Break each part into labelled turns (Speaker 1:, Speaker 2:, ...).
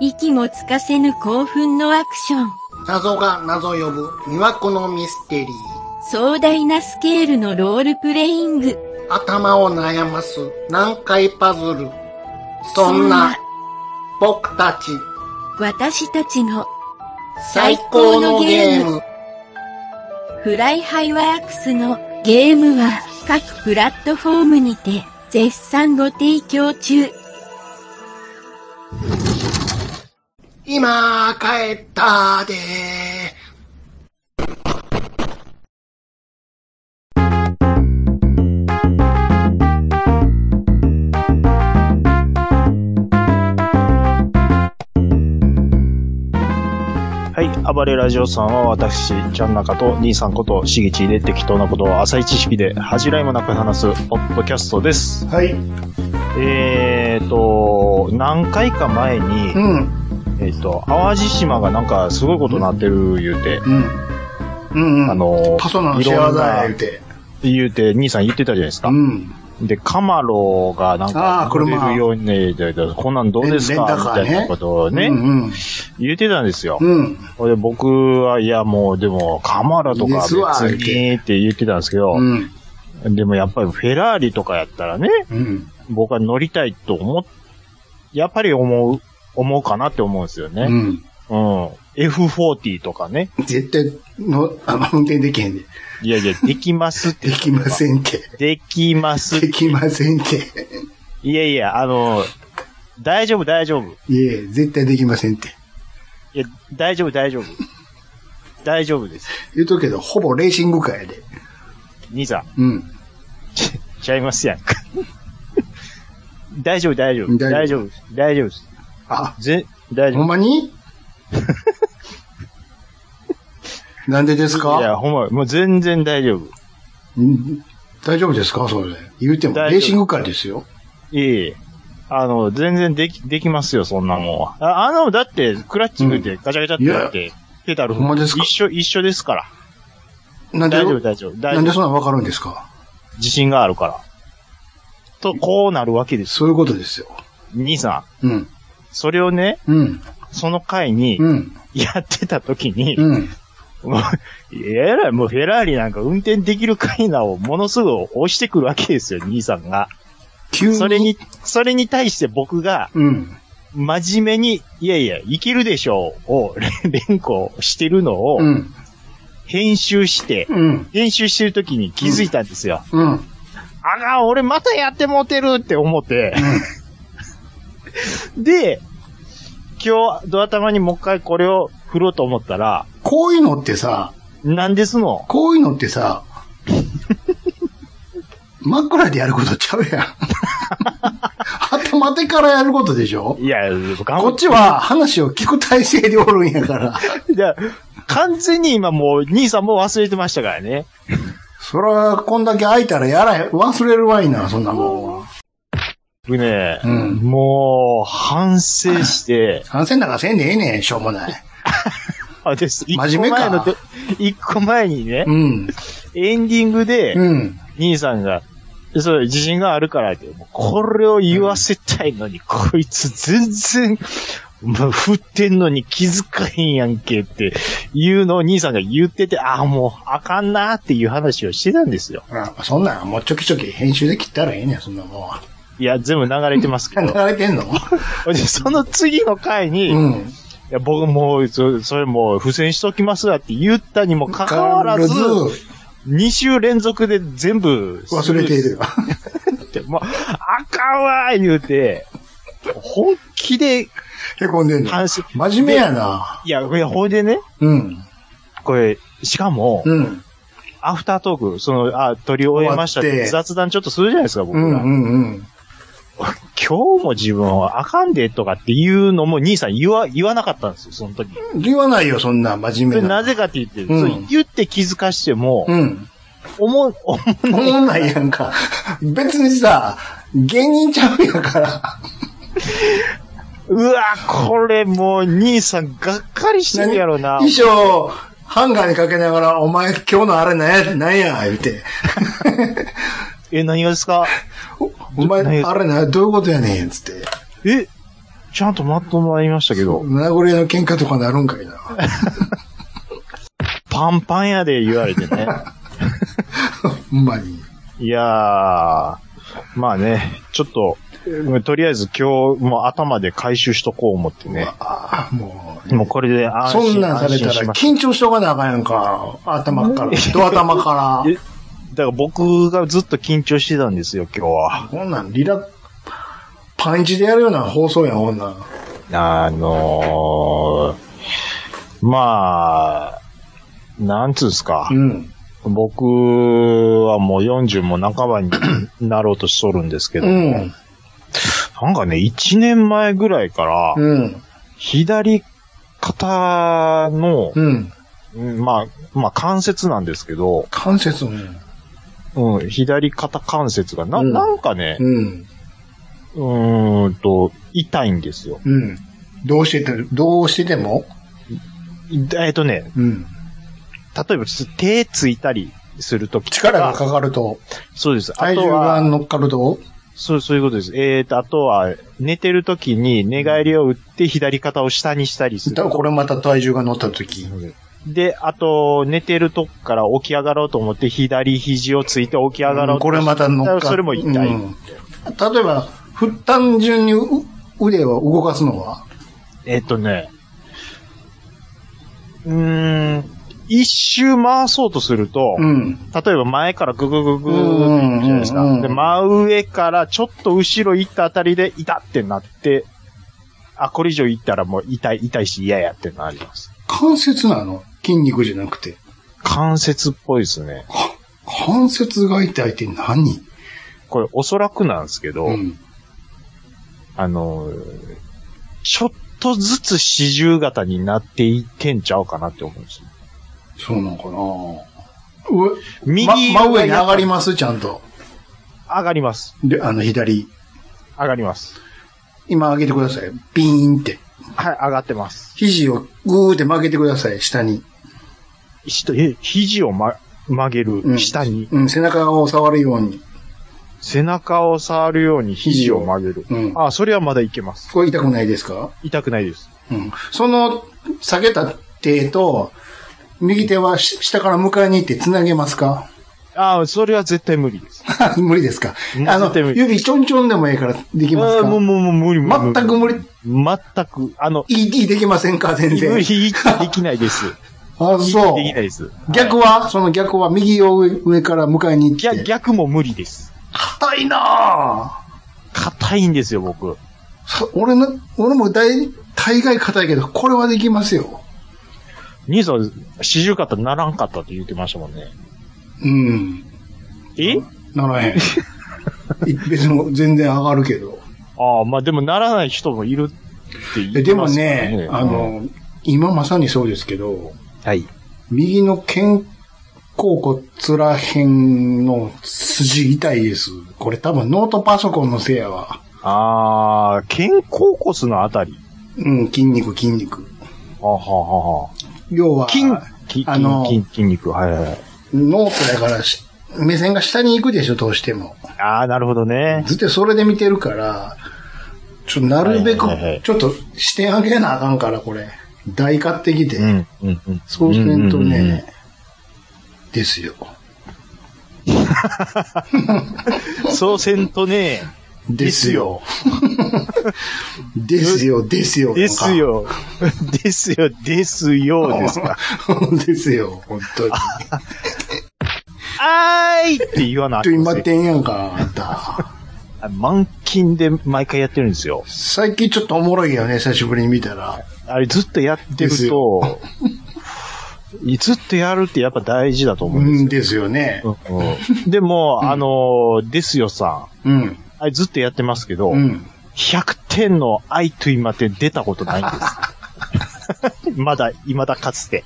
Speaker 1: 息もつかせぬ興奮のアクション。
Speaker 2: 謎が謎呼ぶ魅惑のミステリー。
Speaker 1: 壮大なスケールのロールプレイング。
Speaker 2: 頭を悩ます難解パズル。そんな、僕たち
Speaker 1: 私たちの
Speaker 2: 最高のゲーム。
Speaker 1: フライハイワークスのゲームは各プラットフォームにて絶賛ご提供中。
Speaker 2: 今帰ったで
Speaker 3: はい、暴れラジオさんは私、ちゃん中と兄さんことしげちで適当なことを浅い知識で恥じらいもなく話すポッドキャストです。
Speaker 2: はい。
Speaker 3: えーと、何回か前に
Speaker 2: う、ん。
Speaker 3: えっ、と、淡路島がなんかすごいことなってる言うて、
Speaker 2: うん。うん、うん。
Speaker 3: あ、の
Speaker 2: パソナの
Speaker 3: い
Speaker 2: 仕業
Speaker 3: ろん
Speaker 2: や
Speaker 3: な
Speaker 2: 言うて。
Speaker 3: 言うて、兄さん言ってたじゃないです
Speaker 2: う
Speaker 3: か。
Speaker 2: ん。
Speaker 3: で、カマロがなん
Speaker 2: あー
Speaker 3: か、
Speaker 2: 車
Speaker 3: るようにね、ででこんなんどうです
Speaker 2: レンレン
Speaker 3: か
Speaker 2: タ
Speaker 3: み
Speaker 2: カーね
Speaker 3: たいなことをね、
Speaker 2: うん、
Speaker 3: 言ってたんですよ。
Speaker 2: うん。うん。
Speaker 3: で僕は、いや、もう、でも、カマラとか別にって言ってたんですけど、
Speaker 2: うん。
Speaker 3: でもやっぱりフェラーリとかやったらね、
Speaker 2: うん。
Speaker 3: 僕は乗りたいと思っ、やっぱり思う、思うかなって思うんですよ
Speaker 2: う
Speaker 3: ね。
Speaker 2: ん。
Speaker 3: うん。F40 とかね。
Speaker 2: 絶対の、あの、運転できへんで。
Speaker 3: いやいや、できますって。
Speaker 2: できませんって。
Speaker 3: できます
Speaker 2: で。きませんって。
Speaker 3: いやいや、あの、大丈夫大丈夫。
Speaker 2: いえ、絶対できませんって。
Speaker 3: いや、大丈夫大丈夫。大丈夫です。
Speaker 2: 言うとくけど、ほぼレーシングカーやで。
Speaker 3: 兄さん、
Speaker 2: うん。
Speaker 3: ちちゃいますやん か。大丈夫大丈夫。
Speaker 2: 大
Speaker 3: 大
Speaker 2: 丈
Speaker 3: 丈夫です。大丈夫です。
Speaker 2: あ、
Speaker 3: ぜ、大丈
Speaker 2: ほん
Speaker 3: 夫。
Speaker 2: ま になんでです
Speaker 3: い
Speaker 2: か
Speaker 3: や、ほんま、もう全然大丈夫。
Speaker 2: うん大丈夫ですかそれで。言うても、
Speaker 3: 大丈夫
Speaker 2: レーシングカーですよ。
Speaker 3: いえいえ。あの、全然でき、できますよ、そんなもんは。あ、あの、だって、クラッチングでガチャガチャってやって、ペダル
Speaker 2: ほんまですか
Speaker 3: 一緒、一緒ですから。
Speaker 2: なんで、
Speaker 3: 大丈夫、大丈夫。大
Speaker 2: なんで
Speaker 3: 丈夫。
Speaker 2: そんなんわかるんですか
Speaker 3: 自信があるから。と、こうなるわけです。
Speaker 2: そういうことですよ。
Speaker 3: 兄さん、
Speaker 2: うん。
Speaker 3: それをね、
Speaker 2: うん。
Speaker 3: その回に
Speaker 2: う、ん。
Speaker 3: やってた時に、
Speaker 2: うん。
Speaker 3: もう、えらい、もうフェラーリなんか運転できる回なをものすぐ押してくるわけですよ、兄さんが。
Speaker 2: 急に。
Speaker 3: それに、それに対して僕が、
Speaker 2: うん。
Speaker 3: 真面目に、いやいや、いけるでしょうを 連連呼してるのを
Speaker 2: うん。
Speaker 3: 編集して、
Speaker 2: うん。
Speaker 3: 編集してる時に気づいたんですよ。
Speaker 2: うん。
Speaker 3: あら、俺またやってもうてるって思って。 で、今日、ドア玉にもう一回これを振ろうと思ったら、
Speaker 2: こういうのってさ、
Speaker 3: なんですの
Speaker 2: こういうのって さ、枕でやることちゃう やん。頭でからやることでしょ
Speaker 3: いや、
Speaker 2: こ
Speaker 3: 頑
Speaker 2: っちは話を聞く体制でおるんやから。
Speaker 3: いや完全に今もう、兄さんも忘れてましたからね。
Speaker 2: そら、こんだけ空いたらやらへん。忘れるわいな、そんなもん。
Speaker 3: 僕ね、
Speaker 2: うん
Speaker 3: もう、反省して、
Speaker 2: 参戦なんかせんでええねん、しょうもない。
Speaker 3: あ、です。一個
Speaker 2: 真面目か
Speaker 3: 前のと、一個前にね、
Speaker 2: うん。
Speaker 3: エンディングで、
Speaker 2: うん。
Speaker 3: 兄さんが、そう、自信があるからって、もうこれを言わせたいのに、こいつ全然、まあ、振ってんのに気づかへんやんけっていうのを兄さんが言ってて、ああ、もうあかんなーっていう話をしてたんですよ。
Speaker 2: あそんなん、もうちょきちょき編集で切ったらええねん、そんなもんは。
Speaker 3: いや、全部流れてますけ
Speaker 2: 流
Speaker 3: ど。
Speaker 2: れてんの
Speaker 3: でその次の回
Speaker 2: う
Speaker 3: に、い
Speaker 2: ん。
Speaker 3: や僕もうそ、それもう付箋しときますわって言ったにもかかわらず、2週連続で全部
Speaker 2: 忘れている。
Speaker 3: って、もう、あかんわー言うて、本気で
Speaker 2: へこんでんの。
Speaker 3: 反省、
Speaker 2: 真面目やな。
Speaker 3: いや、いや、ほいでね、
Speaker 2: うん。
Speaker 3: これ、しかも、
Speaker 2: うん。
Speaker 3: アフタートーク、その、あ、撮り終えましたっ
Speaker 2: 終わって
Speaker 3: て雑談ちょっとするじゃないですか、僕
Speaker 2: う
Speaker 3: が。
Speaker 2: んうんうん。
Speaker 3: 今日も自分はあかんで、とかっていうのも兄さん言わ、言わなかったんですよ、その時。
Speaker 2: 言わないよ、そんな真
Speaker 3: そ
Speaker 2: 面
Speaker 3: れ
Speaker 2: 目な。
Speaker 3: なぜかって言って、
Speaker 2: うん
Speaker 3: それ言って気づかしても、
Speaker 2: うん。
Speaker 3: 思う、思う
Speaker 2: 思んないやんか。別にさ、芸人ちゃうやから。
Speaker 3: うわ、これもう兄さんがっかりしてるやろな。
Speaker 2: 衣装、ハンガーにかけながら、お前今日のあれなんや、なんや、言う て。
Speaker 3: え、何がですか
Speaker 2: おお前、あれな、どういうことやねん、つって。
Speaker 3: え、ちゃんとまとまりましたけど、
Speaker 2: 名残屋の喧嘩とかなるんかいな。
Speaker 3: パンパンやで言われてね。
Speaker 2: ほんまに。
Speaker 3: いやー、まあね、ちょっと、とりあえず今日、もう頭で回収しとこう思ってね。
Speaker 2: ああ、もう。
Speaker 3: もうこれで安
Speaker 2: そ
Speaker 3: 心
Speaker 2: んなんされた
Speaker 3: 安心し
Speaker 2: ら
Speaker 3: まし
Speaker 2: 緊張しとかなあかんやんか。頭 から。ド頭か
Speaker 3: えただから僕がずっと緊張してたんですよ、今日は。
Speaker 2: ら。こんなんリラパンチでやるような放送やん、こんなん。
Speaker 3: あのー、まあ、なんつうんすか
Speaker 2: う。ん。
Speaker 3: 僕はもう40も半ばになろうとしとるんですけど、
Speaker 2: うん。
Speaker 3: なんかね、1年前ぐらいから、
Speaker 2: うん。
Speaker 3: 左肩の、
Speaker 2: うん。
Speaker 3: まあ、まあ関節なんですけど、
Speaker 2: 関節うん。
Speaker 3: うん、左肩関節が、な、
Speaker 2: うん
Speaker 3: なんかね、
Speaker 2: うん。
Speaker 3: うーんと、痛いんですよ。
Speaker 2: うん。どうしてて、どうしてても
Speaker 3: えっとね、
Speaker 2: うん。
Speaker 3: 例えばつ手ついたりするとき
Speaker 2: 力がかかると、
Speaker 3: そうです。あ
Speaker 2: 体
Speaker 3: と
Speaker 2: 重が
Speaker 3: は、
Speaker 2: 乗っかると、
Speaker 3: そう、そういうことです。えーと、あとは、寝てるときに寝返りを打って左肩を下にしたりする
Speaker 2: だ。からこれまた体重が乗った時。
Speaker 3: で、あと、寝てるとこから起き上がろうと思って左肘をついて起き上がろうと
Speaker 2: これまた乗っかる。
Speaker 3: それも痛い
Speaker 2: うん例えば、ふ単純にう腕を動かすのは
Speaker 3: えっとね、うーん、一周回そうとすると、
Speaker 2: うん。
Speaker 3: 例えば前からググググーって行くじゃないです
Speaker 2: うんうんうんう
Speaker 3: か。
Speaker 2: ん
Speaker 3: で、真上からちょっと後ろ行ったあたりで、痛ってなって、あ、これ以上行ったらもう痛い、痛いし嫌やってなります。
Speaker 2: 関節なの筋肉じゃなくて。
Speaker 3: 関節っぽいですね。
Speaker 2: か関節が痛いって何
Speaker 3: これおそらくなんですけど、
Speaker 2: うん。
Speaker 3: あのー、ちょっとずつ四十型になっていってんちゃうかなって思うんですよ。
Speaker 2: そうなのかなう
Speaker 3: 右
Speaker 2: ま、
Speaker 3: が
Speaker 2: 真上に上がります、ちゃんと。
Speaker 3: 上がります。
Speaker 2: で、あの、左。
Speaker 3: 上がります。
Speaker 2: 今上げてください。ピーンって。
Speaker 3: はい、上がってます。
Speaker 2: 肘をグーって曲げてください、下に。
Speaker 3: ひとえ肘を、ま、曲げ
Speaker 2: う
Speaker 3: る、
Speaker 2: ん
Speaker 3: 下に、
Speaker 2: うん、背中を触るように。
Speaker 3: 背中を触るように肘を曲げる。
Speaker 2: うん。
Speaker 3: あ、それはまだいけます。
Speaker 2: これ痛くないですか
Speaker 3: 痛くないです。
Speaker 2: うん。その、下げた手と、右手はし下から迎えに行って繋げますか
Speaker 3: あそれは絶対無理です。
Speaker 2: 無理ですか
Speaker 3: うん
Speaker 2: あの
Speaker 3: 絶対無、理
Speaker 2: 指ちょんちょんでもいいからできます
Speaker 3: あー
Speaker 2: か
Speaker 3: もう、もう、もう、無理、無理。
Speaker 2: 全く無理。
Speaker 3: 全く、あの、
Speaker 2: ?ED できませんか全
Speaker 3: 無理、
Speaker 2: 然。
Speaker 3: できないです。
Speaker 2: あ、 そう
Speaker 3: で。きないです。
Speaker 2: 逆
Speaker 3: は
Speaker 2: は、その逆は右を上上から迎えに行っ
Speaker 3: い逆、
Speaker 2: て。
Speaker 3: 逆も無理です。
Speaker 2: 硬いなぁ。
Speaker 3: 硬いんですよ、僕。
Speaker 2: そ俺の、俺も大、大概硬いけど、これはできますよ。
Speaker 3: 兄さん、四十肩ならんかったって言ってましたもんね。
Speaker 2: うん。
Speaker 3: え
Speaker 2: なら へん。い別に全然上がるけど。
Speaker 3: ああ、まあでもならない人もいるって言
Speaker 2: え
Speaker 3: って
Speaker 2: で
Speaker 3: ま
Speaker 2: も
Speaker 3: すから
Speaker 2: ね、あ、の、今まさにそうですけど、
Speaker 3: はい。
Speaker 2: 右の肩甲骨らへんの筋痛いです。これ多分ノートパソコンのせいやわ。
Speaker 3: ああ、肩甲骨のあたり。
Speaker 2: うん、筋肉、筋肉。
Speaker 3: はあ、はあはあは
Speaker 2: 要は
Speaker 3: あ、、筋、筋、
Speaker 2: あの
Speaker 3: 筋、筋肉、はいはいはい。
Speaker 2: ノートだからし目線が下に行くでしょ、どうしても。
Speaker 3: ああ、なるほどね。
Speaker 2: ずっとそれで見てるから、ちょ、なるべく
Speaker 3: はいはいはい、
Speaker 2: ちょっとしてあげなあかんから、これ。大買ってきて。
Speaker 3: うん、うん、 うん。
Speaker 2: そうすると
Speaker 3: んんん
Speaker 2: ね、ですよ。
Speaker 3: うん。そうせんとね、
Speaker 2: ですよ。ですよ、ですよ。
Speaker 3: です。よ。 ですよ、ですよ、ですか。
Speaker 2: ですよ、本当に。
Speaker 3: あーいって言わなあ
Speaker 2: ち
Speaker 3: か
Speaker 2: ょ、
Speaker 3: ん
Speaker 2: 今ってんやんか、あんた。
Speaker 3: あ満勤で毎回やってるんですよ。
Speaker 2: 最近ちょっとおもろいよね、久しぶりに見たら。
Speaker 3: あれずっとやって
Speaker 2: です
Speaker 3: ると、ずっとやるってやっぱ大事だと思
Speaker 2: う
Speaker 3: うんです
Speaker 2: んですよ
Speaker 3: よ。
Speaker 2: ね。
Speaker 3: うんでも、あのー、ですよさ
Speaker 2: うん。
Speaker 3: ん。あれずっとやってますけど、
Speaker 2: うん。
Speaker 3: 100点の愛と今って出たことないんです。 まだ、未だかつて。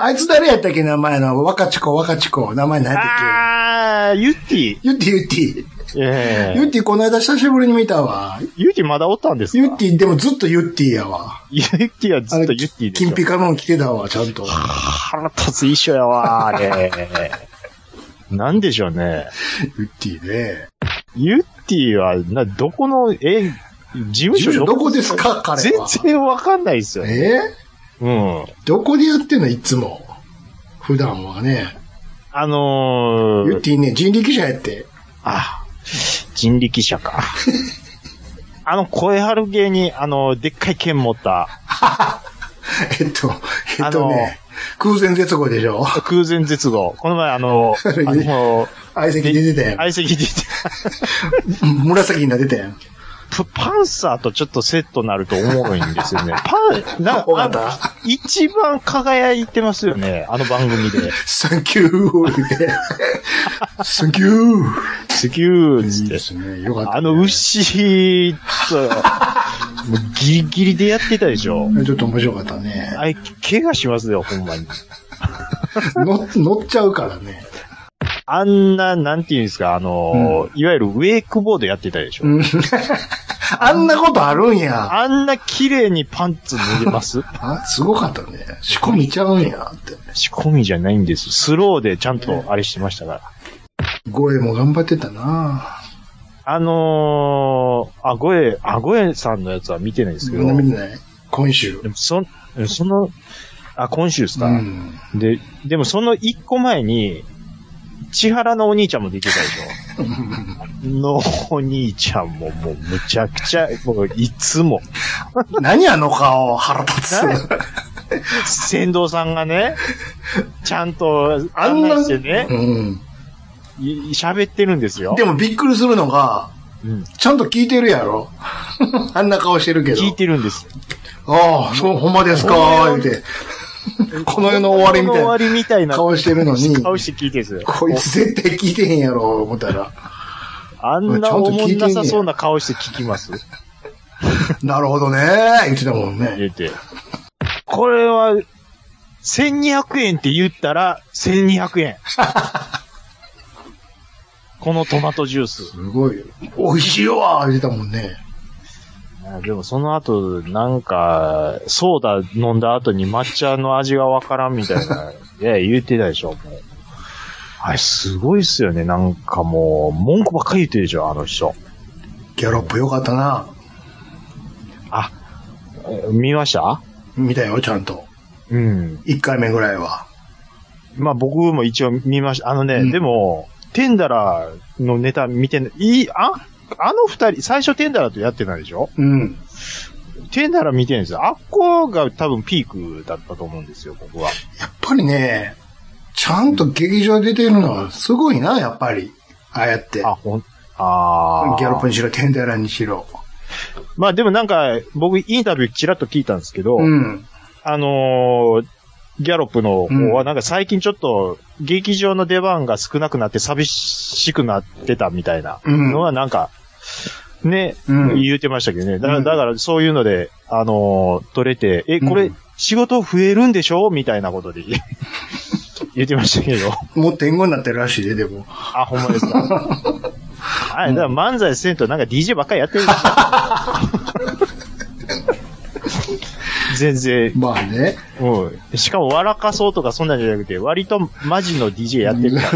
Speaker 2: あいつ誰やったっけ、名前の。若ちこ、若ちこ。名前何やったっ
Speaker 3: あー、ユッテ
Speaker 2: け。
Speaker 3: ィ。
Speaker 2: ユッティ、ユッティ。
Speaker 3: ええ
Speaker 2: ユッティ、この間久しぶりに見たわ。
Speaker 3: ユッティまだおったんですか
Speaker 2: ユッティ、でもずっとユッティやわ。
Speaker 3: ユッティはずっとユッティでしょ。
Speaker 2: 金ピカの着てたわ、ちゃんと。
Speaker 3: 腹立つ衣装やわ、あ れ。なんでしょうね。
Speaker 2: ユッティね。
Speaker 3: ユッティは、な、どこの、え、事務
Speaker 2: 事務
Speaker 3: 所
Speaker 2: 所どこですか彼
Speaker 3: 全
Speaker 2: は。
Speaker 3: 然わかんないですよね。
Speaker 2: え
Speaker 3: うん。
Speaker 2: どこでやってんのいつも。普段はね。
Speaker 3: あの
Speaker 2: 言っ
Speaker 3: ー、
Speaker 2: ていいね。人力車やって。
Speaker 3: あ、人力車か。 あの、声春芸に、あの、でっかい剣持った、
Speaker 2: えっと、えっとね、空前絶後でしょ
Speaker 3: 空前絶後。この前、あ の、あの、
Speaker 2: 相席で出たやん。
Speaker 3: 相席で、
Speaker 2: 紫になってたやん。
Speaker 3: パパンサーとちょっとセットになると思うんですよ ね。パン、な、
Speaker 2: 尾形
Speaker 3: あの一番輝いてますよね、あの番組 で。
Speaker 2: サンキューを言って。サンキュー。
Speaker 3: スキューって。
Speaker 2: すね。よかった。
Speaker 3: あの、牛と、 もうギリギリでやってたでしょ。
Speaker 2: ちょっと面白かったね。
Speaker 3: あれ、怪我しますよ、ほんまに。
Speaker 2: 乗乗っちゃうからね。
Speaker 3: あんな、なんていうんですか、あの、いわゆるウェイクボードやってたでしょ。
Speaker 2: うんあんなことあるんや。
Speaker 3: あんな綺麗にパンツ脱げます
Speaker 2: あすごかったね。仕込みちゃうんやって。
Speaker 3: 仕込みじゃないんです。スローでちゃんとあれしてましたから。
Speaker 2: ゴエも頑張ってたな
Speaker 3: あのー、あごえ、あごえさんのやつは見てないですけ
Speaker 2: そ
Speaker 3: ど、
Speaker 2: んな見
Speaker 3: で
Speaker 2: てない今週。
Speaker 3: もそ、その、あ、今週です
Speaker 2: う
Speaker 3: か、
Speaker 2: ん。
Speaker 3: で、でもその一個前に、千原のお兄ちゃんもできたでし ょのお兄ちゃんももうむちゃくちゃ、もういつも、
Speaker 2: 何あの顔、腹立つ。
Speaker 3: 船頭さんがね、ちゃんと案内してね、
Speaker 2: うん。
Speaker 3: い喋ってるんですよ。
Speaker 2: でもびっくりするのが、
Speaker 3: うん
Speaker 2: ちゃんと聞いてるや ろ。あんな顔してるけど。
Speaker 3: 聞いてるんです。
Speaker 2: ああ、そう、ほんまですか言うて。この世の終わりみ
Speaker 3: この
Speaker 2: たい
Speaker 3: 終わりみたい
Speaker 2: な
Speaker 3: な
Speaker 2: 顔してるのに、
Speaker 3: 顔して聞いてるんですよ。
Speaker 2: こいつ絶対聞いてへんやろ、思ったら。
Speaker 3: あんなおもんなさそうな顔して聞きます。
Speaker 2: なるほどね、言ってたもんね。
Speaker 3: 言うて。これは、1200円って言ったら、1200円。 このトマトジュース。
Speaker 2: すごいよ。美味しいわ、言ってたもんね。
Speaker 3: あでもその後、なんか、ソーダ飲んだ後に抹茶の味がわからんみたい な、いや、言ってたでしょ、もう。あれ、すごいっすよね。なんかもう、文句ばっかり言ってるでしょ、あの人。
Speaker 2: ギャロップよかったな。
Speaker 3: あ、え見ました
Speaker 2: 見たよ、ちゃんと。
Speaker 3: うん。
Speaker 2: 1回目ぐらいは。
Speaker 3: まあ僕も一応見ました。あのね、
Speaker 2: うん
Speaker 3: でも、テンダラーのネタ見てない、いい、あ、あの二人、最初テンダラーとやってないでしょ
Speaker 2: うん。
Speaker 3: テンダラー見てないんですよ。あっこが多分ピークだったと思うんですよ、僕は。
Speaker 2: やっぱりね、ちゃんと劇場出てるのはすごいな、やっぱり。ああやって。ギ
Speaker 3: あ、ほん、あー
Speaker 2: ャロップにしろ、テンダラーにしろ。
Speaker 3: まあでもなんか、僕インタビューちらっと聞いたんですけど、
Speaker 2: うん。
Speaker 3: あのーギャロップの方はなんか最近ちょっと劇場の出番が少なくなって寂しくなってたみたいな
Speaker 2: うん
Speaker 3: のはなんか、ね、
Speaker 2: うん
Speaker 3: 言うてましたけどね。だか
Speaker 2: う
Speaker 3: ら、
Speaker 2: ん
Speaker 3: だからそういうので、あのー取れて、え、
Speaker 2: う
Speaker 3: これ
Speaker 2: ん
Speaker 3: 仕事増えるんでしょみたいなことで 言ってましたけど。
Speaker 2: もう天狗になってるらしいで、でも。
Speaker 3: あ、ほんまです か。あれ、だから漫才せんとなんか DJ ばっかりやってるん ですよ全然
Speaker 2: まあね。
Speaker 3: うん。しかも笑かそうとかそんなんじゃなくて、割とマジの DJ やってるから。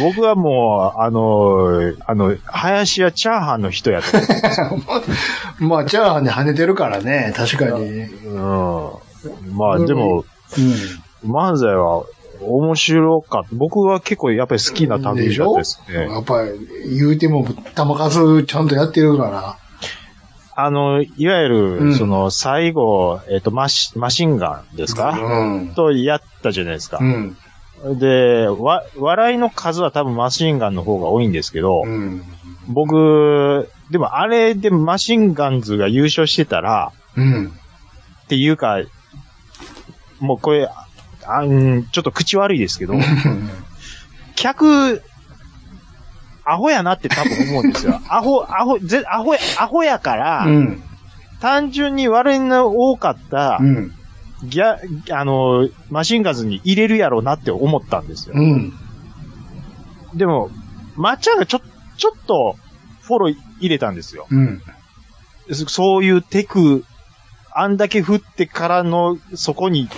Speaker 3: 僕はもう、あのーあの、林はチャーハンの人やと
Speaker 2: まあ、チャーハンで跳ねてるからね、確かに。うん。
Speaker 3: 思う。うん。まあでも、漫才は面白かった。僕は結構やっぱり好きな
Speaker 2: で
Speaker 3: 類
Speaker 2: し
Speaker 3: だった
Speaker 2: ょ
Speaker 3: ですね。
Speaker 2: やっぱり、言うても、玉数ちゃんとやってるから。
Speaker 3: あの、いわゆ
Speaker 2: うん
Speaker 3: る、その、最後、えっ、と、マシ、マシンガンですか、
Speaker 2: うん。
Speaker 3: とやったじゃないですか
Speaker 2: う。ん。
Speaker 3: で、わ、笑いの数は多分マシンガンの方が多いんですけど、
Speaker 2: うん。
Speaker 3: 僕、でもあれでマシンガンズが優勝してたら、
Speaker 2: うん。
Speaker 3: っていうか、もうこれ、あんちょっと口悪いですけど、客、アホやなって多分思うんですよ。アホ、アホ、ぜアホや、アホやから、
Speaker 2: うん。
Speaker 3: 単純に割れの多かった
Speaker 2: う、ん。
Speaker 3: ギャ、あの、マシンガンズに入れるやろうなって思ったんですよ。
Speaker 2: うん。
Speaker 3: でも、マッチャーがちょ、ちょっと、フォロー入れたんですよ。
Speaker 2: うん。
Speaker 3: そそういうテク、あんだけ振ってからの、そこに、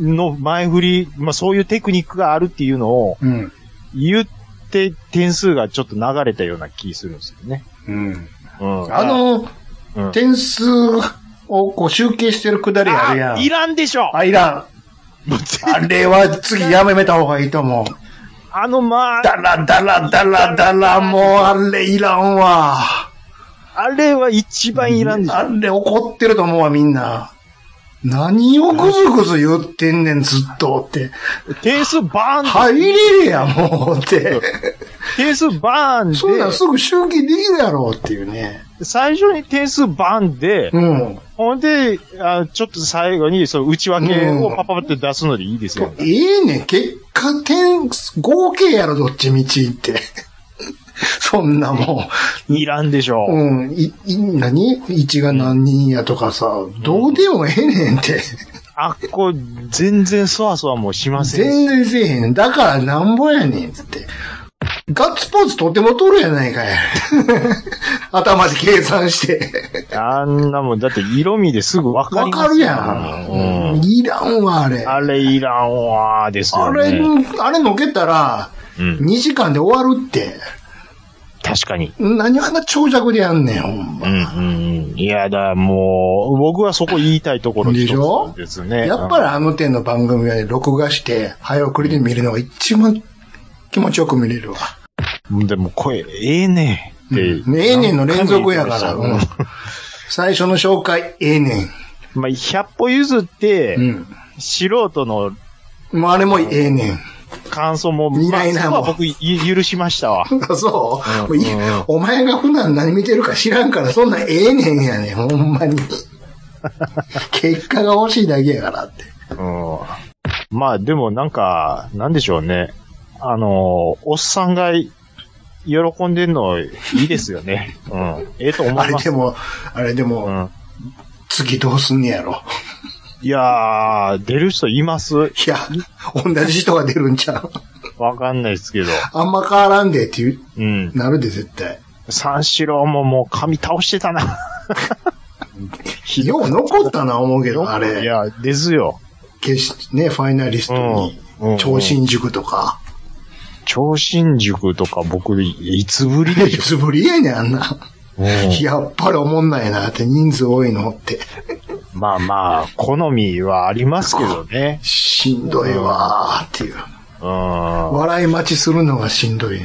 Speaker 3: の前振り、まあそういうテクニックがあるっていうのを
Speaker 2: うん。
Speaker 3: 言っって点数がちょっと流れたような気するんですよね。
Speaker 2: うん。
Speaker 3: うん。
Speaker 2: あの、
Speaker 3: うん
Speaker 2: 点数をこう集計してるくだりあるやん。
Speaker 3: あいらんでしょ
Speaker 2: あ、いらん。
Speaker 3: もう絶
Speaker 2: あれは次やめた方がいいと思う。
Speaker 3: あの、まあ、
Speaker 2: だらだらだらだら、もうあれいらんわ。
Speaker 3: あれは一番いらんでしょ。
Speaker 2: あれ怒ってると思うわ、みんな。何をぐずぐず言ってんねん、ずっとって。
Speaker 3: 点数バーンと
Speaker 2: 入れれや、もうって。
Speaker 3: 点数バ
Speaker 2: そうだ、
Speaker 3: ーン
Speaker 2: すぐ集計できるやろ、っていうね。
Speaker 3: で、最初に点数バーンで、
Speaker 2: うん。
Speaker 3: ほんで、あちょっと最後に、その内訳をパパパって出すのでいいですよ。
Speaker 2: ええねん、結果点、合計やろ、どっちみちって。そんなもん。
Speaker 3: いらんでしょ。
Speaker 2: うん、い、い、何一が何人やとかさ、どうでもええねんって。
Speaker 3: あっこ、全然そわそわもしませんし。
Speaker 2: 全然せえへん。だからなんぼやねんって。ガッツポーズとても取るやない かい。頭で計算して。
Speaker 3: あんなもん、だって色味ですぐわか
Speaker 2: わ
Speaker 3: り
Speaker 2: か
Speaker 3: ます
Speaker 2: るや。
Speaker 3: うんん。
Speaker 2: いらんわ、あれ。
Speaker 3: あ
Speaker 2: あ
Speaker 3: れいらんわーですよ
Speaker 2: れ
Speaker 3: ね。、
Speaker 2: あれのけたら、
Speaker 3: うん。
Speaker 2: 2時間で終わるって。
Speaker 3: 確かに。
Speaker 2: 何あんな長尺でやんねん、ほん
Speaker 3: う
Speaker 2: ま。
Speaker 3: んうんうん。いや、だ、もう、僕はそこ言いたいところ一つ
Speaker 2: でしょ
Speaker 3: ですね。
Speaker 2: やっぱりあの点の番組はね録画して、早送りで見るのが一番気持ちよく見れるわ。
Speaker 3: うん。でも、声、ええねんって。
Speaker 2: ねえねんの連続やか
Speaker 3: 何
Speaker 2: ら。
Speaker 3: 回も言
Speaker 2: う
Speaker 3: っ
Speaker 2: ん
Speaker 3: てました
Speaker 2: 最初の紹介、ええね
Speaker 3: まあ、100歩譲って、
Speaker 2: ん。
Speaker 3: 素人の
Speaker 2: うん。もうあれもええねん。
Speaker 3: 感想も、
Speaker 2: 見ない
Speaker 3: ま
Speaker 2: な
Speaker 3: あそこは
Speaker 2: もう
Speaker 3: 僕、ゆ許しました
Speaker 2: あ
Speaker 3: わ。
Speaker 2: そう
Speaker 3: う
Speaker 2: も
Speaker 3: ん、
Speaker 2: ういい
Speaker 3: うん
Speaker 2: お前が普段何見てるか知らんから、そんなんええねんやねん、ほん まに。結果が欲しいだけやからって。
Speaker 3: うん。まあ、でもなんか、なんでしょうね。あの、おっさんが、喜んでんの、いいですよね。 うん。ええと思
Speaker 2: あ
Speaker 3: い
Speaker 2: れ
Speaker 3: ます。
Speaker 2: でも、あれで
Speaker 3: う
Speaker 2: も、
Speaker 3: ん。
Speaker 2: 次どうすんねやろ。
Speaker 3: いやー、出る人います
Speaker 2: いや、同じ人が出るんちゃう。
Speaker 3: わかんないですけど。
Speaker 2: あんま変わらんでっていう、
Speaker 3: うん。
Speaker 2: なるで絶対。
Speaker 3: 三四郎ももう髪倒してたな。ひ
Speaker 2: よう残ったな思うけ
Speaker 3: いよ
Speaker 2: ど、あ
Speaker 3: い
Speaker 2: れ。
Speaker 3: や、ですよ。
Speaker 2: 決してね、ファイナリストに
Speaker 3: うんうん、
Speaker 2: 超新塾とか。
Speaker 3: 超新塾とか僕、いつぶりで
Speaker 2: い
Speaker 3: しょ
Speaker 2: つぶりやねん、あんな。
Speaker 3: うん
Speaker 2: やっぱりおもんないなって、人数多いのって。
Speaker 3: まあまあ、好みはありますけどね。
Speaker 2: しんどいわーっていう。
Speaker 3: うん。あ
Speaker 2: 笑い待ちするのがしんどいね。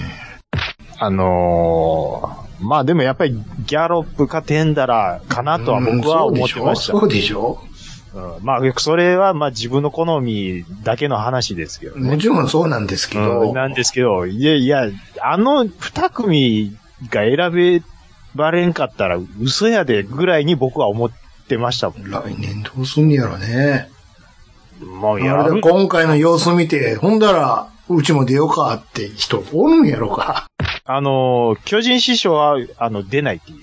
Speaker 3: のー、まあでもやっぱりギャロップかテンダラーかなとは僕は思ってました。
Speaker 2: うんそうでしょ
Speaker 3: うんまあ、それはまあ自分の好みだけの話ですけど
Speaker 2: そうでしょも
Speaker 3: ね。
Speaker 2: ちろんそうなんですけ
Speaker 3: う
Speaker 2: ど
Speaker 3: ん、。なんですけど、いやいや、あの二組が選べばれんかったら嘘やでぐらいに僕は思ってましたもん。
Speaker 2: 来年どうすんねやろね。
Speaker 3: も
Speaker 2: あ
Speaker 3: う
Speaker 2: れ
Speaker 3: や
Speaker 2: だ
Speaker 3: る、
Speaker 2: 今回の様子見て、ほんだら、うちも出ようかって人おるんやろか。
Speaker 3: あのー、巨人師匠は、あの、出ないっていう。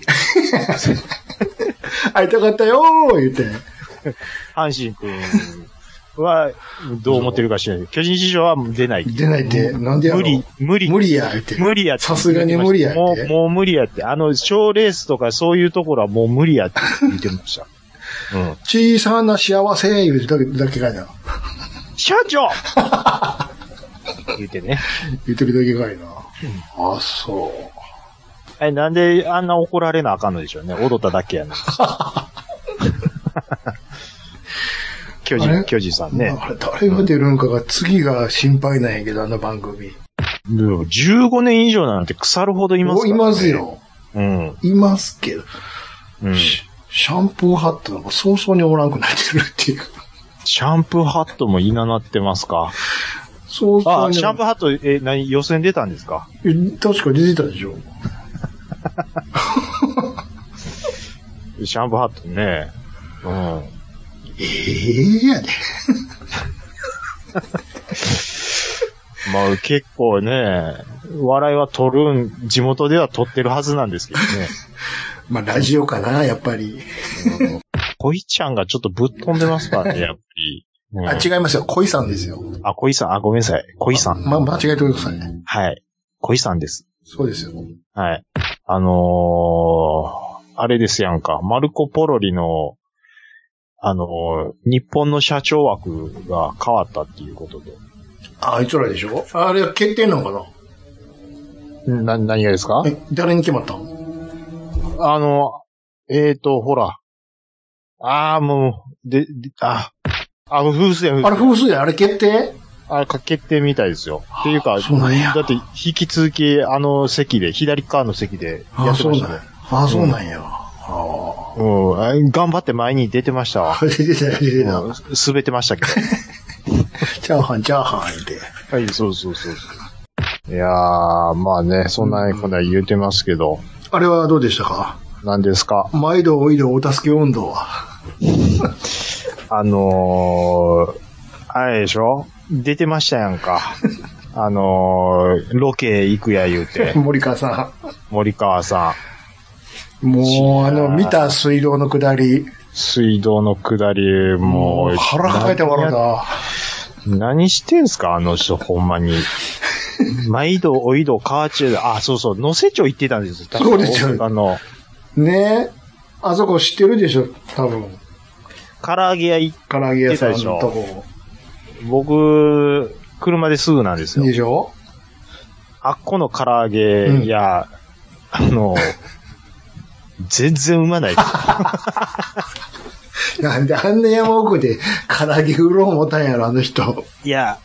Speaker 2: 会いたかったよー言って。
Speaker 3: 阪神君は、どう思ってるか知らない。巨人師匠は出ない。
Speaker 2: 出ないって、なんでやろ
Speaker 3: 無理、無理。
Speaker 2: 無理や、言って。
Speaker 3: 無理やって
Speaker 2: さすがに無理やって
Speaker 3: もう、もう無理やって。あの、賞レースとかそういうところはもう無理やって言ってま した。うん。
Speaker 2: 小さな幸せ、言うてだけ、だけかいな。
Speaker 3: 社長言ってね。
Speaker 2: 言ってるだけかいな。あ、そう。
Speaker 3: え、なんであんな怒られなあかんのでしょうね。踊っただけ やのに。巨
Speaker 2: あ
Speaker 3: 人、
Speaker 2: れ
Speaker 3: 巨人さんね。
Speaker 2: あれ、誰が出るんかが、次が心配なんやけど、あの番組。
Speaker 3: でも15年以上なんて腐るほどいます
Speaker 2: お
Speaker 3: か
Speaker 2: い
Speaker 3: ら、ね。
Speaker 2: ます。よ。
Speaker 3: うん。
Speaker 2: いますけど、
Speaker 3: うん。
Speaker 2: シシャンプーハットなんか早々におらんくなってるって いう。
Speaker 3: シャンプーハットもいななってますか
Speaker 2: 早々
Speaker 3: あ、
Speaker 2: に。
Speaker 3: シャンプーハット、え、何、予選出たんですか
Speaker 2: え確か出てたでしょ。
Speaker 3: シャンプーハットね。うん。
Speaker 2: ええやで。
Speaker 3: まあ結構ね、笑いは取るん、地元では取ってるはずなんですけどね。
Speaker 2: まあ、ラジオかな、やっぱり。
Speaker 3: 恋ちゃんがちょっとぶっ飛んでますからね、やっぱり。うん
Speaker 2: あ、違いますよ。恋さんですよ。
Speaker 3: あ、小井さん、あ、ごめんなさい。小井さん。
Speaker 2: ま、間違えてくださいね。
Speaker 3: はい。小井さんです。
Speaker 2: そうですよ。
Speaker 3: はい。あのー、あれですやんか。マルコ・ポロリの、あのー、日本の社長枠が変わったっていうことで。
Speaker 2: あ、あいつらでしょあれ、決定なのかな
Speaker 3: な、何がですか
Speaker 2: え、誰に決まったの
Speaker 3: あの、えーと、ほら。ああ、もう、で、であ、あ、風船、風
Speaker 2: あれ
Speaker 3: 船。
Speaker 2: 風水あれ決定
Speaker 3: あれ、かけてみたいですよ。っていうか、
Speaker 2: そうなんや
Speaker 3: だって、引き続き、あの席で、左側の席でやってましたね。
Speaker 2: ああ、そうなんや。あ
Speaker 3: うんあ、頑張って前に出てましたわ
Speaker 2: あ。。出てた、出てた。
Speaker 3: うん滑ってましたけど。
Speaker 2: チャーハン、チャーハン、言うて。
Speaker 3: はい、そうそうそうそう。いやー、まあね、そんなこんな言うてますけど、
Speaker 2: あれはどうでしたか
Speaker 3: 何ですか
Speaker 2: 毎度、おいど、お助け運動は。、
Speaker 3: あのー、あれでしょ出てましたやんか。あのー、ロケ行くや言うて
Speaker 2: 森川さ
Speaker 3: 森川さん、
Speaker 2: ん。もう、あの、見た水道の下り。
Speaker 3: 水道の下り、も
Speaker 2: も
Speaker 3: う、
Speaker 2: う、腹抱えて笑った
Speaker 3: 何や。
Speaker 2: わ。
Speaker 3: 何してんすかあの人、ほんま に。毎度、おいど、カーチュー、あ、そうそう、野瀬町行ってたんですよ。確か
Speaker 2: そうですよ
Speaker 3: あの、
Speaker 2: ねえ。あそこ知ってるでしょ多分。
Speaker 3: 唐揚げ屋行っ
Speaker 2: 唐揚げ屋さんのとこ。
Speaker 3: 僕、車ですぐなんですよ
Speaker 2: で。しょ
Speaker 3: あっこの唐揚げや、あの、全然うまないです。
Speaker 2: なんであんな山奥で唐揚げ売ろう思ったんやろ、あの人。
Speaker 3: いや、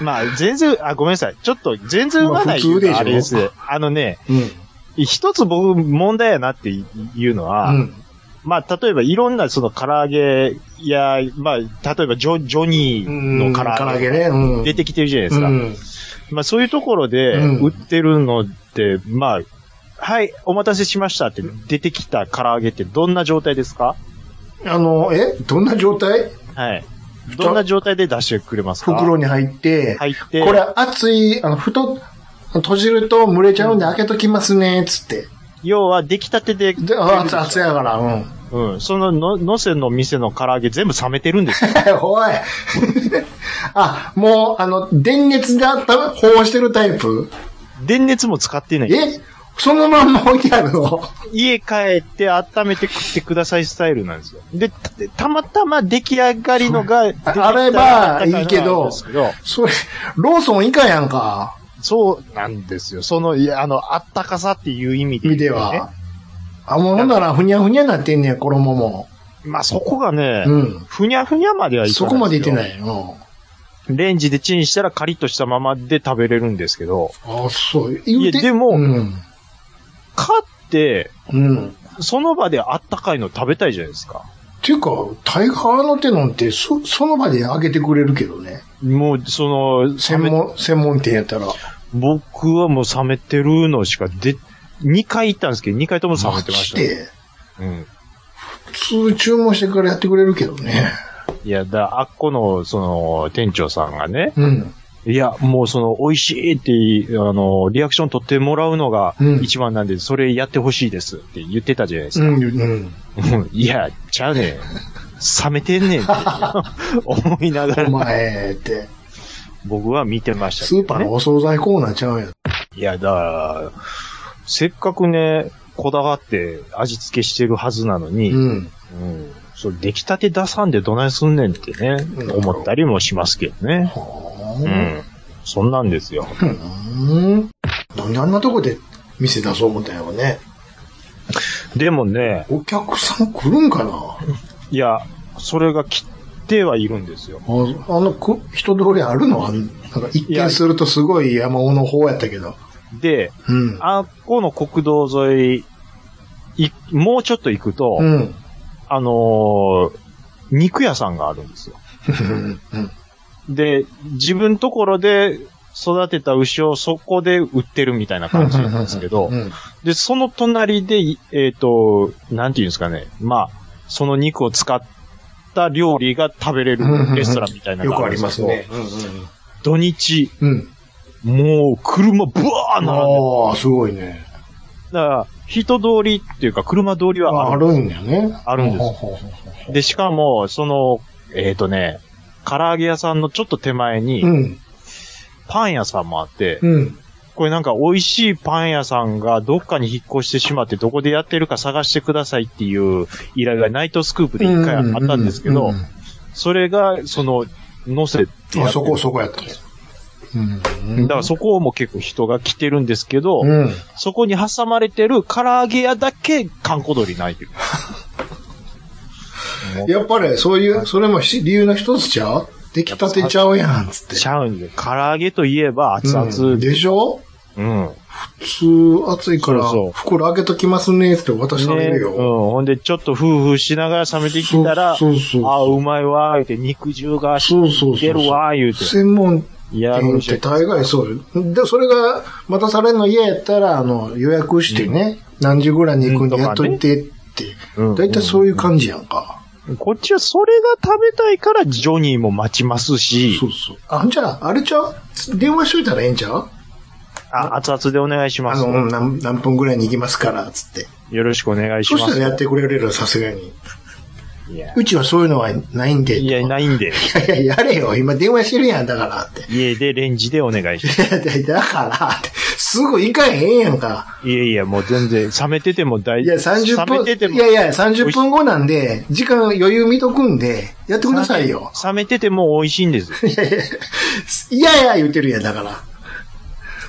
Speaker 3: まあ、全然、あ、ごめんなさい。ちょっと、全然うまない
Speaker 2: まあ普通でしょ
Speaker 3: あれです。あのね、
Speaker 2: うん。
Speaker 3: 一つ僕問題やなっていうのは、
Speaker 2: うん。
Speaker 3: まあ、例えばいろんなその唐揚げや、まあ、例えばジョジョニーの唐
Speaker 2: 唐
Speaker 3: 揚
Speaker 2: 揚げ
Speaker 3: げ
Speaker 2: ね。うん。
Speaker 3: 出てきてるじゃないで
Speaker 2: う
Speaker 3: すか。
Speaker 2: ん。
Speaker 3: まあそういうところで
Speaker 2: うん
Speaker 3: 売ってるのって、まあ、はい、お待たせしましたって出てきた唐揚げってどんな状態ですか
Speaker 2: あの、えどんな状態
Speaker 3: はい。どんな状態で出してくれますか
Speaker 2: 袋に入って、
Speaker 3: 入って、
Speaker 2: これ熱い、あの、ふと、閉じると蒸れちゃうんで開けときますね、つって。
Speaker 3: 要は出来たてで、
Speaker 2: で、あ熱、熱やから、うん。
Speaker 3: うん、そのの、のせの店の唐揚げ全部冷めてるんですよ。
Speaker 2: おい。 あ、もう、あの、電熱であった保温してるタイプ
Speaker 3: 電熱も使ってない。
Speaker 2: えそのまんま置いてあるの
Speaker 3: 家帰って温めて食ってくださいスタイルなんですよ。で、たたまたま出来上がりのが出てきたら
Speaker 2: あれば
Speaker 3: 温か
Speaker 2: いいけど
Speaker 3: なんですけど、
Speaker 2: それ、ローソン以下やんか。
Speaker 3: そうなんですよ。その、いやあの、あったかさっていう意味で、
Speaker 2: 見ては。。あ、もうほんなら、ふにゃふにゃなってんねや、衣も。
Speaker 3: まあ、そこがね、
Speaker 2: うん。
Speaker 3: ふにゃふにゃまではいかないです
Speaker 2: そ
Speaker 3: よ。
Speaker 2: こまでいってないの。
Speaker 3: レンジでチンしたらカリッとしたままで食べれるんですけど、
Speaker 2: あ、そう。言うて
Speaker 3: いやでも
Speaker 2: うん。
Speaker 3: 買って、
Speaker 2: うん。
Speaker 3: その場であったかいの食べたいじゃないですか。
Speaker 2: ていうか、タイガーの手なんて、そ、その場で開けてくれるけどね。
Speaker 3: もう、その、
Speaker 2: 専
Speaker 3: 冷め
Speaker 2: 門、専門店やったら。
Speaker 3: 僕はもう冷めてるのしかで、2回行ったんですけど、2回とも冷めてましたね、
Speaker 2: て、
Speaker 3: うん。
Speaker 2: 普通注文してからやってくれるけどね。
Speaker 3: いや、だ、あっこの、その、店長さんがね、
Speaker 2: うん。
Speaker 3: いや、もうその、美味しいって、あの、リアクション取ってもらうのが
Speaker 2: うん
Speaker 3: 一番なんで、それやってほしいですって言ってたじゃないです
Speaker 2: う
Speaker 3: か。
Speaker 2: ん、うん。
Speaker 3: うんいや、ちゃうねん。冷めてんねんって 思いなが
Speaker 2: お
Speaker 3: ら、
Speaker 2: 前って、
Speaker 3: 僕は見てました け
Speaker 2: ス
Speaker 3: ど
Speaker 2: ー
Speaker 3: ね、
Speaker 2: パーのお惣菜コーナーちゃうんや。
Speaker 3: いや、だから、せっかくね、こだわって味付けしてるはずなのに、う
Speaker 2: うんん。
Speaker 3: そう出来たて出さんでどないすんねんってね、
Speaker 2: うん
Speaker 3: 思ったりもしますけどね。う
Speaker 2: は
Speaker 3: ん。そんなんですよ。
Speaker 2: あ。うん。なんであんなとこで店出そう思ったんやろね。
Speaker 3: でもね、
Speaker 2: お客さん来るんかない
Speaker 3: や、それが切ってはいるんですよ。
Speaker 2: ああの、く人通りあるのあんなんか一見するとすごい山尾の方やったけど。
Speaker 3: で、
Speaker 2: うん。
Speaker 3: あっこの国道沿い、いもうちょっと行くと、
Speaker 2: うん。
Speaker 3: あのー肉屋さんがあるんですよ。
Speaker 2: うん。うん
Speaker 3: で、自分ところで育てた牛をそこで売ってるみたいな感じなんですけど
Speaker 2: う、ん。
Speaker 3: で、その隣で、いえっ、と、なんていうんですかね、まあ、その肉を使った料理が食べれるレストランみたいな
Speaker 2: よ
Speaker 3: のが
Speaker 2: くあ
Speaker 3: るん
Speaker 2: り
Speaker 3: で
Speaker 2: ます
Speaker 3: け
Speaker 2: す
Speaker 3: ど
Speaker 2: ね。。
Speaker 3: 土日、
Speaker 2: うん。
Speaker 3: もう車ブワー並んでる
Speaker 2: ああ、すごいね。
Speaker 3: だから、人通りっていうか車通りは
Speaker 2: あ
Speaker 3: ある。
Speaker 2: るんだよね。
Speaker 3: あるんです
Speaker 2: ほうほうほうほ
Speaker 3: で、しかも、その、えっ、とね、唐揚げ屋さんのちょっと手前
Speaker 2: うう
Speaker 3: に、
Speaker 2: ん。
Speaker 3: パン屋さんもあって、
Speaker 2: うん。
Speaker 3: これなんか美味しいパン屋さんがどっかに引っ越してしまってどこでやってるか探してくださいっていう依頼がナイトスクープで一回あったんですけ
Speaker 2: う
Speaker 3: ど
Speaker 2: う、
Speaker 3: それがその、乗せてやって
Speaker 2: あ
Speaker 3: る
Speaker 2: そこ、そこやった。うん
Speaker 3: だからそこも結構人が来てるんですけど、
Speaker 2: うん。
Speaker 3: そこに挟まれてる唐揚げ屋だけ観光鳥泣いてる。もう
Speaker 2: やっぱり、そういう、それもし理由の一つちゃう出来たてちゃうやん、つって。
Speaker 3: ちゃうんで、唐揚げといえば熱
Speaker 2: う
Speaker 3: 々
Speaker 2: んでしょ
Speaker 3: うん。
Speaker 2: 普通、暑いから
Speaker 3: そうそう、
Speaker 2: 袋開けときますね、って渡される
Speaker 3: ねうん。
Speaker 2: よ。
Speaker 3: ほんで、ちょっとフーフーしながら冷めてきたら、
Speaker 2: そうそうそう
Speaker 3: あうまいわー、言うて、肉汁が
Speaker 2: そうそうそう
Speaker 3: 出るわー、言うて。
Speaker 2: 専門
Speaker 3: いや
Speaker 2: 店って大概そうよ。で、それが待たされるの嫌やったら、あの、予約してね、何時ぐらいに行くんでやっといてって。
Speaker 3: うん
Speaker 2: だいたいそういう感じやんか。
Speaker 3: こっちはそれが食べたいから、ジョニーも待ちますし
Speaker 2: そ、うそう。あ、じゃあ、あれちゃう電話しといたらええんちゃう
Speaker 3: あ、熱々でお願いしま
Speaker 2: あ
Speaker 3: す。
Speaker 2: の、うん何何分ぐらいに行きますから、つって。
Speaker 3: よろしくお願いし
Speaker 2: そし
Speaker 3: ま
Speaker 2: た
Speaker 3: す。
Speaker 2: らやってくれるよ、さすがに。
Speaker 3: いや、
Speaker 2: うちはそういうのはないんで。
Speaker 3: いや、ないんで、
Speaker 2: いや いや、やれよ。今電話してるやん、だからって。
Speaker 3: 家でレンジでお願いしま
Speaker 2: いやだからって、すぐ行かへんやんか。
Speaker 3: す。いやいや、もう全然、冷めてても大
Speaker 2: いや、30
Speaker 3: 冷めてて
Speaker 2: 分、
Speaker 3: も、
Speaker 2: いやいや、30分後なんで、時間余裕見とくんで、やってくださいよ。
Speaker 3: 冷めてても美味しいんですよ。
Speaker 2: いやいや、いやいや言ってるやん、だから。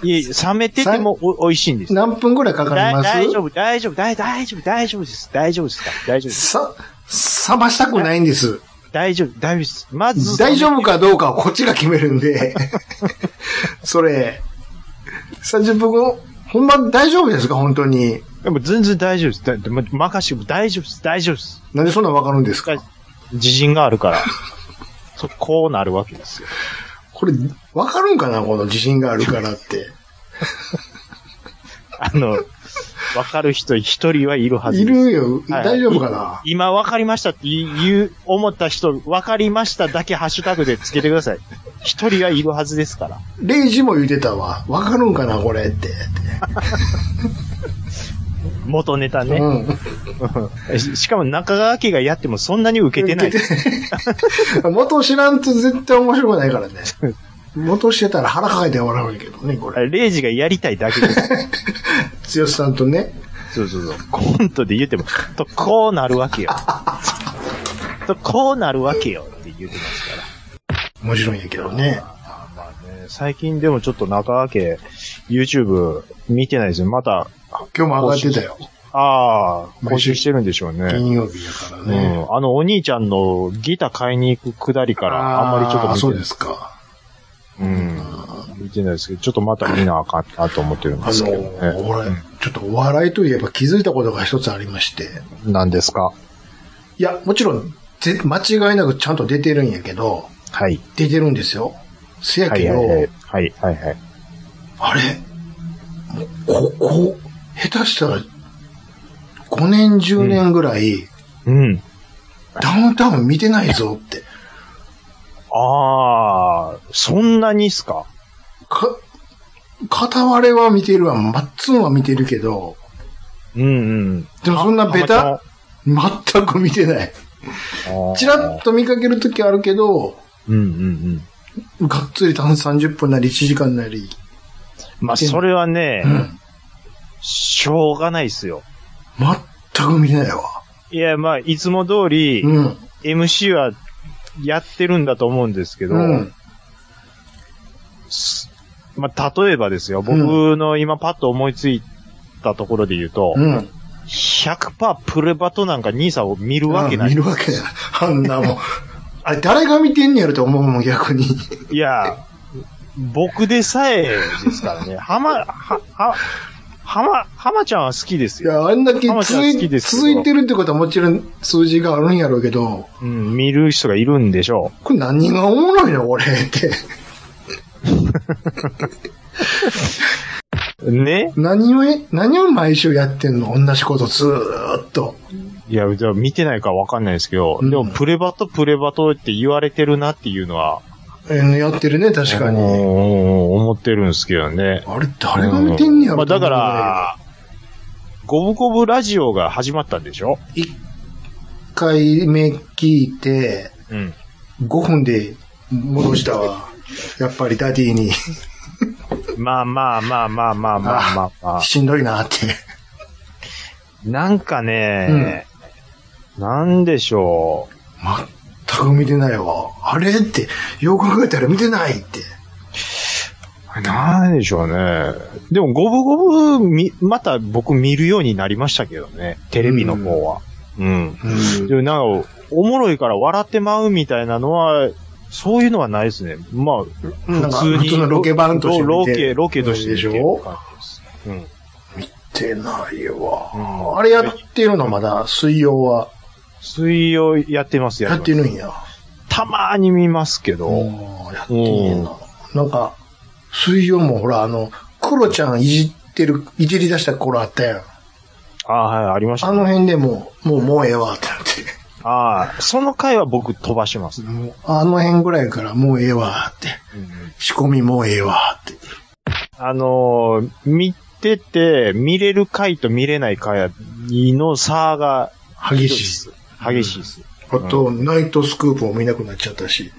Speaker 3: いや、冷めててもお美味しいんです。
Speaker 2: 何分ぐらいかかり
Speaker 3: だ
Speaker 2: ま
Speaker 3: 大丈
Speaker 2: す
Speaker 3: 夫、大丈夫、大大丈夫、大丈夫です。大丈夫ですから。大丈夫です。
Speaker 2: さ、冷ましたくないんです。
Speaker 3: 大丈夫、大丈夫です。まず、
Speaker 2: 大丈夫かどうかはこっちが決めるんで、 それ、30分後、ほんま大丈夫ですか本当に。
Speaker 3: でも全然大丈夫です。だでも任しても大丈夫です。大丈夫です。
Speaker 2: なんでそんなんわかるんですか
Speaker 3: 自信があ るから。そ、こうなるわけですよ。
Speaker 2: これ、わかるんかなこの自信があるからって。
Speaker 3: あの、わかる人一人はいるはず
Speaker 2: い
Speaker 3: です。
Speaker 2: るよ。
Speaker 3: はい
Speaker 2: 大丈夫かな、
Speaker 3: い今わかりましたって言う、思った人、わかりましただけハッシュタグでつけてください。一人はいるはずですから。
Speaker 2: レイジも言うてたわ。わかるんかなこれって。
Speaker 3: 元ネタね。
Speaker 2: うん。
Speaker 3: ししかも中川家がやってもそんなに受けてない。
Speaker 2: 元知らんと絶対面白くないからね。元してたら腹抱えて笑うんやけどね、こ
Speaker 3: あ
Speaker 2: れ。
Speaker 3: れレイジがやりたいだけです。
Speaker 2: 剛さんとね。
Speaker 3: そうそうそう。コントで言っても、と、こうなるわけよ。と、こうなるわけよって言ってますから。
Speaker 2: 面白いんやけどね。
Speaker 3: まあね、最近でもちょっと中川家、YouTube 見てないですよ。また、
Speaker 2: 今日も上がってたよ。
Speaker 3: ああ、募集してるんでしょうね。
Speaker 2: 金曜日やから
Speaker 3: う
Speaker 2: ね。
Speaker 3: ん、あの、お兄ちゃんのギター買いに行くくだりから、あんまりちょっと
Speaker 2: あー
Speaker 3: 見て
Speaker 2: そう
Speaker 3: ない
Speaker 2: ですか。
Speaker 3: うん。見てないですけど、ちょっとまた見なあかんなと思ってるん
Speaker 2: あ
Speaker 3: ですけどね。
Speaker 2: の、俺、ちょっとお笑いといえば気づいたことが一つありまして。
Speaker 3: 何ですか
Speaker 2: いや、もちろん、ぜ間違いなくちゃんと出てるんやけど、
Speaker 3: はい。
Speaker 2: 出てるんですよ。せや
Speaker 3: は
Speaker 2: け
Speaker 3: い
Speaker 2: ど、
Speaker 3: はいはい。はいはいはい。
Speaker 2: あれもうここ、下手したら、5年、10年ぐらい、
Speaker 3: うん。
Speaker 2: ダウンタウン見てないぞって。
Speaker 3: ああ、そんなにっすか
Speaker 2: か、片割れは見てるわ、マッツンは見てるけど、
Speaker 3: うんうん。
Speaker 2: でもそんなベタ、全く見てない。ちらっ
Speaker 3: と。
Speaker 2: と見かけるときあるけど、
Speaker 3: うんうんうん。
Speaker 2: がっつり単30分なり1時間なり。
Speaker 3: まあ、それはね、
Speaker 2: うん。
Speaker 3: しょうがないっすよ。
Speaker 2: 全く見てないわ。
Speaker 3: いや、まあ、いつも通り、
Speaker 2: うん。
Speaker 3: MC はやってるんだと思うんですけど、
Speaker 2: うん。
Speaker 3: すまあ、例えばですよ、僕の今パッと思いついたところで言うと、
Speaker 2: うん。
Speaker 3: 100%プレバトなんか兄さんを見るわけな
Speaker 2: 見
Speaker 3: い。
Speaker 2: るわけない。あんなもん。 あれ、誰が見てんねやろと思うもん、逆に。
Speaker 3: いや、僕でさえですか らね、浜、は、は、浜、浜ちゃんは好きです
Speaker 2: い
Speaker 3: よ。
Speaker 2: や、あんだけ
Speaker 3: 浜ちゃん
Speaker 2: 続
Speaker 3: 好きで
Speaker 2: い
Speaker 3: すけど
Speaker 2: 続いてるってことはもちろん数字があるんやろうけど、
Speaker 3: うん、見る人がいるんでしょ
Speaker 2: これ何がおもろいのこれって。
Speaker 3: う。ね
Speaker 2: 何をえ、何を毎週やってんの同じことずーっと。
Speaker 3: いや、じゃあ見てないからわかんないですけど、
Speaker 2: うん
Speaker 3: でもプレバトプレバトって言われてるなっていうのは、
Speaker 2: えーやってるね、確か
Speaker 3: うんう
Speaker 2: に。
Speaker 3: んうん思ってるんですけどね。
Speaker 2: あれ、誰が見てんねやろ
Speaker 3: まあだか、ら、ゴブゴブラジオが始まったんでしょ
Speaker 2: 一回目聞いて、
Speaker 3: うん。
Speaker 2: 5分で戻したわ。やっぱりダディに、
Speaker 3: まあまあまあまあまあまあまあまあ。
Speaker 2: しんどいなって。
Speaker 3: なんかね、なんでしょう。
Speaker 2: 全く見てないわ。あれって、よく考えたら見てないって。
Speaker 3: なんでしょうね。でも、五分五分、み、また僕見るようになりましたけどね。テレビの方は。うん。
Speaker 2: うん
Speaker 3: でもなんか、おもろいから笑ってまうみたいなのは、そういうのはないですね。まあ、
Speaker 2: なんか
Speaker 3: 普通に
Speaker 2: 普通のロケ版として見て
Speaker 3: ロロケ、ロケとして
Speaker 2: で
Speaker 3: 見
Speaker 2: して
Speaker 3: る
Speaker 2: ょ
Speaker 3: 感じです。うん。
Speaker 2: ってないわ。
Speaker 3: うん
Speaker 2: あれやってるのまだ、水曜は。
Speaker 3: 水曜やってます、や
Speaker 2: や
Speaker 3: っ
Speaker 2: ってて
Speaker 3: ます。
Speaker 2: るんや。
Speaker 3: たまーに見ますけど。
Speaker 2: おーやってねえな。なんか、水曜もほら、あの、クロちゃんいじってる、いじり出した頃あったやん。
Speaker 3: ああ、はい、ありました、
Speaker 2: あ
Speaker 3: ね。
Speaker 2: の辺でもう、もう、もうええわってなって。
Speaker 3: ああ、その回は僕飛ばします。
Speaker 2: もうあの辺ぐらいからもうええわって。仕込みもうええわって。
Speaker 3: あのー見てて、見れる回と見れない回の差が
Speaker 2: 激
Speaker 3: 激
Speaker 2: しい。
Speaker 3: しいです。激しいです。
Speaker 2: あと、ナイトスクープも見なくなっちゃったし。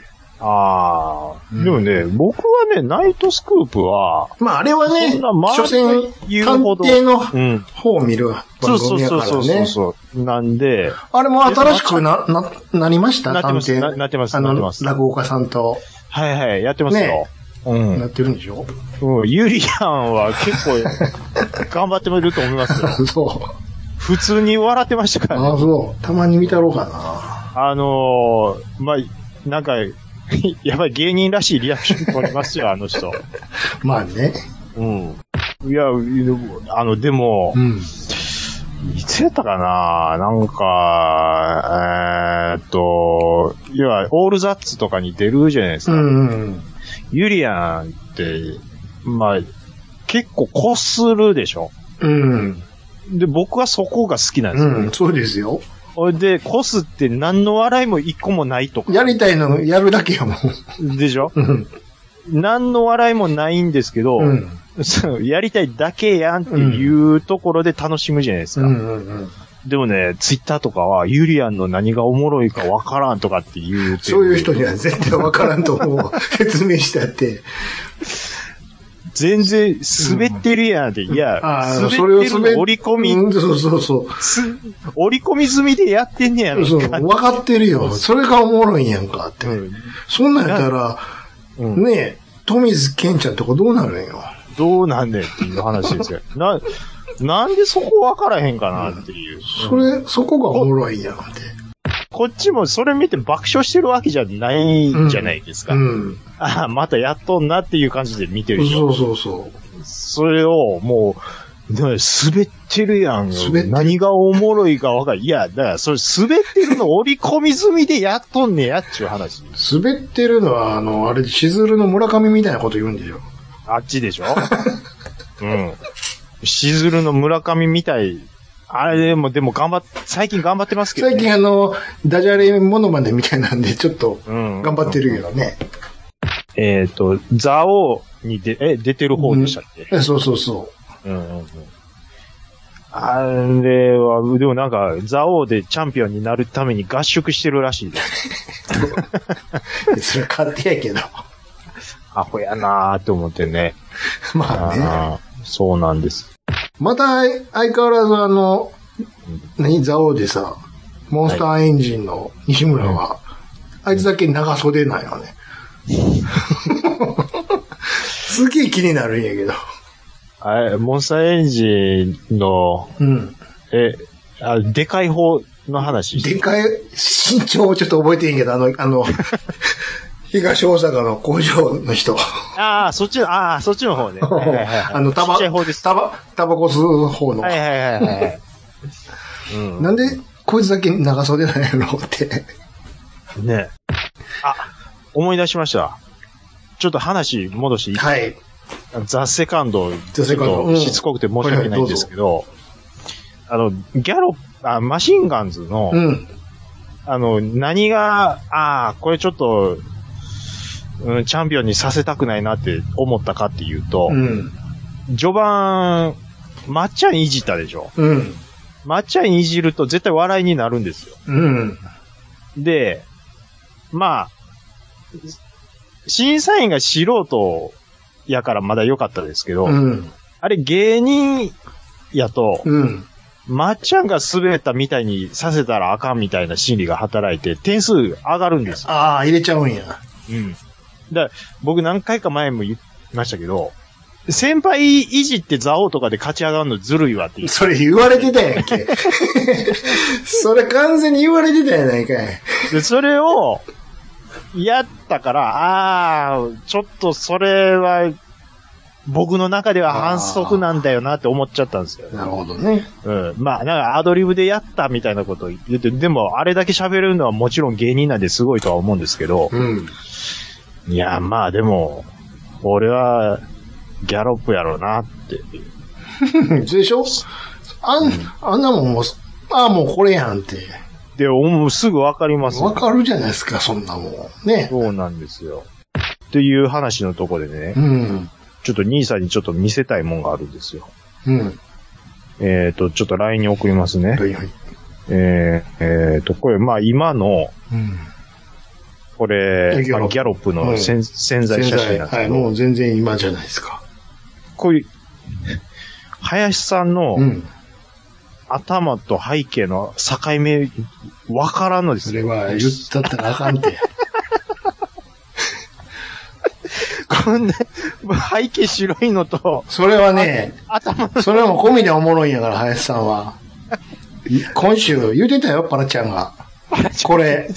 Speaker 3: ああ、
Speaker 2: うん
Speaker 3: でもね、僕はね、ナイトスクープは、
Speaker 2: まあ、あれはね、
Speaker 3: そんな周
Speaker 2: 所
Speaker 3: り
Speaker 2: 詮、
Speaker 3: 言
Speaker 2: 探
Speaker 3: うほど
Speaker 2: 偵の
Speaker 3: うん。
Speaker 2: 方を見る
Speaker 3: そう
Speaker 2: 番
Speaker 3: そう
Speaker 2: 組やか
Speaker 3: そうそ
Speaker 2: ら
Speaker 3: うそう
Speaker 2: ね。
Speaker 3: そう。なんで、
Speaker 2: あれも新しくな、な、なりました
Speaker 3: なってます
Speaker 2: 探偵
Speaker 3: ななってます
Speaker 2: あ
Speaker 3: なって
Speaker 2: の
Speaker 3: ます、
Speaker 2: 落語家さんと
Speaker 3: はいはい、やってますよ。
Speaker 2: ね
Speaker 3: うん
Speaker 2: なってるんでしょ、
Speaker 3: うん。ユリアンは結構、 頑張ってると思いますよ。
Speaker 2: そう。
Speaker 3: 普通に笑ってましたからね。
Speaker 2: ああ、そう。たまに見たろうか
Speaker 3: あのー、まあ、なんか、 やばい芸人らしいリアクション取りますよ、あの人。
Speaker 2: な。まあね。
Speaker 3: うん。いや、あの、でも
Speaker 2: う、ん。
Speaker 3: いつやったかななんか、えーっと、いや、オールザッツとかに出るじゃないです
Speaker 2: う
Speaker 3: か。
Speaker 2: んうん。
Speaker 3: ユリアンって、まあ、結構こするでしょ。
Speaker 2: うん。
Speaker 3: で、僕はそこが好きなんですよ。
Speaker 2: うん。そうですよ。
Speaker 3: ほいで、こすって何の笑いも一個もないとか。
Speaker 2: やりたいのやるだけやもん。
Speaker 3: でしょ
Speaker 2: うん。
Speaker 3: 何の笑いもないんですけど、
Speaker 2: うん。
Speaker 3: そうやりたいだけやんっていうところで楽しむじゃないです
Speaker 2: う
Speaker 3: か。
Speaker 2: んうんうん。
Speaker 3: でもね、ツイッターとかは、ユリアンの何がおもろいかわからんとかって言うて。
Speaker 2: そういう人には絶対わからんと思う わ。説明したって。
Speaker 3: 全然滑ってるやんって。いや、
Speaker 2: あ
Speaker 3: 滑
Speaker 2: あ、
Speaker 3: って
Speaker 2: それを
Speaker 3: る
Speaker 2: 滑
Speaker 3: の折り込み、
Speaker 2: うんそうそうそう。
Speaker 3: す折り込み済みでやってんねやろ
Speaker 2: そう、
Speaker 3: か
Speaker 2: 分かってるよ。それがおもろいんやんかって。
Speaker 3: うん
Speaker 2: そんなんやったら、
Speaker 3: うん
Speaker 2: ねえ、富津健ちゃんとかどうなるんよ。
Speaker 3: どうなんねんっていう 話ですよ。な、なんでそこわからへんかなっていう。
Speaker 2: それ、そこがおもろいんやんって。
Speaker 3: こっちもそれ見て爆笑してるわけじゃないじゃないですか。
Speaker 2: うん。
Speaker 3: ああ、またやっとんなっていう感じで見てるでしょ。
Speaker 2: そうそうそ
Speaker 3: それを、もう、だから滑ってるやん。
Speaker 2: 滑ってる
Speaker 3: 何がおもろいかわかる。いや、だから、それ滑ってるの折り込み済みでやっとんねやっちゅう話。
Speaker 2: う。滑ってるのは、あの、あれ、しずるの村上みたいなこと言うんでしょ。
Speaker 3: あっちでしょ うん。しずるの村上みたい。あれでも、でも頑張っ、最近頑張ってますけど、ね。
Speaker 2: 最近あの、ダジャレモノマネみたいなんで、ちょっと、
Speaker 3: うん
Speaker 2: 頑張ってるけどね。
Speaker 3: えっ、と、ザオにで、え、出てる方でしたっけ、
Speaker 2: えそうそうそ
Speaker 3: うん、うんうんあれは、でもなんか、ザオでチャンピオンになるために合宿してるらしいです。
Speaker 2: う。それは勝手やけど。
Speaker 3: アホやなーって思ってね。
Speaker 2: まあね。
Speaker 3: あーそうなんです。
Speaker 2: また、相変わらずあの、何、ザオでさ、モンスターエンジンの西村は、あいつだけ長袖なんよね。 すげえ気になるんやけど。
Speaker 3: あれ、モンスターエンジンの、
Speaker 2: うん。
Speaker 3: え、あでかい方の話。
Speaker 2: でかい、身長をちょっと覚えてへんけど、あの、あ の、東大阪の工場の人。
Speaker 3: ああ、そっちの、ああ、そっちの方 ね。はいはいはい
Speaker 2: あの、タ
Speaker 3: ちっ
Speaker 2: バ、
Speaker 3: ちゃい方です。
Speaker 2: タバ、タバコ吸う方の。
Speaker 3: はいはいはいはい。うん。
Speaker 2: なんで、こいつだけ長袖なんやろうって。
Speaker 3: ねあ、思い出しました。ちょっと話戻していい、
Speaker 2: はい。
Speaker 3: ザ・セカンド、
Speaker 2: ザセカンド
Speaker 3: ちょっとしつこくて申し訳ないんですけど、あの、ギャロあ、マシンガンズの、
Speaker 2: うん。
Speaker 3: あの、何が、ああ、これちょっと、うん、チャンピオンにさせたくないなって思ったかっていうと、
Speaker 2: うん。
Speaker 3: 序盤、まっちゃんいじったでしょ。
Speaker 2: うん。
Speaker 3: まっちゃんいじると絶対笑いになるんですよ。
Speaker 2: うん。
Speaker 3: で、まあ、審査員が素人やからまだ良かったですけど、
Speaker 2: うん。
Speaker 3: あれ芸人やと、
Speaker 2: うん。
Speaker 3: まっちゃんが滑ったみたいにさせたらあかんみたいな心理が働いて、点数上がるんですよ。
Speaker 2: ああ、入れちゃうんや。
Speaker 3: うん。だから僕何回か前も言ましたけど、先輩いじってザオとかで勝ち上がるのずるいわって 言う
Speaker 2: それ言われてたやん け。それ完全に言われてたやないかい。
Speaker 3: で、それを、やったから、ああー、ちょっとそれは、僕の中では反則なんだよなって思っちゃったんですよ。
Speaker 2: なるほどね。
Speaker 3: うん。まあ、なんかアドリブでやったみたいなこと言って、でもあれだけ喋れるのはもちろん芸人なんですごいとは思うんですけど、
Speaker 2: うん。
Speaker 3: いや、まあでも、俺は、ギャロップやろうなって。
Speaker 2: でしょあん、あんなもんもう、ああ、もうこれやんって。
Speaker 3: で、もうすぐわかりますよ
Speaker 2: わかるじゃないですか、そんなもん。ね。
Speaker 3: そうなんですよ。っていう話のとこでね
Speaker 2: う、ん。
Speaker 3: ちょっと兄さんにちょっと見せたいもんがあるんですよ。
Speaker 2: うん。
Speaker 3: えっ、と、ちょっと LINE に送りますね。
Speaker 2: はいはい。
Speaker 3: えーえーと、これ、まあ今の、
Speaker 2: うん。
Speaker 3: これ、
Speaker 2: ギャロップ
Speaker 3: あのギャロップのせん潜在
Speaker 2: 全
Speaker 3: 写真な
Speaker 2: 然、
Speaker 3: んです
Speaker 2: は
Speaker 3: け
Speaker 2: い、
Speaker 3: ど、
Speaker 2: もう全然今じゃないですか。
Speaker 3: こういう、林さんの
Speaker 2: うん。
Speaker 3: 頭と背景の境目、わからんので
Speaker 2: そ
Speaker 3: すよ。
Speaker 2: れは言ったったらあかんて。
Speaker 3: こんな、 背景白いのと、
Speaker 2: それはね、
Speaker 3: 頭、
Speaker 2: それはもう込みでおもろいんやから、林さんは。今週言うてたよ、パラちゃんが。これ、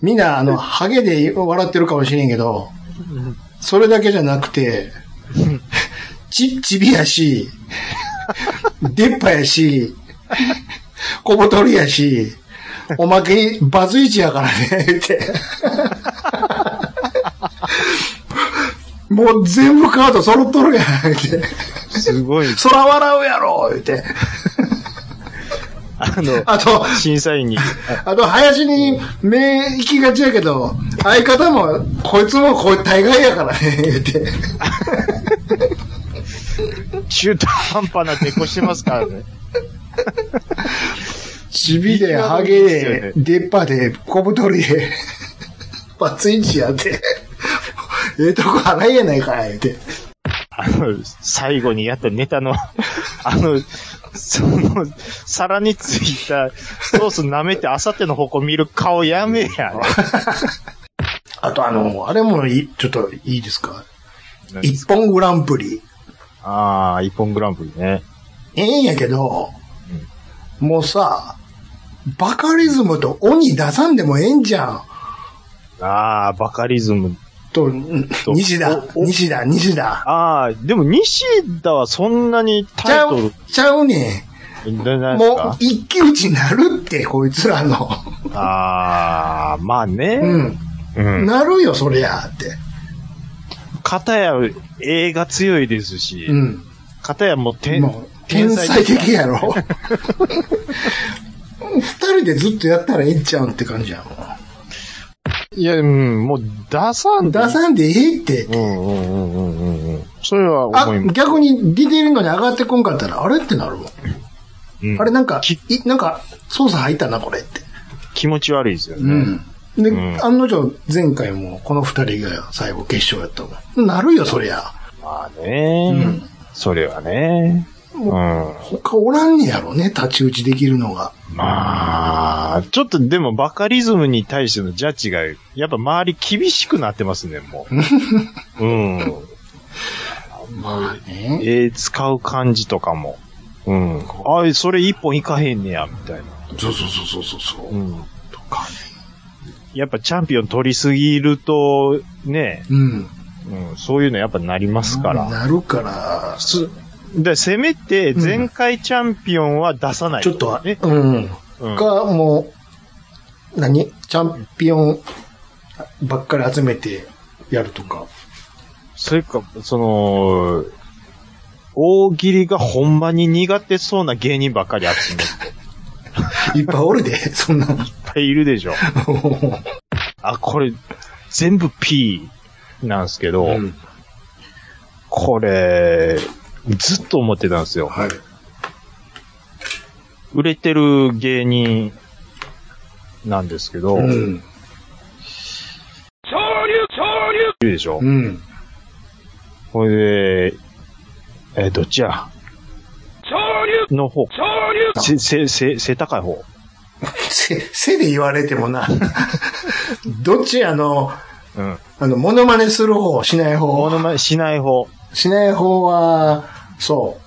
Speaker 2: みんな、あの、ハゲで笑ってるかもしれんけど、それだけじゃなくて、ち、ちびやし、出っ歯やし、小太りやし、おまけにバツイチやからね、って。もう全部カード揃っとるやん、って。
Speaker 3: すごい、
Speaker 2: そら笑うやろ、言うて。
Speaker 3: あの、
Speaker 2: あと、
Speaker 3: 審査員に、
Speaker 2: あと、林に目行きがちやけど、相方も、こいつもこう大概やからね、 言うて。
Speaker 3: 中途半端なデコしてますからね。
Speaker 2: チビで、ハゲで、出っ歯で、小太りで、バツイチやって。ええとこ払いやないか、言うて。
Speaker 3: あの、最後にやったネタ の、あの、その、皿についたソース舐めて、あさっての方向見る顔やめや。
Speaker 2: あと、あの、あれもいい、ちょっといいですか
Speaker 3: 何
Speaker 2: 一本グランプリ。
Speaker 3: ああ、一本グランプリね。
Speaker 2: ええんやけど、もうさ、バカリズムと鬼出さんでもええんじゃん。
Speaker 3: ああ、バカリズム。
Speaker 2: と、ん
Speaker 3: と
Speaker 2: 西田、西田、西田。
Speaker 3: ああ、でも西田はそんなに
Speaker 2: ち
Speaker 3: タイ
Speaker 2: ゃ
Speaker 3: ト
Speaker 2: う、ちゃうね。
Speaker 3: ル、じゃなんいです
Speaker 2: もう
Speaker 3: か、。
Speaker 2: 一騎打ちになるって、こいつらの。
Speaker 3: ああ、まあ
Speaker 2: う
Speaker 3: ね。
Speaker 2: ん。
Speaker 3: うん。
Speaker 2: なるよ、そりゃ、って。
Speaker 3: 片や映画強いですし、
Speaker 2: うん。
Speaker 3: 片やもう天
Speaker 2: もう、天才的やろ。 二人でずっとやったらええんちゃうんって感じやも
Speaker 3: いや、うん、もう出さん
Speaker 2: ん。出さんでええって。
Speaker 3: うんうんうんうんうんうん。それは
Speaker 2: あ
Speaker 3: 思い、ます。
Speaker 2: 逆に出てるのに上がってこんかったら、あれってなるもん。
Speaker 3: うん
Speaker 2: あれなんか
Speaker 3: き、
Speaker 2: いなんか、操作入ったな、これって。
Speaker 3: 気持ち悪いですよ
Speaker 2: う
Speaker 3: ね。
Speaker 2: ん。で、
Speaker 3: うん
Speaker 2: 案の定、前回もこの二人が最後決勝やったもん。なるよ、そりゃ。
Speaker 3: まあね、
Speaker 2: うん
Speaker 3: それはね。うん。
Speaker 2: 他おらんねやろね、太刀打ちできるのが。
Speaker 3: まあ、ちょっとでもバカリズムに対してのジャッジが、やっぱ周り厳しくなってますね、も う。うん。
Speaker 2: まあね。
Speaker 3: えー使う感じとかも。うん。あそれ一本いかへんねや、みたいな。
Speaker 2: そうそうそうそうそう。
Speaker 3: う。
Speaker 2: うん
Speaker 3: やっぱチャンピオン取りすぎると、ね、
Speaker 2: うん。
Speaker 3: うん、そういうのやっぱなりますから。
Speaker 2: なるから、
Speaker 3: すで、せめて、前回チャンピオンは出さない、
Speaker 2: ちょっとは、
Speaker 3: ね。
Speaker 2: うん。
Speaker 3: うん
Speaker 2: が、もう、何チャンピオンばっかり集めてやるとか。
Speaker 3: それか、その、大喜利がほんまに苦手そうな芸人ばっかり集めていっ
Speaker 2: いっぱいおるで、 そんなの。
Speaker 3: ぱいいる でしょ。あ、これ、全部 P なんですけど、
Speaker 2: うん
Speaker 3: これ、ずっと思ってたんですよ。
Speaker 2: はい。
Speaker 3: 売れてる芸人なんですけど、
Speaker 2: う
Speaker 3: い
Speaker 2: ん。
Speaker 3: るでしょ。
Speaker 2: うん。
Speaker 3: これで、えーどっちやの方。せ、せ、せ、背高い方。
Speaker 2: せ、せで言われてもな。どっちあの、
Speaker 3: うん。
Speaker 2: あの、モノマネする方、しない
Speaker 3: も
Speaker 2: 方。
Speaker 3: のまねしない方。
Speaker 2: しない方は、そ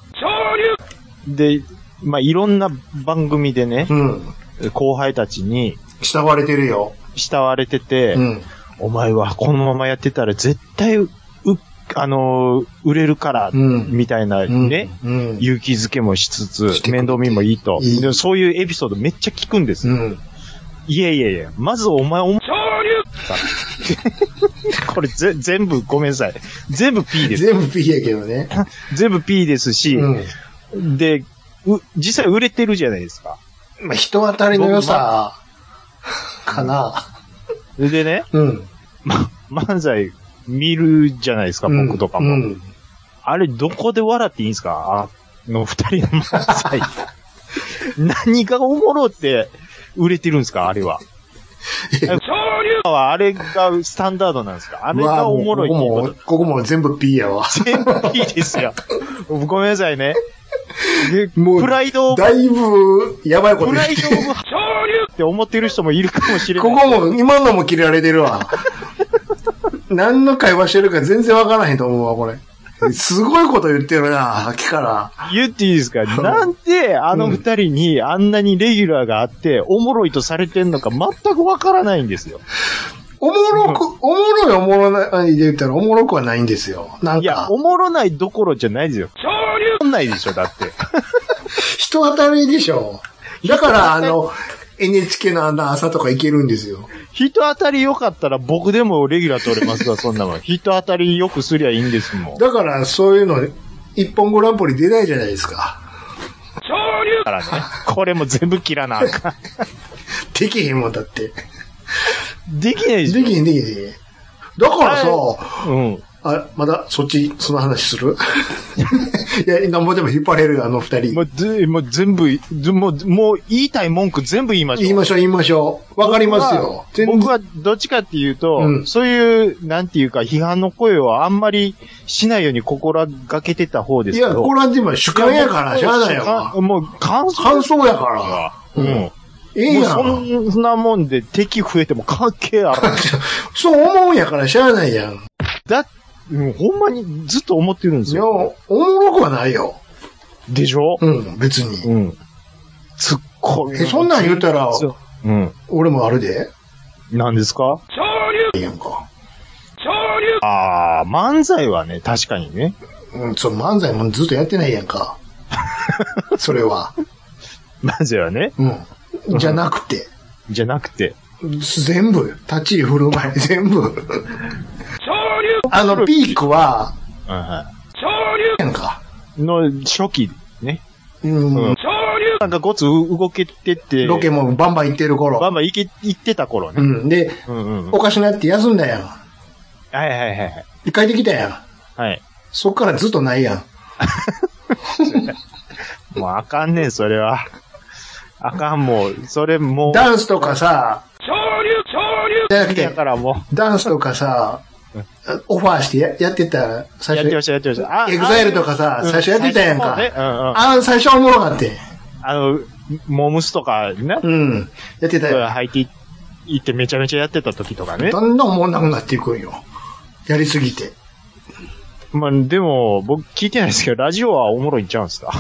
Speaker 3: で、まあ、いろんな番組でね
Speaker 2: う。、うん。
Speaker 3: 後輩たちに
Speaker 2: 慕われてるよ。
Speaker 3: 慕われてて、
Speaker 2: うん。
Speaker 3: お前はこのままやってたら絶対、う、あのー売れるから、
Speaker 2: うん。
Speaker 3: みたいな
Speaker 2: うん
Speaker 3: ね、。
Speaker 2: うん。
Speaker 3: 勇気づけもしつ
Speaker 2: してくれ
Speaker 3: つ、
Speaker 2: て
Speaker 3: 面倒見もいいと。
Speaker 2: いい
Speaker 3: でそういうエピソードめっちゃ聞くんです
Speaker 2: う
Speaker 3: よ。
Speaker 2: ん。
Speaker 3: いやいやいや、まずお前お前、 これぜ全部ごめんなさい。全部 P です。
Speaker 2: 全部 P やけどね。
Speaker 3: 全部 P ですし、
Speaker 2: うん。
Speaker 3: で、う実際売れてるじゃないですか。
Speaker 2: まあ、人当たりの良さ、かな。
Speaker 3: でね、
Speaker 2: うん。
Speaker 3: ま、漫才見るじゃないですか、僕とかも。
Speaker 2: うん。
Speaker 3: あれ、どこで笑っていいんですかあの二人の漫 才。何がおもろって売れてるんですかあれは。今はあれがスタンダードなんですかあれがおもろいっていう
Speaker 2: うわ
Speaker 3: こ
Speaker 2: もうここも、ここも全部 P やわ。
Speaker 3: と。全部いいですよ。ごめんなさいね。で
Speaker 2: もう
Speaker 3: プライドを、プ
Speaker 2: だいぶ、やばいこと言
Speaker 3: ラ
Speaker 2: っ
Speaker 3: イ
Speaker 2: て
Speaker 3: ドをって思ってる人もいるかもしれない。
Speaker 2: ここも、今のも切られてる わ。何の会話してるか全然わからへんと思うわ、これ。すごいこと言ってるな、さっきから。
Speaker 3: 言っていいですかなんであの二人にあんなにレギュラーがあって、おもろいとされてんのか全くわからないんですよ。
Speaker 2: おもろく、おもろいおもろないで言ったらおもろくはないんですよ。なん
Speaker 3: いや、
Speaker 2: か、
Speaker 3: おもろないどころじゃないですよ。おもんないでしょ、だって。
Speaker 2: 人当たりでしょ。だから、あの、NHK のあんな朝とか行けるんですよ。
Speaker 3: 人当たり良かったら僕でもレギュラー取れますわ、そんなもん。人当たり良くすりゃいいんですもん。だ
Speaker 2: だから、そういうの、一本グランプリ出ないじゃないですか。
Speaker 3: からね、これも全部切らなあか
Speaker 2: できへんもんだって。
Speaker 3: ん。できないでし
Speaker 2: できへん、できへん。だからさ、
Speaker 3: ょ。うん。
Speaker 2: あ、まだ、そっち、その話する いや、なんぼでも引っ張れるよ、あの二人。
Speaker 3: もう、ずもう全部、ずもう、もう言いたい文句全部言いましょう。
Speaker 2: 言いましょう、言いましょう。わかりますよ。全然
Speaker 3: 僕はどっちかっていうと、
Speaker 2: うん
Speaker 3: そういう、なんていうか、批判の声をあんまりしないように心がけてた方です
Speaker 2: い
Speaker 3: けど。
Speaker 2: や、これはでも主観やから、しゃあない
Speaker 3: か
Speaker 2: よ。
Speaker 3: もう、感想。
Speaker 2: 感想やから。
Speaker 3: うん。
Speaker 2: うん
Speaker 3: も
Speaker 2: ええ
Speaker 3: う
Speaker 2: や
Speaker 3: そ
Speaker 2: ん。
Speaker 3: んなもんで敵増えても関係ある。
Speaker 2: そう思うんやから、しゃあないやん。い
Speaker 3: だ、うんほんまにずっと思ってるんです
Speaker 2: や、
Speaker 3: よ。
Speaker 2: おもろくはないよ。
Speaker 3: でしょ
Speaker 2: うん、別に。
Speaker 3: うん。ツッコミ。
Speaker 2: え、そんなん言うたら、
Speaker 3: うん。
Speaker 2: 俺もあるで。
Speaker 3: 何ですか
Speaker 2: ええやんか。
Speaker 3: ああ、漫才はね、確かにね。
Speaker 2: うん、そう、漫才もずっとやってないやん か。それは。
Speaker 3: 漫才はね、
Speaker 2: うん。じゃなくて。
Speaker 3: じゃなくて。
Speaker 2: 全部。立ち居振る舞い、 全部。あの、ピークは、
Speaker 3: うんは
Speaker 2: なんか。
Speaker 3: い。の初期ね。
Speaker 2: うん。
Speaker 3: なんかごつ動けてて、
Speaker 2: ロケもバンバン行ってる
Speaker 3: バ
Speaker 2: 頃。
Speaker 3: ンバン行け、行ってた頃
Speaker 2: う
Speaker 3: ね。
Speaker 2: ん。で、
Speaker 3: うんうん。
Speaker 2: おかしなって休んだやん。
Speaker 3: はいはいはいはい。
Speaker 2: で帰ってきたやん。
Speaker 3: はい。
Speaker 2: そっからずっとないやん。
Speaker 3: もうあかんねん、それは。あかん、もう。それもう。
Speaker 2: ダンスとかさ、じゃなく
Speaker 3: だ
Speaker 2: て、
Speaker 3: からも
Speaker 2: ダンスとかさ、オファーしてややってた、
Speaker 3: う。
Speaker 2: 最
Speaker 3: やってま
Speaker 2: 初。
Speaker 3: した、やってました。あ
Speaker 2: エグザイルとかさ、最初やってたやん
Speaker 3: うん最
Speaker 2: か。
Speaker 3: 初もねうんうん。
Speaker 2: ああ、最初はおもろかって。
Speaker 3: あの、モムスとかね、
Speaker 2: うん。やってたよ。
Speaker 3: 履いていってめちゃめちゃやってた時とかね。
Speaker 2: どんどんおもんなくなっていくんよ。やりすぎて。
Speaker 3: まあでも、僕聞いてないですけど、ラジオはおもろいんちゃうんすか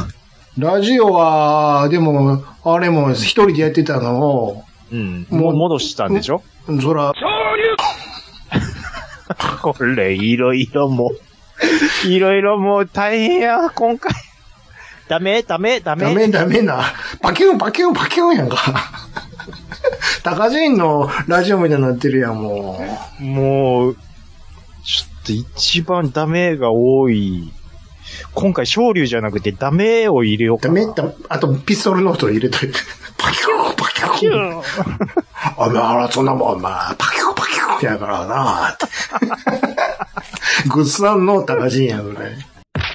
Speaker 2: ラジオは、でも、あれも一人でやってたのを、
Speaker 3: うん。
Speaker 2: も
Speaker 3: も
Speaker 2: う
Speaker 3: う戻したんでしょ
Speaker 2: そら、
Speaker 3: これ、いろいろもう、いろいろもう大変や、今回。ダメダメダメ
Speaker 2: ダメダメな、パキュンパキュンパキュンやんか。高人のラジオみたいになってるやん、も
Speaker 3: もう、ちょっと一番ダメが多い。今回、昇竜じゃなくてダメを入れよう
Speaker 2: う。
Speaker 3: か
Speaker 2: ダ
Speaker 3: な。
Speaker 2: メだ、あとピストルの音入れといて。パキュンパキュン
Speaker 3: キューン
Speaker 2: お前らそんなもん、お前、パキュンパキュンやからな って。グッサンの高人や、それ。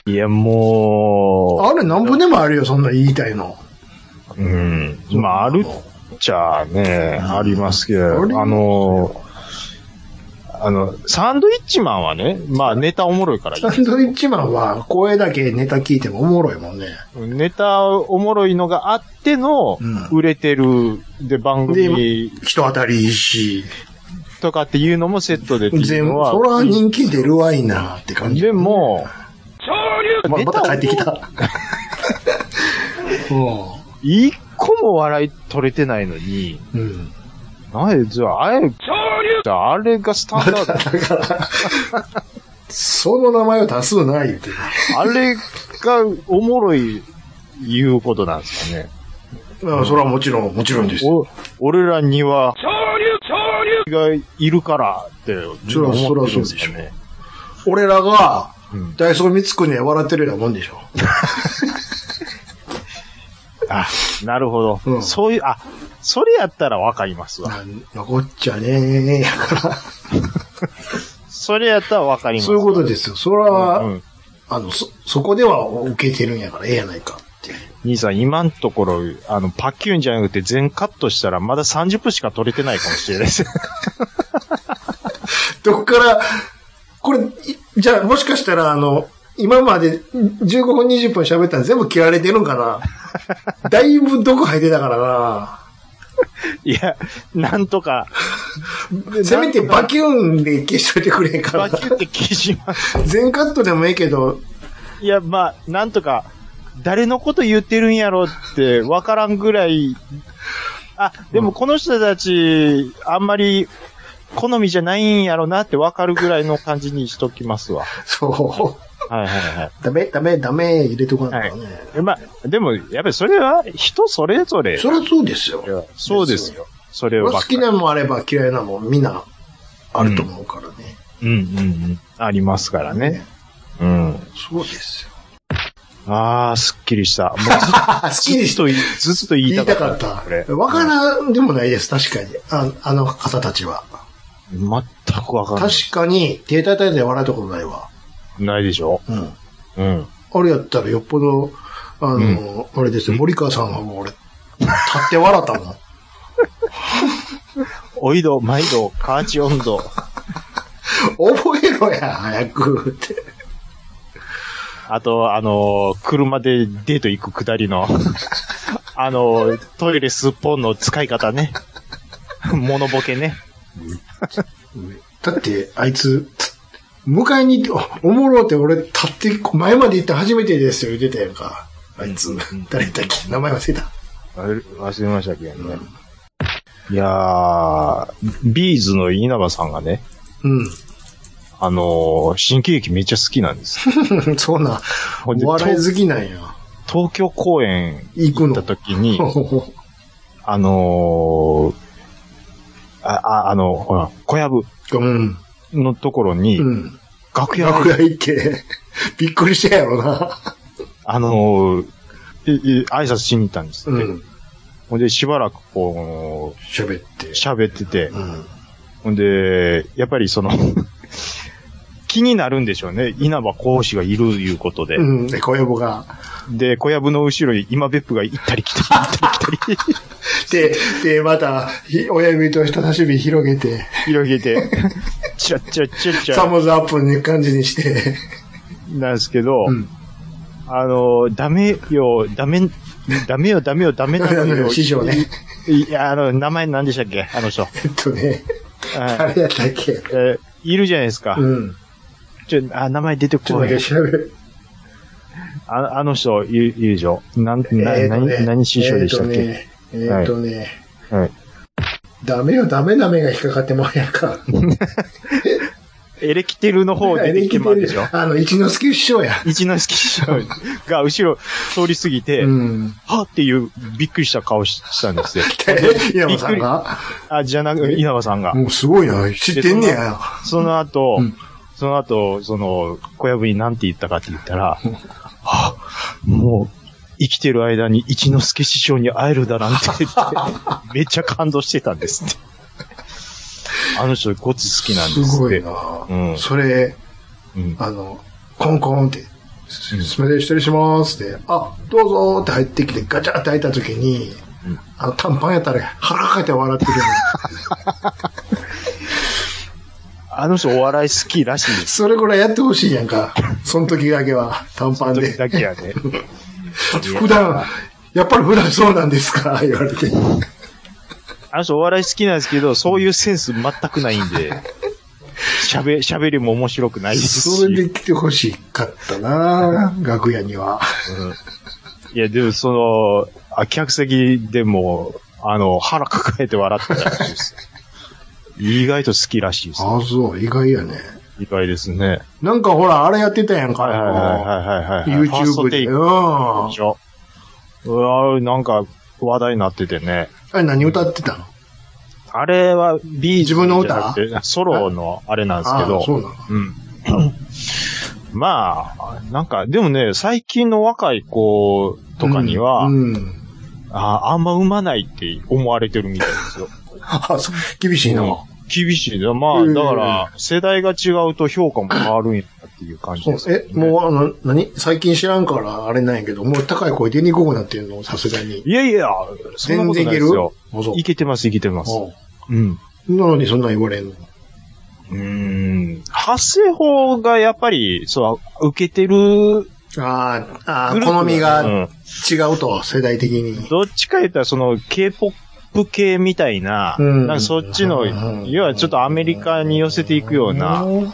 Speaker 3: いや、も
Speaker 2: あれ、なんぼでもあるよ、そんな言いたいの。
Speaker 3: う、うん。まあ、あるっちゃね、ありますけど、
Speaker 2: ありますよ
Speaker 3: あの、あの、サンドイッチマンはね、まあ、ネタおもろい からいい
Speaker 2: サンドイッチマンは、声だけネタ聞いてもおもろいもんね。
Speaker 3: ネタおもろいのがあっての
Speaker 2: うん、
Speaker 3: 売れてる、で、番組
Speaker 2: 人当たりいいし。
Speaker 3: とかっていうのもセットでっていう
Speaker 2: 全部、
Speaker 3: のは。
Speaker 2: そら人気出るわいなって感じ。
Speaker 3: でも、
Speaker 2: ま
Speaker 3: ネ
Speaker 2: ま
Speaker 3: タ
Speaker 2: た
Speaker 3: を
Speaker 2: 帰ってきた。
Speaker 3: 一個も笑い取れてないのに、
Speaker 2: うん。うん。
Speaker 3: なんで、じゃあ、あれ、あれがスタン ダード
Speaker 2: だから、その名前を多数ないって。
Speaker 3: あれがおもろい、いうことなんですかね。
Speaker 2: あそれはもちろん、もちろんです。
Speaker 3: お、俺らには、がいるからって、
Speaker 2: そらそらそうでしょ
Speaker 3: すよね。
Speaker 2: 俺らが、
Speaker 3: うん
Speaker 2: ダイソーミツクには笑ってるようなもんでしょ。
Speaker 3: あ、なるほど。
Speaker 2: うん
Speaker 3: そういう、あ、それやったらわかりますわ。
Speaker 2: なんのこっちゃねーやから。
Speaker 3: それやったらわ かります
Speaker 2: そう
Speaker 3: わ。
Speaker 2: いうことですよ。それは、
Speaker 3: うんうん
Speaker 2: あの、そ、そこでは受けてるんやから、ええやないかっていう。
Speaker 3: 兄さん、今のところ、あの、パッキュンじゃなくて全カットしたら、まだ30分しか取れてないかもしれないです。
Speaker 2: どこから、これ、いじゃあもしかしたら、あの、今まで15分20分喋ったら全部切られてるん かなだいぶ毒吐いてたからな。
Speaker 3: いや、なん とか、
Speaker 2: せめてバキューンで消しといてくれへんか
Speaker 3: パ
Speaker 2: ら
Speaker 3: ッ。キュンって消します。
Speaker 2: 全カットでもいいけど、
Speaker 3: いや、まあ、なんとか、誰のこと言ってるんやろって、わからんぐらい、あ、でもこの人たち、あんまり、好みじゃないんやろなってわかるぐらいの感じにしときますわ。
Speaker 2: そ
Speaker 3: はいはいは
Speaker 2: う、ダメ、ダメ、ダメ入れとかなからね。
Speaker 3: い。まあ、でも、やっぱりそれは人それぞれ。
Speaker 2: そりゃそうですよ。
Speaker 3: そうですよ。それ
Speaker 2: 俺
Speaker 3: を
Speaker 2: 好きなもんあれば嫌いなもんみんなあると思うからね。
Speaker 3: うんうんうん。ありますからね。うん。
Speaker 2: そうですよ。
Speaker 3: あー、すっきりした。もうず
Speaker 2: 好きで
Speaker 3: っ
Speaker 2: し
Speaker 3: と、ずっと言い
Speaker 2: 言
Speaker 3: た
Speaker 2: いた
Speaker 3: か
Speaker 2: か
Speaker 3: っ。
Speaker 2: ったた
Speaker 3: これ。
Speaker 2: わからんでもないです、確かに。ああの方たちは。
Speaker 3: 全くわからない。
Speaker 2: 確かに、手叩いて笑ったことないわ。
Speaker 3: ないでしょ
Speaker 2: うん。
Speaker 3: うん。
Speaker 2: あれやったらよっぽど、あの、あれですよ、森川さんはもう俺、立って笑ったもん。
Speaker 3: おいど、毎度、カーチ温度。
Speaker 2: 覚えろや、早くって。
Speaker 3: あと、あのー車でデート行くくだり の、あのートイレスッポンの使い方ね。モノボケね。
Speaker 2: だって、あいつ、つ迎えに行って、おおもろって俺立って、前まで行って初めてですよ、言ってたやんか。あいつ、
Speaker 3: うんうん
Speaker 2: 誰だっけ名前忘れた。
Speaker 3: 忘れましたけどね。いやー、ビーズの稲葉さんがね、
Speaker 2: う
Speaker 3: あのー新喜劇めっちゃ好きなんです。
Speaker 2: ん。そうなん
Speaker 3: ほんで
Speaker 2: お笑い
Speaker 3: 東
Speaker 2: 好きなんや。
Speaker 3: 東京公演
Speaker 2: 行く
Speaker 3: 行っ
Speaker 2: の
Speaker 3: た。時 に、
Speaker 2: ほ
Speaker 3: あのーあ、あ、あの、ほら、小籔
Speaker 2: ううん。
Speaker 3: のところに、
Speaker 2: うん。
Speaker 3: 楽屋
Speaker 2: 楽屋行って、びっくりしたやろな。
Speaker 3: あのーいい挨拶しに行ったんですっ
Speaker 2: う
Speaker 3: て。
Speaker 2: ん。
Speaker 3: ほんで、しばらくこ
Speaker 2: 喋って
Speaker 3: う、。喋ってて、
Speaker 2: うん。
Speaker 3: ほんで、やっぱりその、 気になるんでしょうね。稲葉講師がいるいうことで。
Speaker 2: うん。で、小籔が。
Speaker 3: で、小籔の後ろに今別府が行ったり来 たり、行ったり来たり、
Speaker 2: で、で、また、ひ親指と人差し指広げて、
Speaker 3: 広げて、チラッチラッチラッチ
Speaker 2: サ
Speaker 3: ラ、
Speaker 2: ムズアップに感じにして。
Speaker 3: なんですけど、
Speaker 2: うん。
Speaker 3: あのー、ダメよ、ダメ、ダメよ、ダメよ、ダメなの よ。
Speaker 2: 師匠ね。
Speaker 3: いや、あの、名前何でしたっけあの人。
Speaker 2: えっとね、
Speaker 3: は
Speaker 2: 誰やったっけ
Speaker 3: いえーいるじゃないですか。
Speaker 2: うん。
Speaker 3: ちょ、あ、名前出
Speaker 2: ち
Speaker 3: て
Speaker 2: ょっ
Speaker 3: こ
Speaker 2: と
Speaker 3: な
Speaker 2: だけ
Speaker 3: い。
Speaker 2: 調べる。
Speaker 3: ああの人、いるいるでしょ。なん、な、
Speaker 2: えーとね
Speaker 3: 何、何師匠でしたっけ、
Speaker 2: えーとね、えーとね
Speaker 3: はい。
Speaker 2: ダメよ、ダメダメが引っかかってもらえやんか。
Speaker 3: エレキテルの方 出てきてもらうでしょ。
Speaker 2: あの、一之輔師匠や。
Speaker 3: 一之輔師匠が後ろ通り過ぎて、
Speaker 2: うん。
Speaker 3: はっっていうびっくりした顔しした んですよ。
Speaker 2: 稲葉さんが
Speaker 3: あ、じゃなく、稲葉さんが。
Speaker 2: もうすごいな。知ってんねや。
Speaker 3: その後、
Speaker 2: うん
Speaker 3: その後、その、小籔に何て言ったかって言ったら、はぁもう、生きてる間に一之輔師匠に会えるだなんて 言って、めっちゃ感動してたんですって。あの人、ゴチ好きなんですすって。
Speaker 2: ごいな。
Speaker 3: うん
Speaker 2: それ、
Speaker 3: うん
Speaker 2: あの、コンコンって、すすみません、失礼しますって、あ、どうぞって入ってきて、ガチャって開いた時に、
Speaker 3: うん
Speaker 2: あの、短パンやったら腹かいて笑ってるの。
Speaker 3: あの人お笑い好きらしいです。
Speaker 2: それぐらいやってほしいやんか。その時だけは、短パン
Speaker 3: 時
Speaker 2: で。
Speaker 3: だけやね。
Speaker 2: 普段、やっぱり普段そうなんですか言われて。
Speaker 3: あの人お笑い好きなんですけど、そういうセンス全くないんで、喋、喋りも面白くないですし。
Speaker 2: それで来てほしかったな楽屋には。
Speaker 3: うんいや、でもその、あ客席でも、あの、腹抱えて笑ってたらしいです。意外と好きらしいです。
Speaker 2: ああ、そう、意外やね。
Speaker 3: 意外ですね。
Speaker 2: なんかほら、あれやってたやんか。
Speaker 3: はいはいはいはいはい。ファースト
Speaker 2: YouTube
Speaker 3: テ
Speaker 2: で。
Speaker 3: イ
Speaker 2: う
Speaker 3: ク
Speaker 2: ん。あ
Speaker 3: でしょ。うわなんか話題になっててね。
Speaker 2: れ何歌ってたの
Speaker 3: あれは B
Speaker 2: 自分の歌
Speaker 3: ソロのあれなんですけ
Speaker 2: あ
Speaker 3: ど
Speaker 2: あ。そうなの。
Speaker 3: うん。まあ、なんか、でもね、最近の若い子とかには、
Speaker 2: うん。うん
Speaker 3: ああんま産まないって思われてるみたいですよ。
Speaker 2: あ、そう、厳しいな。
Speaker 3: 厳しいな。まあ、
Speaker 2: うん
Speaker 3: だから、世代が違うと評価も変わるんやなっていう感じ
Speaker 2: そう
Speaker 3: です、
Speaker 2: え、もう、あの、何最近知らんからあれなんやけど、もう高い声出にくくなってんのさすがに。
Speaker 3: う。いやいや、そんな
Speaker 2: 全
Speaker 3: こと
Speaker 2: 然い
Speaker 3: ない
Speaker 2: け
Speaker 3: で
Speaker 2: る
Speaker 3: すよ。
Speaker 2: あそう
Speaker 3: いけてます、いけてます。
Speaker 2: あ
Speaker 3: うん。
Speaker 2: なのにそんなん言われんの。
Speaker 3: うーん。発声法がやっぱり、そう、受けてる
Speaker 2: ああ、ああ、
Speaker 3: グループ
Speaker 2: 好みが
Speaker 3: うん
Speaker 2: 違うと、世代的に。
Speaker 3: どっちか言ったら、その、K-POP 系みたいな、
Speaker 2: うん
Speaker 3: なんかそっちの、
Speaker 2: うん
Speaker 3: 要はちょっとアメリカに寄せていくような
Speaker 2: うん
Speaker 3: え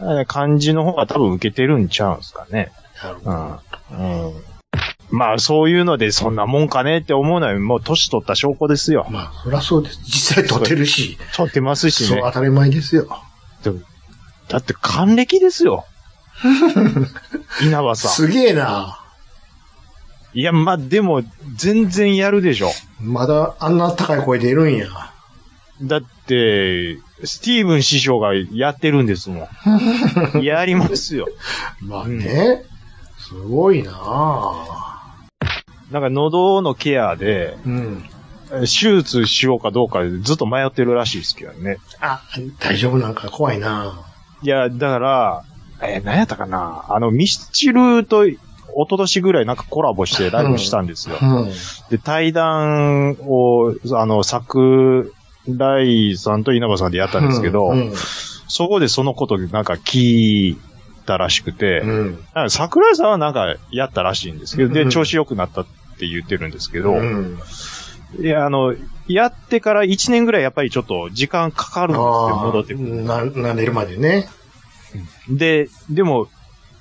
Speaker 3: ー感じの方が多分受けてるんちゃうんですかね。
Speaker 2: なるほ
Speaker 3: う
Speaker 2: ど
Speaker 3: ん。うん。まあ、そういうので、そんなもんかねって思うのは、もう年取った証拠ですよ。
Speaker 2: まあ、そりゃそうです。実際撮ってるし、
Speaker 3: 取ってますし
Speaker 2: そう、
Speaker 3: ね
Speaker 2: 当。たり前ですよ。
Speaker 3: だって、還暦ですよ。 稲葉さん。
Speaker 2: すげえな。
Speaker 3: いや、まあ、でも、全然やるでしょ。
Speaker 2: まだあんな高い声出るんや。
Speaker 3: だって、スティーブン師匠がやってるんですも ん。やりますよ。
Speaker 2: まあね。すごいな。
Speaker 3: なんか喉のケアで、
Speaker 2: うん。
Speaker 3: え手術しようかどうかずっと迷ってるらしいですけどね。
Speaker 2: あ、大丈夫なんか怖いな。
Speaker 3: いや、だから、えー何やったかなあの、ミスチルと、一昨年ぐらいなんかコラボしてライブしたんですよ。
Speaker 2: うん。
Speaker 3: で、対談を、あの、桜井さんと稲葉さんでやったんですけど、
Speaker 2: うん。
Speaker 3: そこでそのことなんか聞いたらしくて、
Speaker 2: うん。
Speaker 3: なんか桜井さんはなんかやったらしいんですけど、
Speaker 2: う
Speaker 3: で、
Speaker 2: ん
Speaker 3: 調子良くなったって言ってるんですけど、
Speaker 2: うん
Speaker 3: いや、あの、やってから1年ぐらいやっぱりちょっと時間かかるんですよ、
Speaker 2: あ
Speaker 3: 戻
Speaker 2: あ
Speaker 3: ってくる
Speaker 2: な、慣れるまでね。
Speaker 3: で、でも、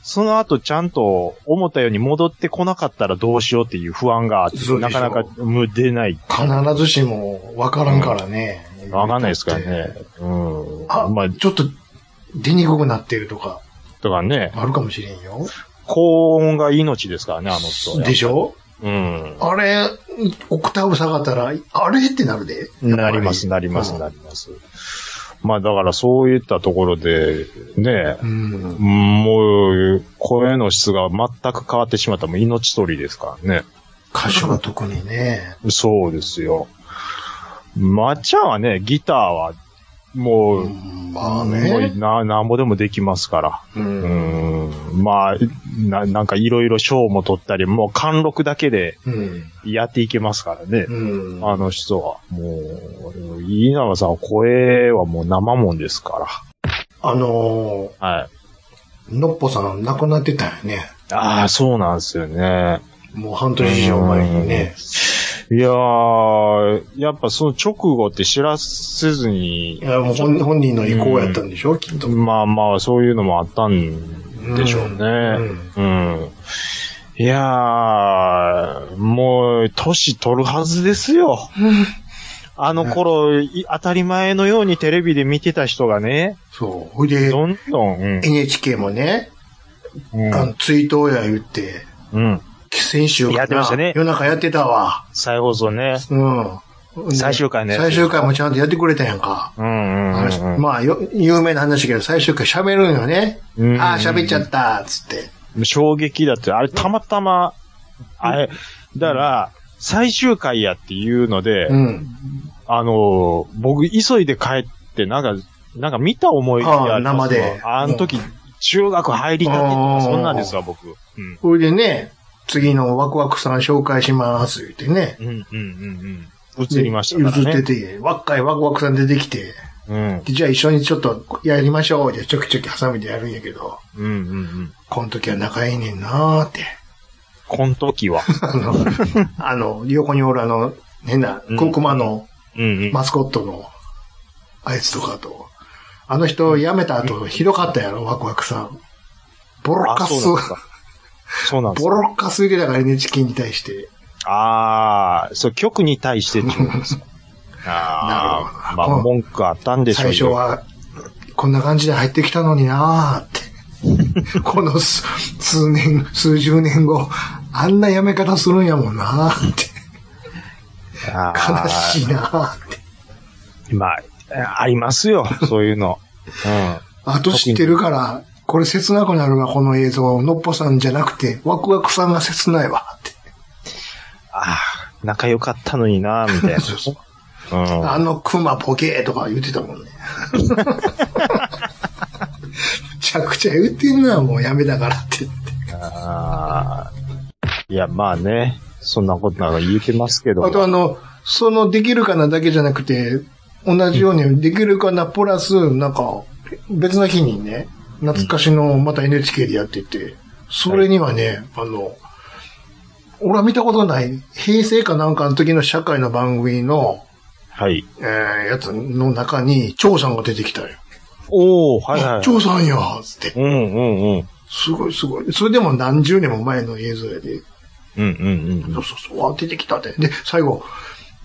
Speaker 3: その後ちゃんと思ったように戻ってこなかったらどうしようっていう不安があって
Speaker 2: そう、で
Speaker 3: な
Speaker 2: しょ
Speaker 3: かなかむ出ない。
Speaker 2: 必ずしもわからんからね。
Speaker 3: わかんないですからね。うん。
Speaker 2: あ
Speaker 3: まあ、
Speaker 2: ちょっと出にくくなってるとか、
Speaker 3: とかね、
Speaker 2: あるかもしれんよ。
Speaker 3: 高音が命ですからね、あの人は。
Speaker 2: でしょ
Speaker 3: うん。
Speaker 2: あれ、オクターブ下がったら、あれってなるで。
Speaker 3: なります、なります、なります。まあ、だからそういったところで、ね、
Speaker 2: うん。
Speaker 3: もう、声の質が全く変わってしまったらもう命取りですからね。
Speaker 2: 歌手は特にね。
Speaker 3: そうですよ。まっちゃんはね、ギターは、もう、
Speaker 2: まあ
Speaker 3: も
Speaker 2: ね
Speaker 3: う。な、なんぼでもできますから。
Speaker 2: う。
Speaker 3: うんーん。まあ、な、なんかいろいろ賞も取ったり、もう貫禄だけで
Speaker 2: うん。
Speaker 3: やっていけますからね。
Speaker 2: うん。
Speaker 3: あの人は。もう、稲葉さんは声はもう生もんですか
Speaker 2: あの
Speaker 3: ら。はい。
Speaker 2: ー、のっぽさん亡くなってたよね。
Speaker 3: ああ、そうなんですよね。
Speaker 2: もう半年以上前にね。
Speaker 3: いやー、やっぱその直後って知らせずに
Speaker 2: い、や、もう本本人の意向やったんでしょ、きっと。
Speaker 3: まあまあ、そういうのもあったんでしょう
Speaker 2: う
Speaker 3: ね。
Speaker 2: ん。
Speaker 3: うん。いやー、もう、年取るはずですよ。あの頃、い当たり前のようにテレビで見てた人がね、
Speaker 2: そう。ほいで、
Speaker 3: どんどん、うん。
Speaker 2: NHK もね、
Speaker 3: うん
Speaker 2: あの、追悼や言って、
Speaker 3: うん。
Speaker 2: 先週かな
Speaker 3: やってましたね
Speaker 2: 夜中やってたわ。
Speaker 3: 再放送ね。
Speaker 2: うん。
Speaker 3: 最終回のやつ
Speaker 2: 最終回もちゃんとやってくれたやんか。
Speaker 3: うんうん
Speaker 2: あ
Speaker 3: うん
Speaker 2: のまあ、よ有名な話だけど、最終回喋るんよね。
Speaker 3: うん。
Speaker 2: ああ、喋っちゃった、つって。
Speaker 3: 衝撃だって、あれたまたま、あれ、だから、最終回やっていうので、
Speaker 2: うん。
Speaker 3: あのー僕、急いで帰って、なんか、なんか見た思い出
Speaker 2: ああ
Speaker 3: ります
Speaker 2: 生
Speaker 3: わ
Speaker 2: で
Speaker 3: あの時、中学入りたてと
Speaker 2: う
Speaker 3: か、
Speaker 2: ん
Speaker 3: そんなんですわ、僕。うん。
Speaker 2: それでね、次のワクワクさん紹介します、言ってね。
Speaker 3: うん、うん、うん、うん。映りました
Speaker 2: ね
Speaker 3: からね。
Speaker 2: 映ってて、若いワクワクさん出てきて、
Speaker 3: うん、
Speaker 2: でじゃあ一緒にちょっとやりましょう、でちょきちょき挟みでやるんやけど、
Speaker 3: うん、うん、うん。
Speaker 2: この時は仲いいねんなーって。
Speaker 3: この時は。
Speaker 2: あの、あの、横におるあの、変な、
Speaker 3: うん
Speaker 2: クマの
Speaker 3: うんうん。
Speaker 2: マスコットの、あいつとかと。あの人辞めた後、ひどかったやろ、ワクワクさん。ボロカ
Speaker 3: あ
Speaker 2: ス、
Speaker 3: そうなんだそうなんです
Speaker 2: ボ
Speaker 3: か。
Speaker 2: ロカス入れたから NHK に対して。
Speaker 3: ああ、そう、局に対してってことですか。ああ、
Speaker 2: な
Speaker 3: ま
Speaker 2: るほど
Speaker 3: あ、文句あったんでしょう
Speaker 2: 最初は、こんな感じで入ってきたのになー って。この数数年、数十年後、あんな辞め方するんやもんなーって。悲しいなーって。
Speaker 3: い。まあ、ありますよ、そういうの。うん。
Speaker 2: あと知ってるから、これ切なくなるわ、この映像。のっぽさんじゃなくて、ワクワクさんが切ないわ、って。
Speaker 3: ああ、仲良かったのに な、みたいな。
Speaker 2: そうそう
Speaker 3: うん。
Speaker 2: あのクマボケーとか言ってたもんね。 むちゃくちゃ言ってんのはもうやめだからって言って。
Speaker 3: あーいや、まあね。そんなことなら言うてますけども。
Speaker 2: あとあの、そのできるかなだけじゃなくて、同じようにできるかなプラス、なんか、別の日にね、懐かしのまた NHK でやってて、それにはね、あの、俺は見たことない、平成かなんかの時の社会の番組の、
Speaker 3: はい。
Speaker 2: えー、やつの中に、張さんが出てきたよ。
Speaker 3: おおはいはい。
Speaker 2: 張さんやつって。
Speaker 3: うんうんうん。
Speaker 2: すごいすごい。それでも何十年も前の映像やで。
Speaker 3: うんうんうん
Speaker 2: そうそうそう、わ出てきたって。で、最後、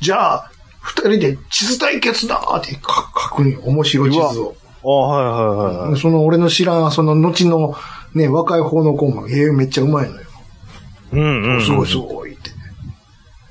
Speaker 2: じゃあ、二人で地図対決だってか書くんよ。面白い地図を。
Speaker 3: あはいはいはいはい。
Speaker 2: その俺の知らん、その後のね、若い方の子も、ええめっちゃうまいのよ。
Speaker 3: うんうんうん。
Speaker 2: すごいすごいって。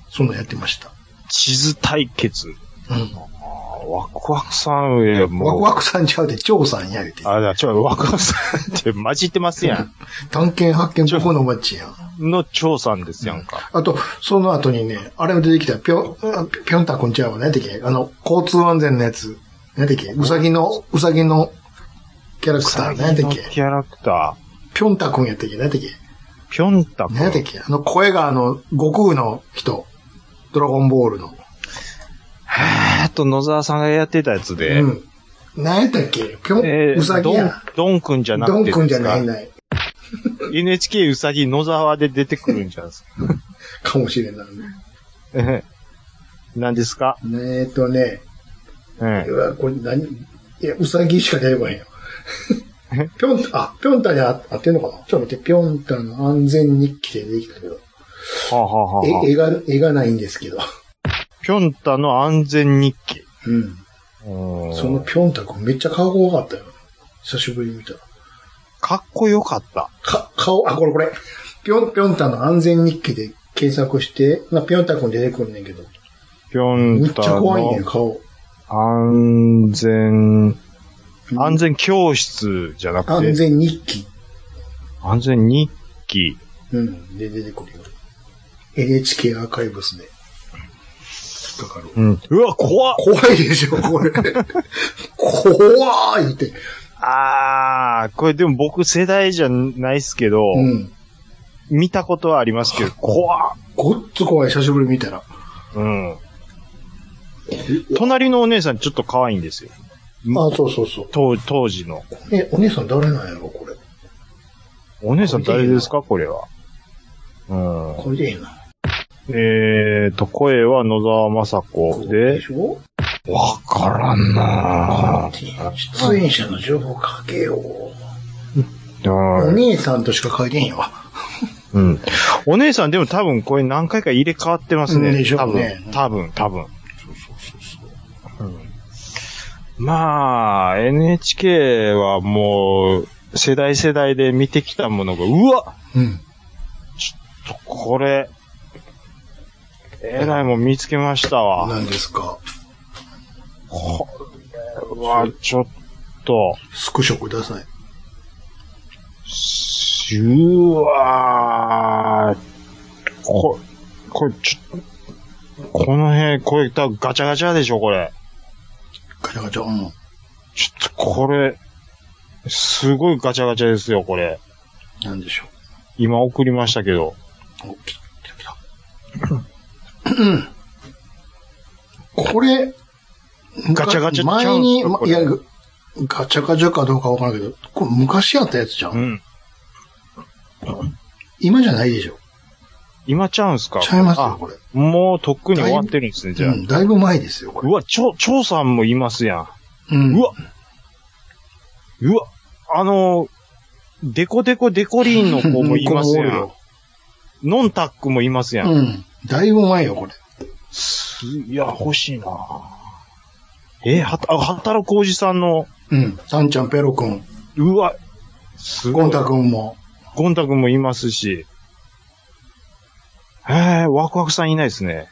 Speaker 2: そんなんやってました。
Speaker 3: 地図対決。
Speaker 2: うん。
Speaker 3: あーワクワクさん、え、もう。
Speaker 2: ワクワクさんちゃうで、張さんやれて。
Speaker 3: あ、だ、ちょ、ワクワクさんって混じってますや
Speaker 2: 探検発見ここのおばっちやん。
Speaker 3: ん。の長さんですやんか。
Speaker 2: あと、その後にね、あれも出てきた、ぴょん、ぴょんたくんちゃうわ、何やったっけあの、交通安全のやつ。何やったっけうさぎの、うさぎのキャラクター。何やったっ
Speaker 3: 最近の
Speaker 2: け
Speaker 3: キャラクタ
Speaker 2: ぴょんたくんやったっけ何やったっけ
Speaker 3: ー、ぴょんたくん
Speaker 2: 何やったっけあの、声があの、悟空の人。ドラゴンボールの。
Speaker 3: あと野沢さんがやってたやつで。
Speaker 2: うん。何やったっけぴょん、
Speaker 3: えー
Speaker 2: うさぎ
Speaker 3: ドン
Speaker 2: や。、
Speaker 3: ドンくんじゃな
Speaker 2: ド
Speaker 3: く
Speaker 2: ン
Speaker 3: て。
Speaker 2: くんじゃない。ない。
Speaker 3: NHK うさぎ野沢で出てくるんじゃないですか。
Speaker 2: かもしれんないね。
Speaker 3: ええ何ですか
Speaker 2: えーっとね、
Speaker 3: え
Speaker 2: うわ、これ何いや、うさぎしか出てこ へんよ。ぴょん、あ、ぴょんたにあ合ってんのかなちょっと待って、ぴょんたの安全日記で出てきたけど、
Speaker 3: え。はあ、はあはあは
Speaker 2: え、絵が、絵がないんですけど。
Speaker 3: あ、ぴょんたの安全日記。
Speaker 2: うん。
Speaker 3: うん
Speaker 2: そのぴょんたくんめっちゃ顔が良かったよ。久しぶりに見たら。
Speaker 3: かっこよかった。
Speaker 2: か、顔、あ、これこれ。ぴょん、ぴょんたの安全日記で検索して、まあ、ぴょんたくん出てくんねんけど、
Speaker 3: ぴょ
Speaker 2: め
Speaker 3: ん
Speaker 2: ったちゃ怖いねん、
Speaker 3: の
Speaker 2: 顔。
Speaker 3: 安全、
Speaker 2: うん
Speaker 3: 安全教室じゃなく
Speaker 2: 安
Speaker 3: て、
Speaker 2: 全日記。
Speaker 3: 安全日記。
Speaker 2: うん。で、出てくるよ。NHK アーカイブスで。引っかかる。
Speaker 3: うん。うわ、怖っ
Speaker 2: 怖いでしょ、これ。怖いって。
Speaker 3: あー、これでも僕世代じゃないっすけど、
Speaker 2: うん。
Speaker 3: 見たことはありますけど、怖っ
Speaker 2: ごっつ怖い、久しぶりに見たら。
Speaker 3: うん。隣のお姉さんちょっと可愛いんですよ。
Speaker 2: あ、そうそうそう。
Speaker 3: 当当時の。
Speaker 2: え、お姉さん誰なんやろ、これ。
Speaker 3: お姉さん誰ですかこれは。うん。
Speaker 2: これでいいな。
Speaker 3: えーと、声は野沢雅子で
Speaker 2: で、しょ
Speaker 3: わからんなぁ。
Speaker 2: 出演者の情報かけよう。お
Speaker 3: うん
Speaker 2: 姉さんとしか書いてへんやわ。
Speaker 3: うん。お姉さんでも多分これ何回か入れ替わってますね。
Speaker 2: うんでしょ
Speaker 3: 多
Speaker 2: うね
Speaker 3: 分、多分、多分。うんまあ、NHK はもう、世代世代で見てきたものが、うわ
Speaker 2: うん。
Speaker 3: これ、えらいもん見つけましたわ。
Speaker 2: 何ですか。
Speaker 3: これは、ちょっと、
Speaker 2: スクショください。
Speaker 3: うわーこ、これ、ちょ、この辺、これ、多分ガチャガチャでしょ、これ。
Speaker 2: ガチャガチャ。うん。
Speaker 3: ちょっと、これ、すごいガチャガチャですよ、これ。
Speaker 2: 何でしょ
Speaker 3: 今送りましたけど。
Speaker 2: う。お、来た来た。これ、
Speaker 3: ガチャガチャちゃ
Speaker 2: 前
Speaker 3: うん
Speaker 2: に、
Speaker 3: すか
Speaker 2: ま
Speaker 3: こ
Speaker 2: い
Speaker 3: れ
Speaker 2: や、ガガチャガチャかどうかわからんけど、これ昔やったやつじゃん。
Speaker 3: うん。
Speaker 2: 今じゃないでしょ。
Speaker 3: 今ちゃうんすか
Speaker 2: ちゃいますよ、これ。
Speaker 3: あもうとっくに終わってるんですね、じゃあ。
Speaker 2: うん、だいぶ前ですよ、これ。
Speaker 3: うわ、ちょ、ちょうさんもいますや
Speaker 2: うん
Speaker 3: ん。うわ、うわ、あの、デコデコデコリーンの子もいますや
Speaker 2: うん
Speaker 3: ん。ノンタックもいますやん。
Speaker 2: うん。だいぶ前よ、これ。
Speaker 3: すいや、欲しいなえ、はた、あ、働くおじさんの、
Speaker 2: うん。タンちゃん、ペロくん、
Speaker 3: うわ、すごい。
Speaker 2: ゴンタくんも。
Speaker 3: ゴンタ君もいますし。へえ、ワクワクさんいないですね。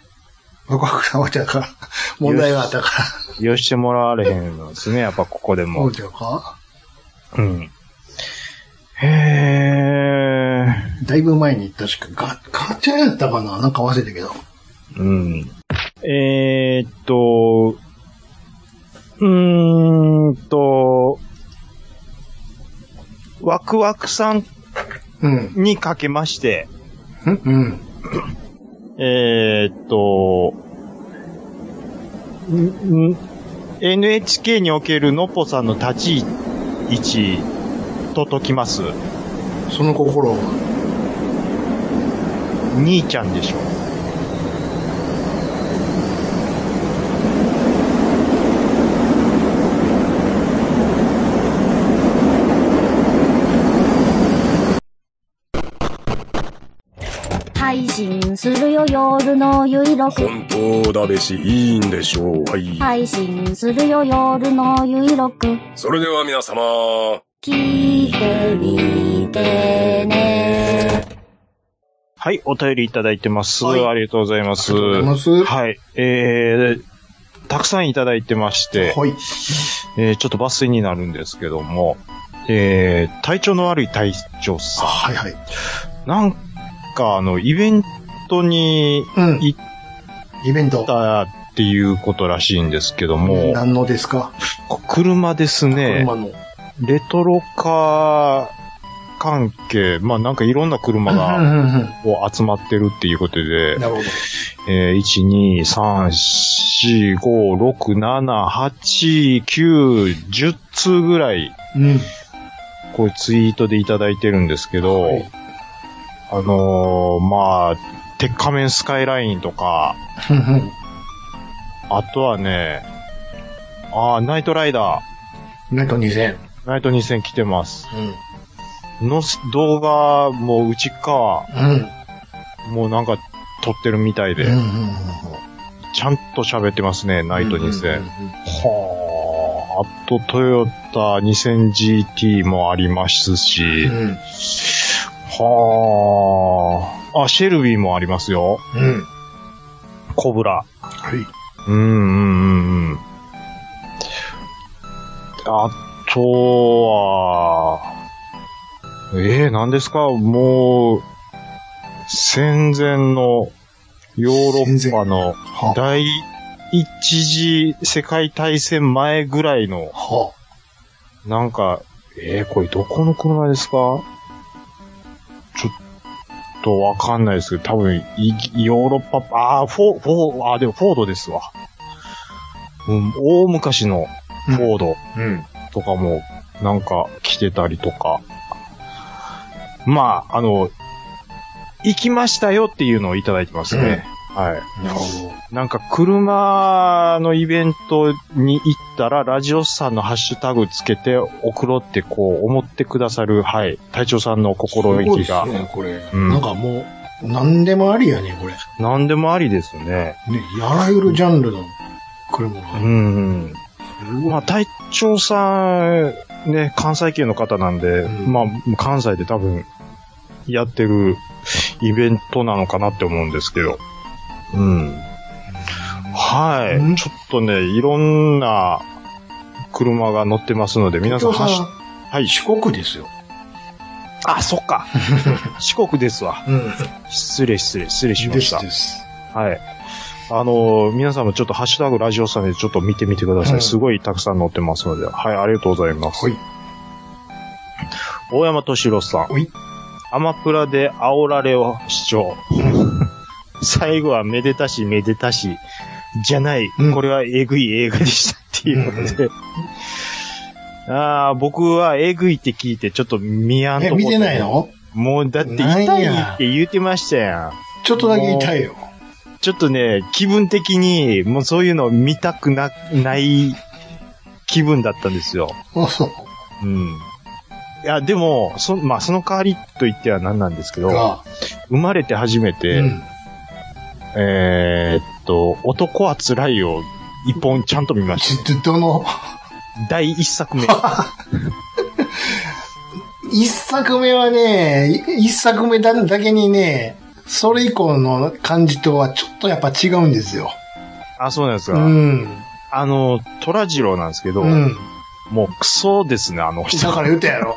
Speaker 2: ワクワクさんはちゃうから。問題があったか
Speaker 3: よしてもらわれへんのですね、やっぱここで
Speaker 2: ら。そ
Speaker 3: も
Speaker 2: う。ちゃうか
Speaker 3: うん。へえ、
Speaker 2: だいぶ前に確かガ、ガチャやったかななんか忘れたけど。
Speaker 3: うん。えー、っと、うーんと、ワクワクさん
Speaker 2: うん。
Speaker 3: にかけまして、
Speaker 2: うんうん。
Speaker 3: えーっと、んん NHK におけるのっぽさんの立ち位置と解きます。
Speaker 2: その心は。
Speaker 3: 兄ちゃんでしょ。
Speaker 4: 配信するよ夜のゆいろく。
Speaker 5: 本当だべし、いいんでしょう。はい。
Speaker 4: 配信するよ夜のゆいろく。
Speaker 5: それでは皆様。
Speaker 4: 聞いてみてね。
Speaker 3: はい、お便りいただいてます。
Speaker 2: はい
Speaker 3: ありがとうございます。
Speaker 2: ありがとうございます
Speaker 3: はい、えー、たくさんいただいてまして、
Speaker 2: はい。
Speaker 3: えーちょっと抜粋になるんですけども、えー、体調の悪い隊長
Speaker 2: あ
Speaker 3: さ
Speaker 2: はいはい。
Speaker 3: ん。なんかあの、イベントに
Speaker 2: うん。
Speaker 3: い
Speaker 2: イベント
Speaker 3: 行っ。たっていうことらしいんですけども、
Speaker 2: 何のですか
Speaker 3: 車ですね。
Speaker 2: 車の。
Speaker 3: レトロカー関係、まあなんかいろんな車
Speaker 2: うん
Speaker 3: が、
Speaker 2: うんうん
Speaker 3: を集まってるっていうこと
Speaker 2: う
Speaker 3: で
Speaker 2: ん。、なるほど。
Speaker 3: えー、1、2、3、4、5、6、7、8、9、10通ぐらい、
Speaker 2: うん。
Speaker 3: こうツイートでいただいてるんですけど、
Speaker 2: はい
Speaker 3: あのーまあ、鉄仮面スカイラインとか、
Speaker 2: うんうん
Speaker 3: あとはね、あーナイトライダー、
Speaker 2: ナイト2000。
Speaker 3: ナイト2000来てます。
Speaker 2: うん。
Speaker 3: のす動画もうちか、
Speaker 2: うん。
Speaker 3: もうなんか撮ってるみたいで、
Speaker 2: うんうんうんうん
Speaker 3: ちゃんと喋ってますね、ナイト2000。
Speaker 2: うんうんうん
Speaker 3: はあ。あと、トヨタ 2000GT もありますし、
Speaker 2: うん
Speaker 3: はあ。あ、シェルビーもありますよ。
Speaker 2: うん。
Speaker 3: コブラ。
Speaker 2: はい。
Speaker 3: うんうんうんうん。あとは、ええー、何ですかもう、戦前のヨーロッパの
Speaker 2: はあ。
Speaker 3: 第一次世界大戦前ぐらいの、
Speaker 2: は
Speaker 3: なんか、えー、これどこの車ですかちょっとわかんないですけど、多分、イギヨーロッパ、あーフォー、フォー、あーでもフォードですわ。うん、大昔のフォード
Speaker 2: あ。うん。
Speaker 3: とかも、なんか来てたりとか。まあ、あの、行きましたよっていうのをいただいてますね。はい。
Speaker 2: なるほど。
Speaker 3: なんか車のイベントに行ったら、ラジオスさんのハッシュタグつけて送ろうってこう思ってくださる、はい、隊長さんの心
Speaker 2: すごい
Speaker 3: 意
Speaker 2: で
Speaker 3: 気が
Speaker 2: す、ね、これ。
Speaker 3: うん
Speaker 2: なんかもう、何でもありやね、これ。
Speaker 3: 何でもありですね。
Speaker 2: ね、あらゆるジャンルの車が。
Speaker 3: うん。まあ、隊長さん、ね、関西系の方なんで、
Speaker 2: うん
Speaker 3: まあ、関西で多分、やってるイベントなのかなって思うんですけど。うん。はい。
Speaker 2: うん
Speaker 3: ちょっとね、いろんな車が乗ってますので、皆さん、
Speaker 2: 東京
Speaker 3: ハッシュ
Speaker 2: さ
Speaker 3: はい
Speaker 2: ん、。四国ですよ。
Speaker 3: あ、そっ か。四国ですわ。
Speaker 2: うん。
Speaker 3: 失礼、失礼、失礼しま
Speaker 2: で
Speaker 3: し
Speaker 2: す
Speaker 3: た。
Speaker 2: です。
Speaker 3: はい。あのー皆さんもちょっとハッシュタグラジオさんでちょっと見てみてください。
Speaker 2: うん
Speaker 3: すごいたくさん載ってますので。はい、ありがとうございます。
Speaker 2: はい。
Speaker 3: 大山敏郎さん。
Speaker 2: はい
Speaker 3: アマプラで煽られを主 張。最後はめでたしめでたし、じゃない。
Speaker 2: うん
Speaker 3: これはえぐい映画でしたっていうことで。ああ、僕はえぐいって聞いてちょっと見やんと
Speaker 2: え、
Speaker 3: こ
Speaker 2: 見てないの
Speaker 3: もうだって痛いって言うてましたやん。
Speaker 2: ちょっとだけ痛いよ。
Speaker 3: ちょっとね、気分的に、もうそういうの見たくな、ない気分だったんですよ。
Speaker 2: あ、そう。
Speaker 3: うん。いや、でも、そ、まあ、その代わりと言っては何なんですけど、
Speaker 2: が、
Speaker 3: 生まれて初めて、
Speaker 2: うん。
Speaker 3: えーっと、男は辛いを一本ちゃんと見ました、ね。
Speaker 2: ちょっとどの、
Speaker 3: 第一 作目。
Speaker 2: 一作目はね、い一作目だだけにね、それ以降の感じとはちょっとやっぱ違うんですよ。
Speaker 3: あ、そうなんです
Speaker 2: う
Speaker 3: か。
Speaker 2: ん。
Speaker 3: あの、虎次郎なんですけど、
Speaker 2: うん。
Speaker 3: もうクソですね、あの人
Speaker 2: だ。から言ったやろ。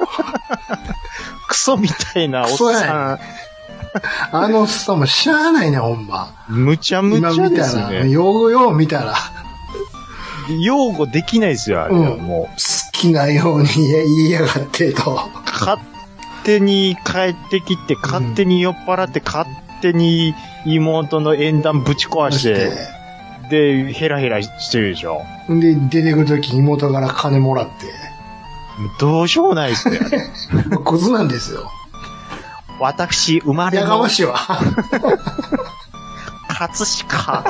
Speaker 3: クソみたいなおっ
Speaker 2: クソや
Speaker 3: さ
Speaker 2: あのさ、もうしゃあないね、ほんま。
Speaker 3: ん、むちゃむ
Speaker 2: 今
Speaker 3: ちゃ
Speaker 2: 見
Speaker 3: で
Speaker 2: た
Speaker 3: す
Speaker 2: ら、
Speaker 3: ね。
Speaker 2: ようよう見たら、
Speaker 3: 擁護できないですよ、あれは、
Speaker 2: うん
Speaker 3: もう。
Speaker 2: 好きなように言いやがってと。
Speaker 3: 勝手に帰ってきて、勝手に酔っ払って、勝手に妹の縁談ぶち壊して、で、ヘラヘラしてるでしょ。
Speaker 2: で、出てくるとき妹から金もらって。
Speaker 3: もうどうしようもないですね。あれ
Speaker 2: もうコツなんですよ。
Speaker 3: 私、生まれ
Speaker 2: やか
Speaker 3: の
Speaker 2: ましいわ。
Speaker 3: 葛飾。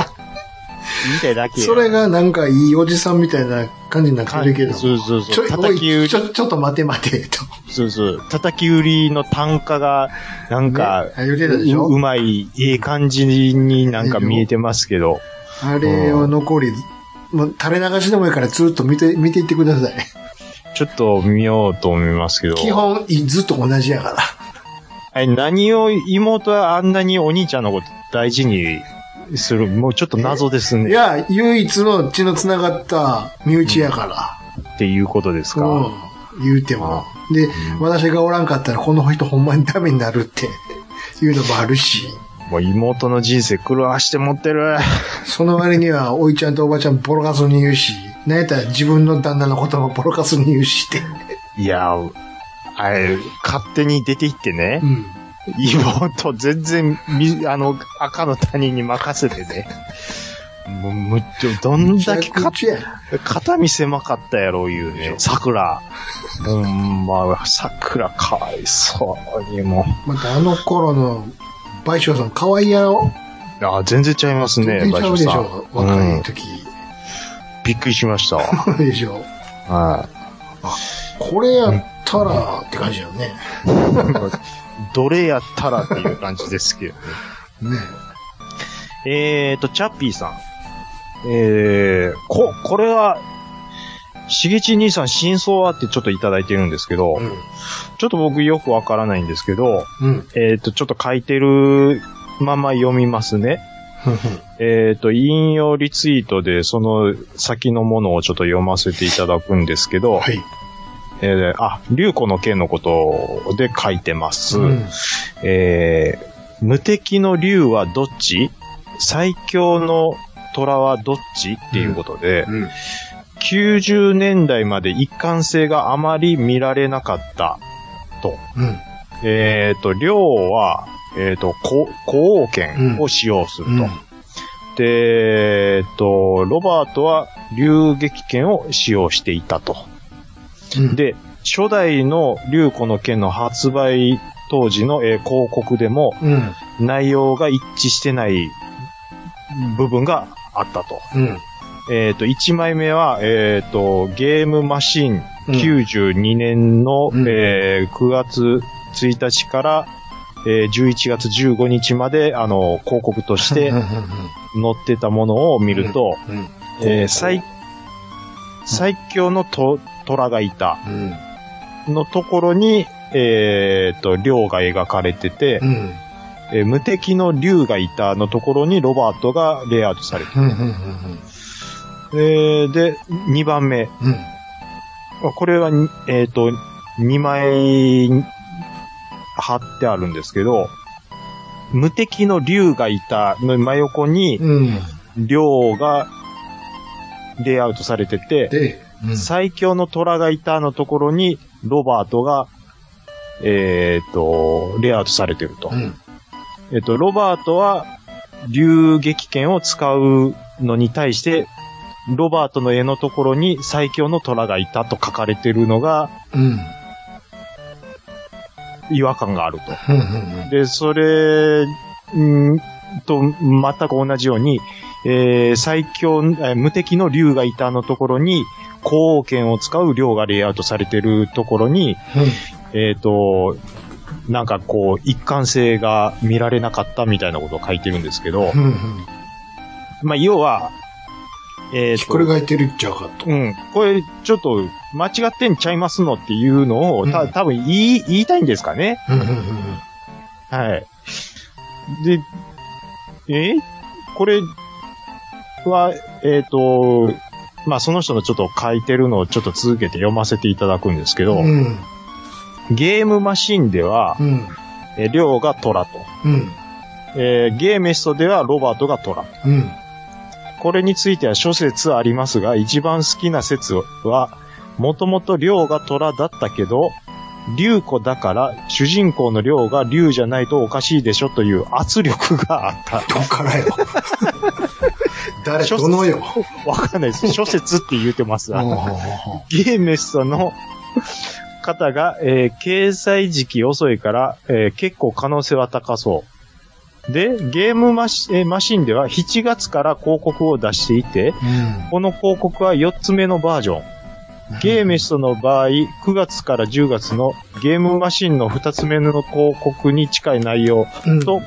Speaker 3: みたいだけや。
Speaker 2: それがなんかいいおじさんみたいな感じになってるけど。ちょ
Speaker 3: そうそうそう。
Speaker 2: い、お
Speaker 3: 叩き売
Speaker 2: い、
Speaker 3: り
Speaker 2: ち、ょ、ちょっと待て待て、と。
Speaker 3: そうそう。叩き売りの単価が、なんか
Speaker 2: ね、言うてたでし
Speaker 3: うう
Speaker 2: ょ
Speaker 3: まい、いい感じになんか見えてますけど。
Speaker 2: あれを残り、もう垂れ流しでもいいからずっと見て、見ていってください。
Speaker 3: ちょっと見ようと思いますけど。
Speaker 2: 基本、いずっと同じやから。
Speaker 3: あれ何を妹はあんなにお兄ちゃんのこと大事にする、もうちょっと謎です
Speaker 2: い
Speaker 3: ね。
Speaker 2: や、唯一の血の繋がった身内やから。
Speaker 3: っていうことです
Speaker 2: うん
Speaker 3: か。。
Speaker 2: 言うても。で、
Speaker 3: ん
Speaker 2: 私がおらんかったらこの人ほんまにダメになるって、 いうのもあるし。
Speaker 3: もう妹の人生狂わして持ってる。
Speaker 2: その割には、おいちゃんとおばちゃんボロカスに言うし、なんやったら自分の旦那のこともボロカスに言うしって。
Speaker 3: いや、あれ、勝手に出て行ってね
Speaker 2: う。ん。
Speaker 3: 妹全然、み、あの、赤の他人に任せてね。もう、むっちゃ、どんだけ
Speaker 2: めちゃ
Speaker 3: か
Speaker 2: くちゃや
Speaker 3: 肩身狭かったやろ、いうね。桜。ほんま、桜かわいそうにも
Speaker 2: またあの頃の、倍賞さん可愛いやろ。
Speaker 3: う。あ、全然ちゃいますね、
Speaker 2: 全然ちゃうでし
Speaker 3: バイ
Speaker 2: ょ
Speaker 3: ト。さん
Speaker 2: 若
Speaker 3: う
Speaker 2: い
Speaker 3: ん
Speaker 2: 時。
Speaker 3: びっくりしましたわ。
Speaker 2: でしょ。
Speaker 3: はい。
Speaker 2: これやったら、って感じだよね。
Speaker 3: どれやったらっていう感じですけど
Speaker 2: ね
Speaker 3: ね。えーと、チャッピーさん。えー、こ、これは、しげち兄さん真相はってちょっといただいてるんですけど、
Speaker 2: う
Speaker 3: ちょっと僕よくわからないんですけど、
Speaker 2: ん。うん。
Speaker 3: えーと、ちょっと書いてるまま読みますね。えっ、と、引用リツイートで、その先のものをちょっと読ませていただくんですけど、
Speaker 2: はい。
Speaker 3: えーあ、竜子の件のことで書いてます。
Speaker 2: うん。
Speaker 3: えー無敵の竜はどっち最強の虎はどっちっていうことで、
Speaker 2: うん。
Speaker 3: 90年代まで一貫性があまり見られなかったと。
Speaker 2: うん。
Speaker 3: えっ、と、竜は、えっ、と、こ古王権を使用すると。
Speaker 2: うん。
Speaker 3: で、えっと、ロバートは流撃剣を使用していたと。
Speaker 2: うん、
Speaker 3: で、初代の竜子の剣の発売当時の、えー広告でも
Speaker 2: うん。
Speaker 3: 内容が一致してない部分があったと。
Speaker 2: うん。
Speaker 3: えっ、と、1枚目は、えっ、と、ゲームマシン
Speaker 2: うん
Speaker 3: 92年の、
Speaker 2: うん
Speaker 3: えー9月1日から、えー11月15日まで、あの、広告とし
Speaker 2: う
Speaker 3: て
Speaker 2: ん。う
Speaker 3: 載
Speaker 2: ん
Speaker 3: ってたものを見ると、
Speaker 2: うん。うん
Speaker 3: えー最、最強のと虎がいた
Speaker 2: うん。
Speaker 3: のところに、えー、と、竜が描かれてて、
Speaker 2: うん。
Speaker 3: えー無敵の竜がいたのところにロバートがレイアウトされて
Speaker 2: うん。うん。うん。
Speaker 3: えーで、2番目。
Speaker 2: うん。
Speaker 3: あこれはに、えー、と、2枚貼ってあるんですけど、無敵の竜がいたの真横に、
Speaker 2: うん。
Speaker 3: 竜がレイアウトされてて、
Speaker 2: で、うん
Speaker 3: 最強の虎がいたのところに、ロバートが、えっ、と、レイアウトされてると。
Speaker 2: うん。
Speaker 3: えっ、と、ロバートは、流撃剣を使うのに対して、ロバートの絵のところに最強の虎がいたと書かれてるのが
Speaker 2: うん。
Speaker 3: 違和感がある
Speaker 2: うん。うん。
Speaker 3: と。で、それうんと、全く同じように、えー最強、えー無敵の竜がいたのところに、高王剣を使う竜がレイアウトされてるところに、えっ、と、なんかこう、一貫性が見られなかったみたいなことを書いてるんですけど、
Speaker 2: うんうん。
Speaker 3: まあ、要は、えー
Speaker 2: ひっくり返ってるっちゃうかと。
Speaker 3: うん。これ、ちょっと、間違ってんちゃいますのっていうのを、
Speaker 2: う
Speaker 3: た、
Speaker 2: ん
Speaker 3: 多分言い、言いたいんですかね。
Speaker 2: うんうんうん
Speaker 3: はい。で、えこれは、えっ、と、まあ、その人のちょっと書いてるのをちょっと続けて読ませていただくんですけど、
Speaker 2: うん。うん。
Speaker 3: ゲームマシンでは
Speaker 2: う、ん。
Speaker 3: えりょうがトラと。
Speaker 2: うん。
Speaker 3: えーゲーメストではロバートがトラ。
Speaker 2: うん。
Speaker 3: これについては諸説ありますが、一番好きな説は、もともと竜が虎だったけど、竜子だから主人公の竜が竜じゃないとおかしいでしょという圧力があった。
Speaker 2: どっからよ。誰、どのよ。
Speaker 3: わかんな いです。諸説って言うてます
Speaker 2: うんうんうん
Speaker 3: わ。ゲーメスさんの方が、えー掲載時期遅いから、えー結構可能性は高そう。で、ゲームマシ,、えーマシンでは7月から広告を出していて、
Speaker 2: うん
Speaker 3: この広告は4つ目のバージョン。ゲーメストの場合、9月から10月のゲームマシンの2つ目の広告に近い内容
Speaker 2: うん
Speaker 3: と、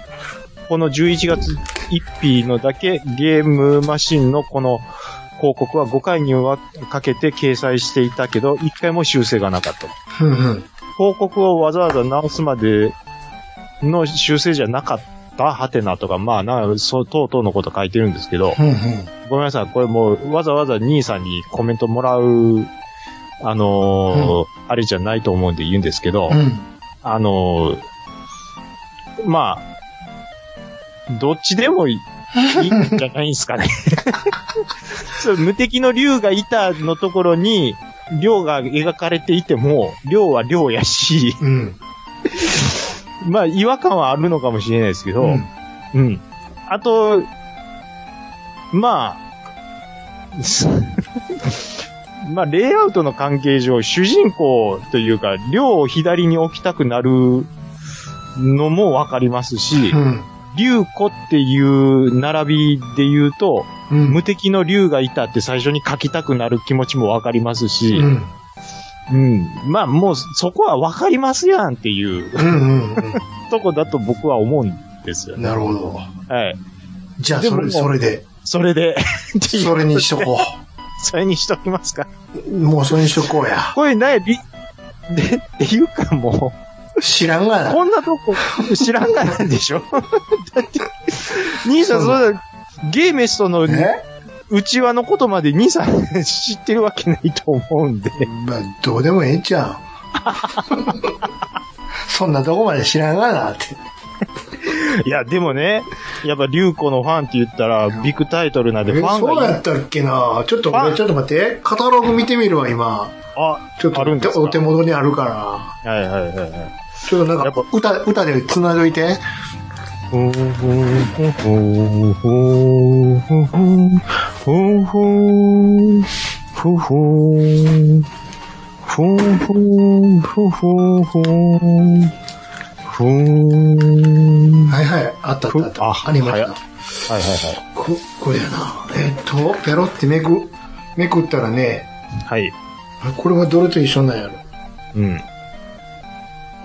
Speaker 3: この11月1日のだけゲームマシンのこの広告は5回にわかけて掲載していたけど、1回も修正がなかった。
Speaker 2: うんうん
Speaker 3: 広告をわざわざ直すまでの修正じゃなかったハテナとか、まあな、そう、等々のこと書いてるんですけど、
Speaker 2: うんうん
Speaker 3: ごめんなさい、これもうわざわざ兄さんにコメントもらう、あのーあれじゃないと思うんで言うんですけど、
Speaker 2: うん
Speaker 3: あのーまあ、どっちでもいいいいんじゃないんで すかね。そう無敵の竜がいたのところに、竜が描かれていても、竜は竜やし、
Speaker 2: うん
Speaker 3: まあ違和感はあるのかもしれないですけど、
Speaker 2: うん
Speaker 3: うん。あと、 まあ、すまあ、レイアウトの関係上、主人公というか、量を左に置きたくなるのもわかりますし
Speaker 2: う、ん
Speaker 3: 竜子っていう並びで言うと、
Speaker 2: うん
Speaker 3: 無敵の竜がいたって最初に書きたくなる気持ちもわかりますし、
Speaker 2: うんうん
Speaker 3: うん。まあ、もうそこはわかりますやんっていう
Speaker 2: うん
Speaker 3: とこだと僕は思うんですよ
Speaker 2: うん
Speaker 3: ね。
Speaker 2: なるほど。
Speaker 3: はい。
Speaker 2: じゃあ、
Speaker 3: でも
Speaker 2: それ、それで、
Speaker 3: それで、 っていう
Speaker 2: それにしとこ
Speaker 3: それにしときますか。
Speaker 2: う。もうそれにしとこうや。
Speaker 3: これない、び、で、っていうかも
Speaker 2: 知らんが
Speaker 3: う、
Speaker 2: な。
Speaker 3: こんなとこ知らんがないでしょだって、兄さん、
Speaker 2: そう
Speaker 3: そうだ、ゲーメストの
Speaker 2: え
Speaker 3: 内輪のことまで兄さん知ってるわけないと思うんで。
Speaker 2: まあ、どうでもええんち ゃう。そんなとこまで知らんがなって。
Speaker 3: いや、でもね、やっぱ竜子のファンって言ったら、ビッグタイトルなんでフ
Speaker 2: え
Speaker 3: ァン
Speaker 2: そう
Speaker 3: がい
Speaker 2: や
Speaker 3: る
Speaker 2: ったっけなちょっと、
Speaker 3: ファン
Speaker 2: ちょっと待って。カタログ見てみるわ、今。
Speaker 3: あ、
Speaker 2: ちょっと
Speaker 3: あるんですか
Speaker 2: お手元にあるから。
Speaker 3: はいはいはいはい。
Speaker 2: ちょっとな
Speaker 3: や
Speaker 2: ん
Speaker 3: っ
Speaker 2: か
Speaker 3: ぱ、
Speaker 2: 歌、歌で繋いどいて。
Speaker 3: ふんふんふんふんふんふんふんふんふんふんふんふんふんふんふんふんふんはい
Speaker 2: はいはい。あったあったあっ
Speaker 3: ふ
Speaker 2: た。
Speaker 3: あ
Speaker 2: ありまし。
Speaker 3: 早ったはいは
Speaker 2: こ、これやな。えっと、ペロってめく、めくったらね、
Speaker 3: い。はい。
Speaker 2: あこれはどれと一緒なんやろ。
Speaker 3: うん。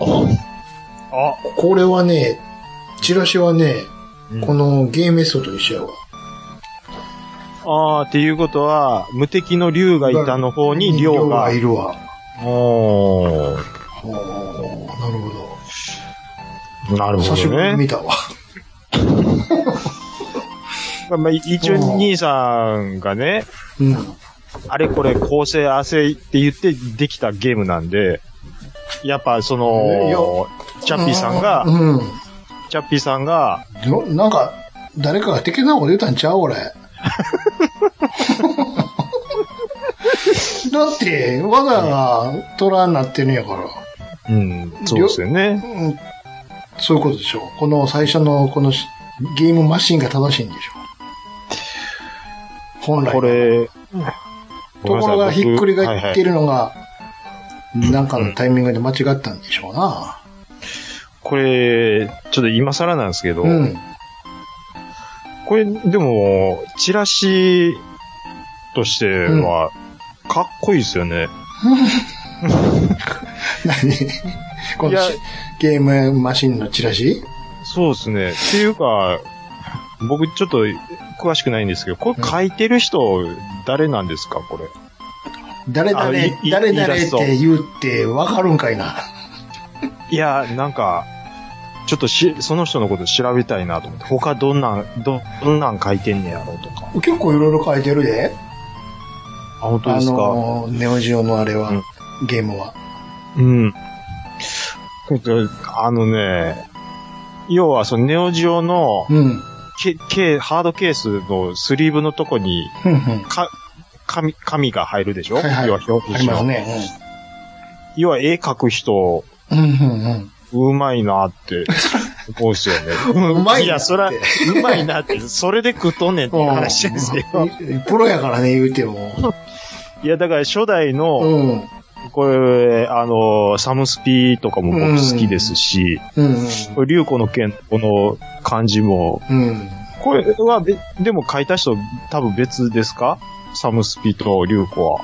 Speaker 3: あ、
Speaker 2: これはね、チラシはね、
Speaker 3: うん
Speaker 2: このゲーメソと一緒やわ。
Speaker 3: ああー、っていうことは、無敵の竜がいたの方に
Speaker 2: 量
Speaker 3: 竜が
Speaker 2: い。るわ。
Speaker 3: おー
Speaker 2: おーなるほど。
Speaker 3: なる
Speaker 2: 久しぶりに見たわ。
Speaker 3: まあ、一応兄さんがね、
Speaker 2: うん。
Speaker 3: あれこれ構成汗って言ってできたゲームなんで、やっぱそ
Speaker 2: えいや
Speaker 3: の、チャッピーさんが、
Speaker 2: うん。
Speaker 3: チャッピーさんが、
Speaker 2: どなんか、誰かが的なこと言ったんちゃう俺。 だって、わざわざ虎になってるんやから。
Speaker 3: うん、そうですよね。
Speaker 2: うんそういうことでしょ。この最初のこのしゲームマシンが正しいんでしょ。本来。
Speaker 3: これ、
Speaker 2: ところがひっくり返って
Speaker 3: る。
Speaker 2: るのが、なんかのタイミングで間違ったんでしょうな。
Speaker 3: これ、ちょっと今更なんですけど、
Speaker 2: うん。
Speaker 3: これ、でも、チラシとしては、かっこいいですよね。
Speaker 2: 何 この
Speaker 3: いや
Speaker 2: しゲームマシンのチラシ
Speaker 3: そうですね。っていうか、僕ちょっと詳しくないんですけど、これ書いてる人、誰なんですかこれ。
Speaker 2: 誰々
Speaker 3: あいい、
Speaker 2: 誰々
Speaker 3: イラスト
Speaker 2: って言うってわかるんかいな。
Speaker 3: いや、なんか、ちょっとし、その人のこと調べたいなと思って、他どんなん、ど、どんなん書いてんねやろうとか。
Speaker 2: 結構いろいろ書いてるで。
Speaker 3: あ、本当
Speaker 2: あ
Speaker 3: ですか、
Speaker 2: の、ネオジオのあれは、ゲームは。
Speaker 3: うん。えっとあのね、要はそのネオジオの
Speaker 2: うん。
Speaker 3: けけハードケースのスリーブのとこに、
Speaker 2: ふんふん。
Speaker 3: か、紙、紙が入るでしょ、
Speaker 2: はいはい
Speaker 3: 要は表
Speaker 2: あ
Speaker 3: 紙
Speaker 2: り
Speaker 3: の
Speaker 2: ますね。
Speaker 3: 要は絵描く人、
Speaker 2: うん。うん、うん、
Speaker 3: うまいなって、思うっすよね。
Speaker 2: うまいなって
Speaker 3: いや、そら、うまいなって、それで食っとんねんって
Speaker 2: う。
Speaker 3: いうん話ですけど。
Speaker 2: うんプロやからね、言うても。
Speaker 3: いや、だから初代
Speaker 2: う
Speaker 3: の、
Speaker 2: ん。
Speaker 3: これ、あの、サムスピとかも僕好きですし、
Speaker 2: うん。
Speaker 3: これ、竜子の剣、この漢字も、
Speaker 2: うん。
Speaker 3: これはべ、でも書いた人多分別ですかサムスピと竜子は。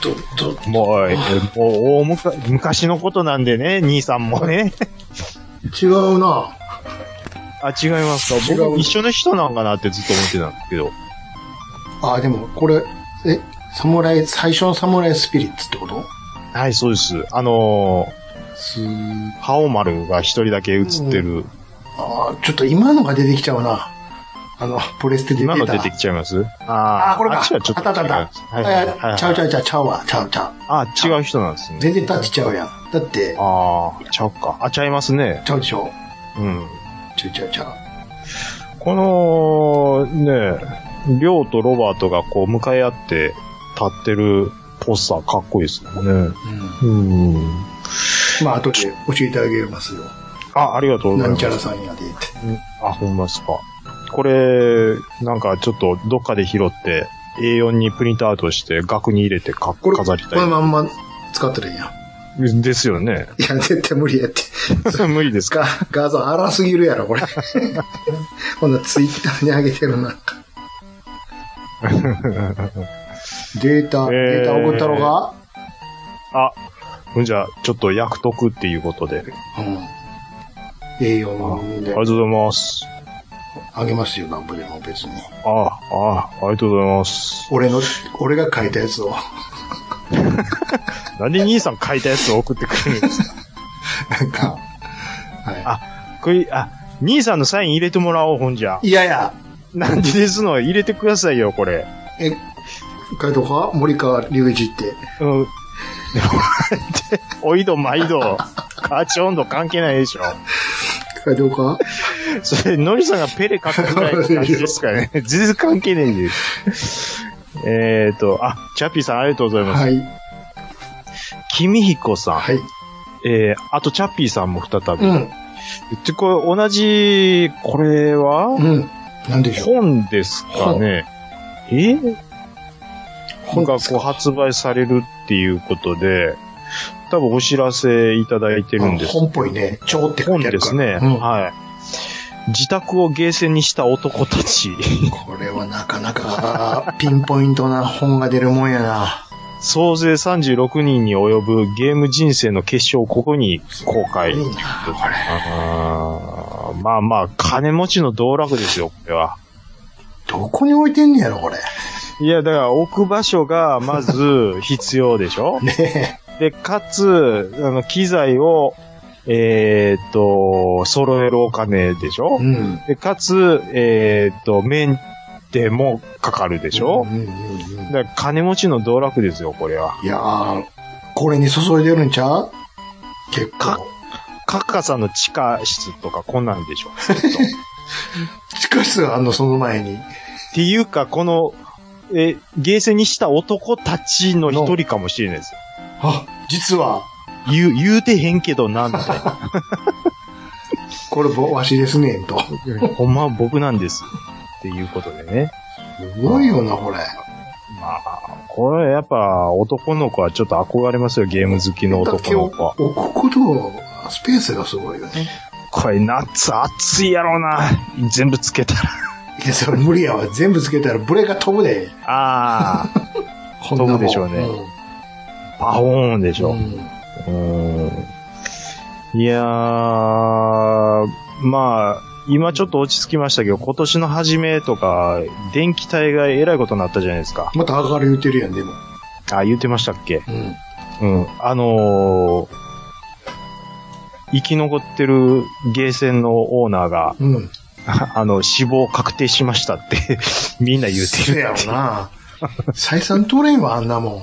Speaker 2: ちょっと、
Speaker 3: もう、えもう大むか昔のことなんでね、兄さんもね。
Speaker 2: 違うな。
Speaker 3: あ、違いますか
Speaker 2: 違う
Speaker 3: 僕一緒の人なんかなってずっと思ってたんですけど。
Speaker 2: あ、でも、これ、え、サムライ、最初のサムライスピリッツってこと
Speaker 3: はい、そうです。あの
Speaker 2: す
Speaker 3: ー、ハオマルが一人だけ映ってる。
Speaker 2: あーちょっと今のが出てきちゃうな。あの、プレステで出てた。
Speaker 3: 今の出てきちゃいます
Speaker 2: あ
Speaker 3: あ
Speaker 2: ーこれか
Speaker 3: あっちはちょっと違う。
Speaker 2: あったあったあっ
Speaker 3: はいはいはいはい
Speaker 2: あちゃうちゃうちゃうちゃうわ、ちゃうちゃう。
Speaker 3: あ、違う人なんですね。
Speaker 2: 全然タッチちゃうやん。だって、
Speaker 3: ああ、ちゃうか。あ、ちゃいますね。
Speaker 2: ちゃうでしょ
Speaker 3: うん。
Speaker 2: ちゃうちゃうちゃ
Speaker 3: この、ね、りょうとロバートがこう向かい合って立ってるポスターかっこいいですもんね。
Speaker 2: う。うん。
Speaker 3: うん。
Speaker 2: まあ、後で教えていただけますよ。
Speaker 3: あ、ありがとうござ
Speaker 2: な
Speaker 3: い
Speaker 2: ん
Speaker 3: ます
Speaker 2: ちゃ。らさんやでって。
Speaker 3: うんあ、ほんまですか。これ、なんかちょっとどっかで拾って、A4 にプリントアウトして額に入れてか
Speaker 2: これ、
Speaker 3: 飾り
Speaker 2: この
Speaker 3: た
Speaker 2: まんま使ったらいいやん。い
Speaker 3: い。ですよね。
Speaker 2: や、絶対無理やって。
Speaker 3: 無理ですか
Speaker 2: ガ、画像荒すぎるやろ、こ れ。こんなツイッターに上げてるな。データ、
Speaker 3: えー
Speaker 2: データ送ったろが、
Speaker 3: あ、ほん じゃ、ちょっと役得っていうことで。
Speaker 2: うん。栄
Speaker 3: ああ
Speaker 2: 養
Speaker 3: り
Speaker 2: で
Speaker 3: がとうございます。
Speaker 2: あげますよ、なんぼでも別に。
Speaker 3: ああ、ありがとうございます。
Speaker 2: 俺の、俺が書いたやつを。
Speaker 3: なんで兄さん書いたやつを送ってくるん ですか
Speaker 2: なんか、は
Speaker 3: これ、あ、兄さんのサイン入れてもらおう、ほんじゃ
Speaker 2: い。。いやいや、
Speaker 3: なんでですの入れてくださいよ、これ。
Speaker 2: え、書いとこうか森川隆一って。
Speaker 3: うん。 おいど、毎度、カーチ温度関係ないでしょ。
Speaker 2: 書いとこうか
Speaker 3: それ、ノリさんがペレ買ったぐらいの感じですか ね。全然関係ないです。えっと、あ、チャッピーさんありがとうございます。
Speaker 2: はい、
Speaker 3: 君彦さん、
Speaker 2: はい。
Speaker 3: えー、あとチャッピーさんも再び。
Speaker 2: うん、
Speaker 3: で、これ、同じ、これは、
Speaker 2: うん。なんでしょう。
Speaker 3: 本ですかね。え本がこう発売されるっていうことで、多分お知らせいただいてるんです
Speaker 2: 本っぽいね。蝶って書
Speaker 3: 本
Speaker 2: いてあ
Speaker 3: で
Speaker 2: るか
Speaker 3: す
Speaker 2: ら。う
Speaker 3: ね。
Speaker 2: ん
Speaker 3: はい。自宅をゲーセンにした男たち。
Speaker 2: これはなかなかピンポイントな本が出るもんやな。
Speaker 3: 総勢36人に及ぶゲーム人生の結晶をここに公開。
Speaker 2: いいな、これ。
Speaker 3: あーまあまあ、金持ちの道楽ですよ、これは。
Speaker 2: どこに置いてんねやろ、これ。
Speaker 3: いや、だから置く場所がまず必要でし ょ
Speaker 2: ね
Speaker 3: で、かつ、あの、機材を、えーっと、揃えるお金でしょ
Speaker 2: え。うん。
Speaker 3: で、かつ、えーっと、メンテもかかるで
Speaker 2: で
Speaker 3: しょ
Speaker 2: うんうんうん。
Speaker 3: だから金持ちの道楽ですよ、これは。
Speaker 2: いやー、これに注いでるんちゃう結
Speaker 3: か
Speaker 2: 構。
Speaker 3: カッカさんの地下室とかこんなんでしょ。
Speaker 2: 地下室があんの、その前に。
Speaker 3: っていうか、この、え、ゲーセンにした男たちの一人かもしれないです。
Speaker 2: あ、実は、
Speaker 3: 言う、言うてへんけどなんて。
Speaker 2: これぼわしですねんと。す
Speaker 3: ほんまは僕なんです。っていうことでね。
Speaker 2: ごいよな、これ。
Speaker 3: まあ、これはやっぱ男の子はちょっと憧れますよ、ゲーム好きの男の子は。
Speaker 2: 置くことのスペースがすごいよね。
Speaker 3: これ夏暑いやろうな。全部つけたら。
Speaker 2: いや、それ無理やわ。全部つけたらブレが飛ぶで。
Speaker 3: ああ、
Speaker 2: こんなもん
Speaker 3: 飛ぶでしょうねパフォーンでし
Speaker 2: うん
Speaker 3: ょ。うんいやー、まあ、今ちょっと落ち着きましたけど、今年の初めとか、電気代がえらいことになったじゃないですか。
Speaker 2: また上がる言うてるやん、でも。
Speaker 3: あ、言ってましたっけ
Speaker 2: うん。
Speaker 3: うん。あのー、生き残ってるゲーセンのオーナーが、
Speaker 2: うん。
Speaker 3: あの、死亡確定しましたって、 みんな言うて
Speaker 2: せ
Speaker 3: る
Speaker 2: や
Speaker 3: って。
Speaker 2: ろ
Speaker 3: 好
Speaker 2: な。採算取れんわ、あんなもん。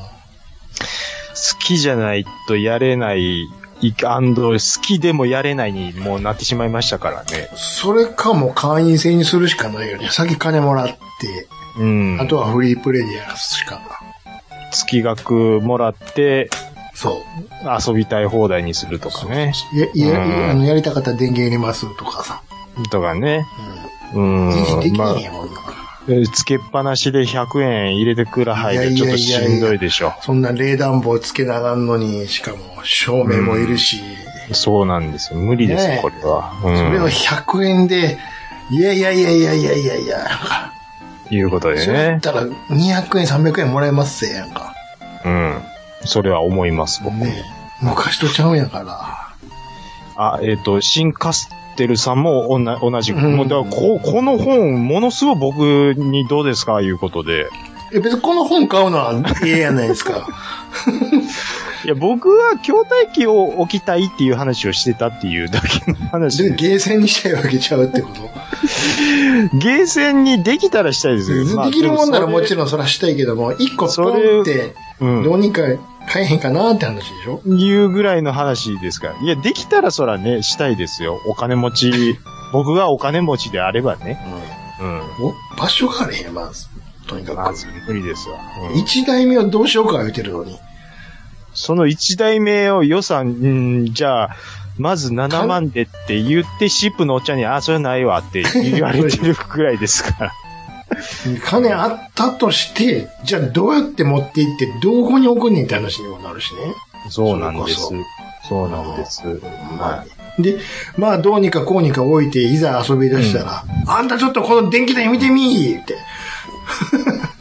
Speaker 3: きじゃないとやれない、いかんど好きでもやれないにもうなってしまいましたからね。
Speaker 2: それかも会員制にするしかないよね。先金もらって、
Speaker 3: うん。
Speaker 2: あとはフリープレイでやらすしか。
Speaker 3: 月額もらって
Speaker 2: そう。
Speaker 3: 遊びたい放題にするとかね。
Speaker 2: や、いや、
Speaker 3: うん
Speaker 2: あの、やりたかったら電源入れますとかさ。
Speaker 3: とかね。う
Speaker 2: うん。維持で
Speaker 3: ん。
Speaker 2: き
Speaker 3: まあ
Speaker 2: ねえ、もんな。
Speaker 3: えつけっぱなしで100円入れてくらはい
Speaker 2: やいや
Speaker 3: でち
Speaker 2: い
Speaker 3: ょ
Speaker 2: や
Speaker 3: っと
Speaker 2: いや
Speaker 3: しんどいでしょ。
Speaker 2: そんな冷暖房つけなあかんのに、しかも、照明もいるし、
Speaker 3: そうなんですよ。無理です
Speaker 2: ね
Speaker 3: よ、
Speaker 2: え
Speaker 3: これは。う
Speaker 2: それを
Speaker 3: ん。
Speaker 2: 100円で、いやいやいやいやいやいやいや、
Speaker 3: いうことで
Speaker 2: それや
Speaker 3: ね
Speaker 2: っ。たら200円、300円もらえますぜ、やんか。
Speaker 3: うん。それは思います、僕。
Speaker 2: ねえ昔とちゃうんやから。
Speaker 3: あ、えっ、と、新カステルさんもおな同じく。
Speaker 2: うん
Speaker 3: もうだからこ、この本、ものすごい僕にどうですかいうことで。
Speaker 2: え、別にこの本買うのはええやないですか。
Speaker 3: いや、僕は筐体機を置きたいっていう話をしてたっていうだけの話
Speaker 2: で、
Speaker 3: で。
Speaker 2: ゲーセンにしたいわけちゃうってこと。
Speaker 3: ゲーセンにできたらしたいですよ。まあ
Speaker 2: できるもんならもち
Speaker 3: で
Speaker 2: ろんそらしたいけども、1個
Speaker 3: そ
Speaker 2: ポ
Speaker 3: れ
Speaker 2: ンって、
Speaker 3: それうん
Speaker 2: どうにか買えへんかなって話でしょ
Speaker 3: いうぐらいの話ですから。いや、できたらそらね、したいですよ。お金持ち、僕がお金持ちであればね。うん。
Speaker 2: お場所があれへん、まず。とにか
Speaker 3: ま
Speaker 2: く。
Speaker 3: ず無理ですわ。うん
Speaker 2: 一代目をどうしようか言うてるのに。
Speaker 3: その一代目を予算、うんじゃあ、まず7万でって言って、シップのおっちゃんに、あ、それないわって言われてるくらいですから。
Speaker 2: 金あったとして、じゃあどうやって持っていって、どこに置くねんって話にもなるしね。
Speaker 3: そうなんです
Speaker 2: それ。
Speaker 3: そうなんです。は
Speaker 2: で、まあどうにかこうにか置いて、いざ遊び出したら、あんたちょっとこの電気代見てみー って。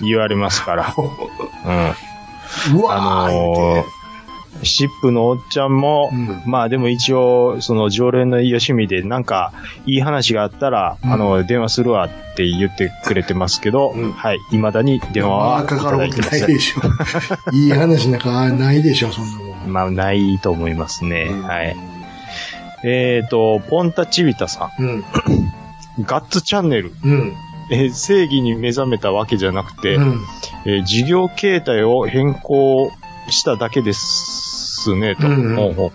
Speaker 3: い。言われますから。うん。
Speaker 2: うわ
Speaker 3: あ
Speaker 2: ー言う
Speaker 3: の
Speaker 2: て。
Speaker 3: ー、シップのおっちゃんも、
Speaker 2: うん
Speaker 3: まあでも一応、その常連のよしみで、なんか、いい話があったら、
Speaker 2: うん
Speaker 3: あの、電話するわって言ってくれてますけど、
Speaker 2: うん
Speaker 3: はい、未だに電話
Speaker 2: ま
Speaker 3: は
Speaker 2: あ
Speaker 3: い
Speaker 2: か
Speaker 3: た
Speaker 2: か
Speaker 3: だ
Speaker 2: る
Speaker 3: い
Speaker 2: こ
Speaker 3: て
Speaker 2: と
Speaker 3: ま
Speaker 2: ない
Speaker 3: せ
Speaker 2: で
Speaker 3: ん。
Speaker 2: しょ。 いい話なんかないでしょ、そんなもん。
Speaker 3: まあ、ないと思いますね。はい。えっ、と、ポンタチビタさ
Speaker 2: うん。
Speaker 3: ん、ガッツチャンネル、
Speaker 2: うん。
Speaker 3: えー正義に目覚めたわけじゃなくて、
Speaker 2: うん。
Speaker 3: えー事業形態を変更しただけですね、と。
Speaker 2: うんうん
Speaker 3: ほうほ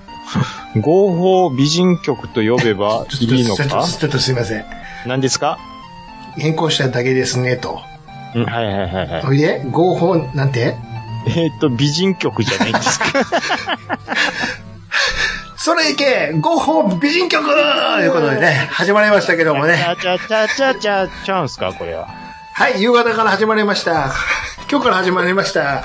Speaker 3: う合法美人局と呼べば
Speaker 2: ちょっと
Speaker 3: いいの
Speaker 2: ちょっと
Speaker 3: か
Speaker 2: ちょっとすいません。
Speaker 3: 何ですか
Speaker 2: 変更しただけですね、と。
Speaker 3: うんはいはいはいはい。
Speaker 2: おいで、合法、なんて
Speaker 3: えーっと、美人局じゃないんですか
Speaker 2: それいけ合法美人局ということでね、始まりましたけどもね。
Speaker 3: ちゃちゃちゃちゃちゃうんすかこれは。
Speaker 2: はい、夕方から始まりました。今日から始まりま した。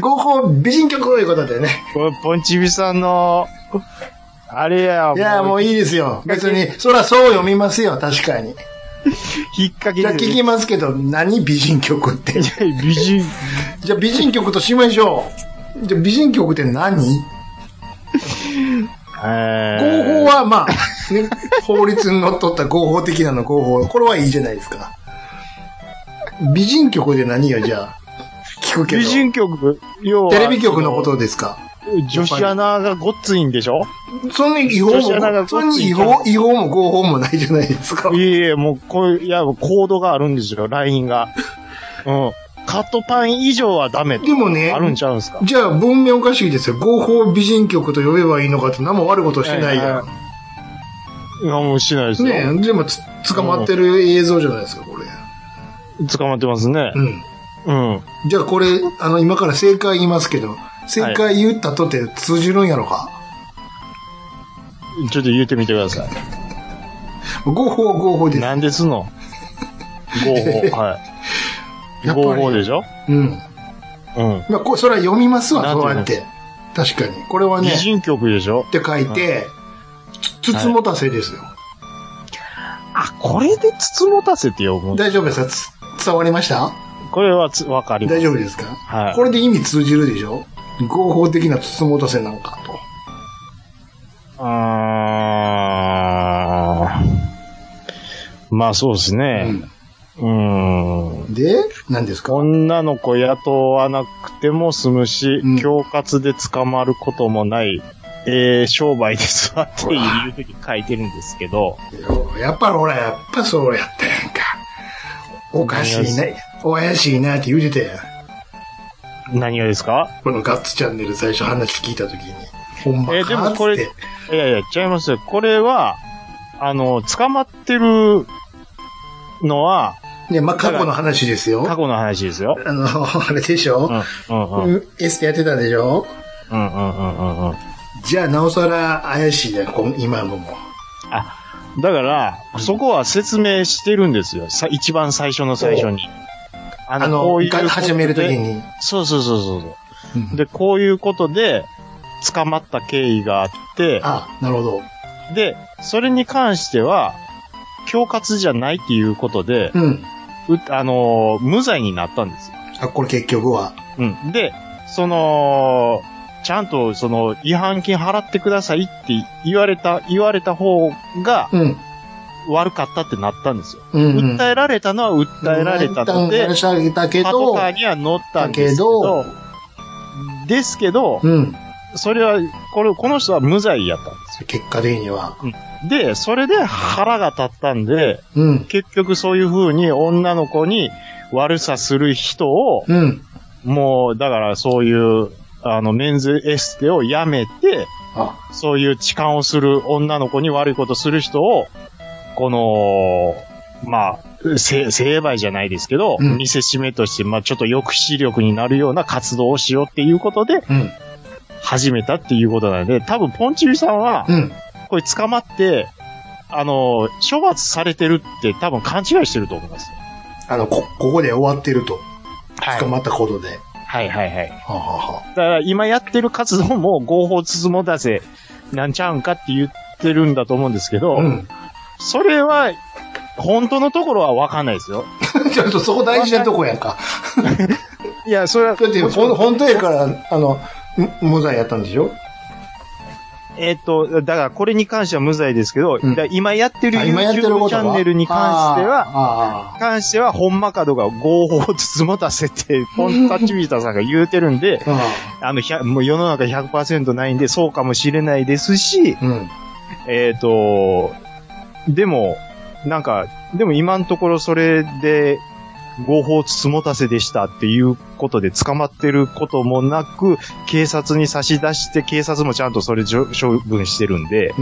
Speaker 2: 合法美人局ということでね。
Speaker 3: これ、ポンチビさんの、あれや、
Speaker 2: いや、もう
Speaker 3: う、
Speaker 2: いいですよ。別に、そらそう読みますよ、確かに。
Speaker 3: 引っ掛け
Speaker 2: じゃあ
Speaker 3: で
Speaker 2: 聞きますけど、何美人局って。
Speaker 3: いや美人、
Speaker 2: じゃあ美人局としましょう。じゃあ美人局って何
Speaker 3: え
Speaker 2: 合法
Speaker 3: は、
Speaker 2: は、まあ、 ね、法律にのっとった合法的なの合法。これはいいじゃないですか。美人局で何よ、じゃあ。聞くけど。
Speaker 3: 美人局、要は、
Speaker 2: テレビ局のことですか。
Speaker 3: 女子アナがごっついんでしょ
Speaker 2: そんな違法
Speaker 3: 女子アナが
Speaker 2: も、そんな違
Speaker 3: こ
Speaker 2: 法、違法も合法もないじゃないですか
Speaker 3: い。えいえ、もう、こういう、いや、コードがあるんですよ、ライ ンが。うん。カットパン以上はダメ。
Speaker 2: でもね
Speaker 3: あるんちゃうんすか
Speaker 2: じゃあ文明おかしいですよ。合法美人局と呼べばいいのかって何も悪いことしてないじゃ
Speaker 3: は
Speaker 2: ん。
Speaker 3: いや、もうしないですよ。
Speaker 2: ねえ、でもつ捕まってる映像じゃないですか、これ。
Speaker 3: 捕まってますね。
Speaker 2: うん。
Speaker 3: うん。
Speaker 2: じゃあこれ、あの、今から正解言いますけど、正解言ったとて通じるんやろか。
Speaker 3: ちょっと言ってみてください。
Speaker 2: 合法合法です。
Speaker 3: 何ですの 合法。はい。
Speaker 2: やっぱり
Speaker 3: 合法でしょ
Speaker 2: うん。
Speaker 3: うん。
Speaker 2: まあ、こそれは読みますわ、
Speaker 3: なん
Speaker 2: そ
Speaker 3: て
Speaker 2: う
Speaker 3: いう
Speaker 2: や
Speaker 3: の
Speaker 2: って。確かに。これはね
Speaker 3: 美、人局でしょ
Speaker 2: って書いて、つつもたせですよ。
Speaker 3: あ、これで筒持たせて読む。
Speaker 2: 大丈夫ですかつ伝わりました
Speaker 3: これはつわかります。
Speaker 2: 大丈夫ですか
Speaker 3: はい。
Speaker 2: これで意味通じるでしょ合法的なつつもたせなんかと。
Speaker 3: あーまあそうですね。うん。ん
Speaker 2: で、何ですか
Speaker 3: 女の子雇わなくても済むし、
Speaker 2: うん
Speaker 3: 恐喝で捕まることもない、えー、商売ですわっていうふうに書いてるんですけど、
Speaker 2: やっぱりほら、やっぱそうやったやんか。おかしいな、お怪しいなって言うてたやん。
Speaker 3: 何がですか
Speaker 2: このガッツチャンネル最初話聞いたときに。ほんまか
Speaker 3: えーでもこれ
Speaker 2: つって
Speaker 3: いやいや、違いますよ。これは、あの、捕まってるのは、
Speaker 2: ね、まあ、過去の話です
Speaker 3: 過
Speaker 2: よ。
Speaker 3: 去の話ですよ。
Speaker 2: あの、 あれでし
Speaker 3: うん、
Speaker 2: ょ、
Speaker 3: うん、うん、うん、うん、うん、
Speaker 2: うん、エステやってたでしょ
Speaker 3: うん、うん。
Speaker 2: じゃあ、なおさら怪しいやん、こん今のも。
Speaker 3: だから、そこは説明してるんですよ。さ一番最初の最初に。あ
Speaker 2: あの、が
Speaker 3: ことで
Speaker 2: 始めるときに。
Speaker 3: そうそうそうそうそうう。
Speaker 2: ん
Speaker 3: で、こういうことで、捕まった経緯があって、
Speaker 2: あ、なるほど。
Speaker 3: で、それに関しては、恐喝じゃないっていうことで、
Speaker 2: うん。
Speaker 3: うあのー無罪になったんですよ。
Speaker 2: あ、これ結局は。
Speaker 3: うん。で、その、ちゃんと、その、違反金払ってくださいって言われた、言われた方が
Speaker 2: うん。
Speaker 3: 悪かったってなったんですよ。
Speaker 2: うん、うん。
Speaker 3: 訴えられたのは訴えられたので、
Speaker 2: 訴えられたけ
Speaker 3: パト
Speaker 2: ど
Speaker 3: カ、ーには乗ったんですけど
Speaker 2: だ、
Speaker 3: ですけど、
Speaker 2: うん。
Speaker 3: それは、これ、この人は無罪やったんです
Speaker 2: 結果的には。
Speaker 3: よ。で、それで腹が立ったんで、
Speaker 2: うん。
Speaker 3: 結局そういう風に女の子に悪さする人を、
Speaker 2: うん。
Speaker 3: もう、だからそういう、あの、メンズエステをやめて、
Speaker 2: あ、
Speaker 3: そういう痴漢をする女の子に悪いことする人を、この、まあ、成成敗じゃないですけど、
Speaker 2: うん
Speaker 3: 見せしめとして、まあちょっと抑止力になるような活動をしようっていうことで
Speaker 2: うん。
Speaker 3: 始めたっていうことなんで、多分ポンチューさんは、
Speaker 2: うん。
Speaker 3: これ捕まって、あの、処罰されてるって多分勘違いしてると思います。
Speaker 2: あの、こ、ここで終わってると。
Speaker 3: はい
Speaker 2: 捕まったことで。は
Speaker 3: はいはいはい。
Speaker 2: あはあはあ
Speaker 3: だから今やってる活動も合法つつもたせ、なんちゃうんかって言ってるんだと思うんですけど、
Speaker 2: うん。
Speaker 3: それは、本当のところはわかんないですよ。
Speaker 2: ちょっとそこ大事なとこやんか。
Speaker 3: いや、それは
Speaker 2: だって、ほん、本当やから、あの、む無罪やったんでしょ
Speaker 3: えっ、と、だからこれに関しては無罪ですけど、
Speaker 2: うん
Speaker 3: だから今やってる
Speaker 2: あ今やってるこ
Speaker 3: YouTube
Speaker 2: と
Speaker 3: チ
Speaker 2: は
Speaker 3: ャンネルに関しては、
Speaker 2: は、あーあ
Speaker 3: 関しては、ほんまかどうか合法つつもたせって、ポンタッチビーターさんが言うてるんで、
Speaker 2: ーあ
Speaker 3: あの、ひゃもう世の中100%ないんで、そうかもしれないですし、
Speaker 2: ー、うん。
Speaker 3: えっ、と、でも、なんか、でも今のところそれで、合法つつもたせでしたっていうことで捕まってることもなく、警察に差し出して、警察もちゃんとそれじょ処分してるんで、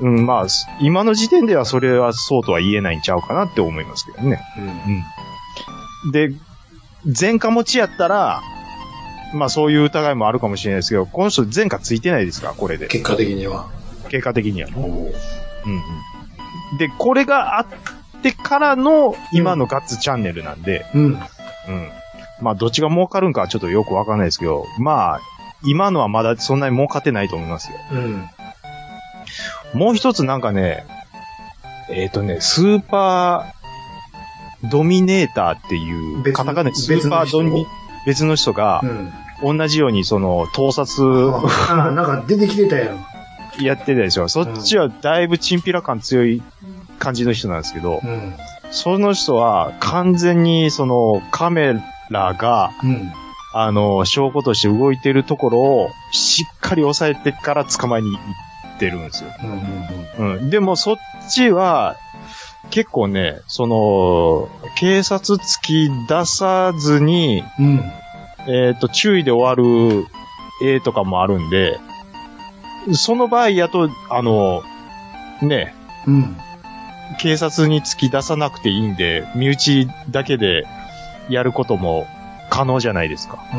Speaker 2: うん。
Speaker 3: うん、まあ、す今の時点ではそれはそうとは言えないんちゃうかなって思いますけどね。うん。で、前科持ちやったら、まあそういう疑いもあるかもしれないですけど、この人前科ついてないですから、これで。
Speaker 2: 結果的には。
Speaker 3: 結果的にはね。
Speaker 2: おー
Speaker 3: うんうんで、これがあってからの今のガッツチャンネルなんで、
Speaker 2: うん。
Speaker 3: うん。まあ、どっちが儲かるんかはちょっとよくわかんないですけど、まあ、今のはまだそんなに儲かってないと思いますよ。
Speaker 2: うん。
Speaker 3: もう一つなんかね、えっ、とね、スーパードミネーターっていう、
Speaker 2: 別
Speaker 3: カタカナでスーパードミ、別の人が
Speaker 2: う、ん。
Speaker 3: 同じようにその、盗撮
Speaker 2: ああ、なんか出てきてたやん。
Speaker 3: やってたでしょ。そっちはだいぶチンピラ感強い感じの人なんですけど、
Speaker 2: うん。
Speaker 3: その人は完全にそのカメラが、
Speaker 2: うん。
Speaker 3: あの、証拠として動いてるところをしっかり押さえてから捕まえに行ってるんですよ。
Speaker 2: うん。うん
Speaker 3: うん。でもそっちは、結構ね、その、警察突き出さずに、
Speaker 2: うん。
Speaker 3: えっ、と、注意で終わる絵とかもあるんで、その場合やと、あの、ね、
Speaker 2: うん。
Speaker 3: 警察に突き出さなくていいんで、身内だけでやることも可能じゃないですか。
Speaker 2: う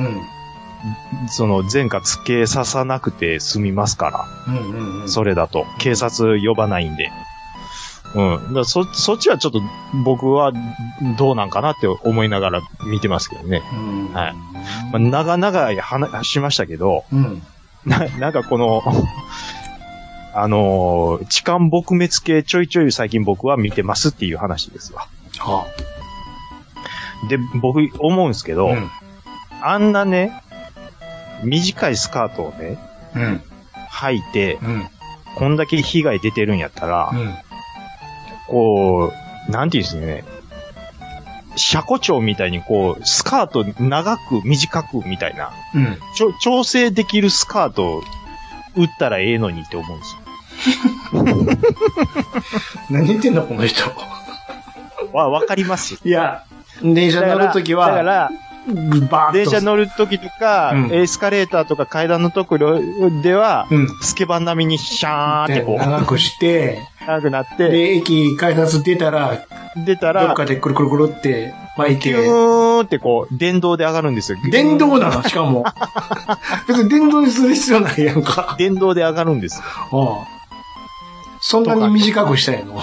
Speaker 2: ん。
Speaker 3: その前科つけささなくて済みますか
Speaker 2: うんうんう
Speaker 3: ら、
Speaker 2: ん。
Speaker 3: それだと。警察呼ばないんで。うん。だからそ、そっちはちょっと僕はどうなんかなって思いながら見てますけどね。
Speaker 2: うん。
Speaker 3: はいまあ、長々話しましたけど、
Speaker 2: うん。
Speaker 3: な、なんかこの、 あのー痴漢撲滅系ちょいちょい最近僕は見てますっていう話ですわ。
Speaker 2: は
Speaker 3: で、僕思うんですけ
Speaker 2: あ
Speaker 3: ど、
Speaker 2: うん。
Speaker 3: あんなね、短いスカートをね、
Speaker 2: うん。
Speaker 3: 履いて、
Speaker 2: うん。
Speaker 3: こんだけ被害出てるんやったら、
Speaker 2: うん。
Speaker 3: こう、なんていうんですかね、車庫長みたいにこう、スカート長く短くみたいな、
Speaker 2: うん。
Speaker 3: ちょ調整できるスカートを打ったらええのにって思うんです
Speaker 2: 何言ってんの、この人。
Speaker 3: よ。わ、わかります
Speaker 2: いや、 電車乗るとき
Speaker 3: だか
Speaker 2: は、
Speaker 3: ら、
Speaker 2: バーッと。
Speaker 3: 電車乗るときとか、
Speaker 2: うん
Speaker 3: エスカレーターとか階段のところでは、
Speaker 2: うん。
Speaker 3: スケバン並みにシャーってこう、
Speaker 2: 長くして、
Speaker 3: 長くなって、
Speaker 2: で、駅改札出たら、
Speaker 3: 出た
Speaker 2: どっ
Speaker 3: ら、
Speaker 2: かでくるくるくるって巻い
Speaker 3: キ
Speaker 2: て、
Speaker 3: ューンってこう、電動で上がるんですよ。
Speaker 2: 電動なの、しか も。別に電動にする必要ないやんか。
Speaker 3: 電動で上がるんですよ。
Speaker 2: うんそんなに短くしたやの。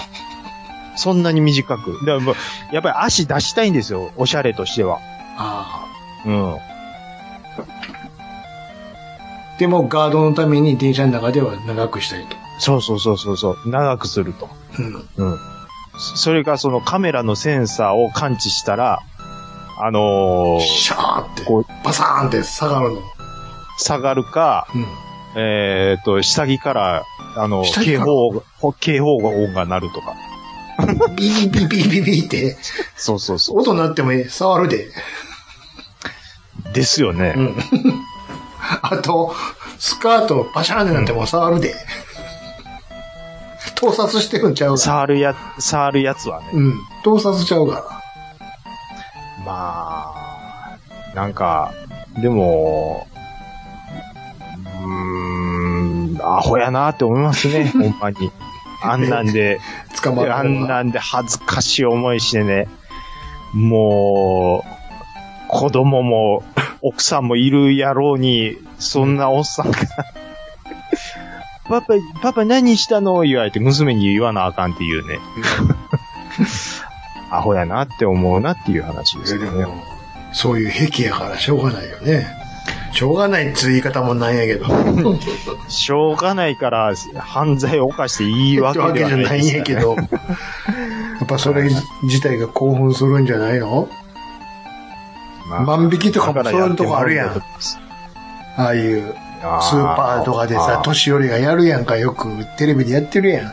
Speaker 3: そんなに短く。だからもうやっぱり足出したいんですよ。おしゃれとしては。
Speaker 2: あ
Speaker 3: うん。
Speaker 2: あでも、ガードのために電車の中では長くしたいと。
Speaker 3: そうそうそうそうそう。長くすると。
Speaker 2: うん。
Speaker 3: うん。そそれがそのカメラのセンサーを感知したら、あのー
Speaker 2: シャーって
Speaker 3: こう、
Speaker 2: バサーンって下がるの。
Speaker 3: 下がるか、
Speaker 2: う
Speaker 3: えーっと、下着から、あの、
Speaker 2: 下着
Speaker 3: 警
Speaker 2: から
Speaker 3: 報、警報音が鳴るとか。
Speaker 2: ん。ビリビリビリビリって、
Speaker 3: そうそうそう。
Speaker 2: 音鳴ってもええ触るで。
Speaker 3: ですよね。
Speaker 2: うん。あと、スカートパシャーンってなっても触るで。盗撮してるんちゃうから。
Speaker 3: 触るや、触るやつはね。
Speaker 2: うん。盗撮ちゃうか
Speaker 3: まあ、なんか、でも、うーん、アホやなって思いますね、ほんまに。あんなんで、
Speaker 2: ら。捕まる
Speaker 3: あんなんで恥ずかしい思いしてね、もう、子供も、奥さんもいる野郎に、そんなおっさんが、パパ、パパ何したの言われて娘に言わなあかんっていうね。アホやなって思うなっていう話ですよね。
Speaker 2: そういう癖やからしょうがないよね。しょうがないっつう言い方もなんやけど。
Speaker 3: しょうがないから犯罪を犯していいわけ
Speaker 2: って
Speaker 3: では
Speaker 2: わけじゃ
Speaker 3: な
Speaker 2: ないいんやけど。やっぱそれ自体が興奮するんじゃないの万引きとかもそういうとこあるやん。ああいうスーパーとかでさ、年寄りがやるやんか、よくテレビでやってるや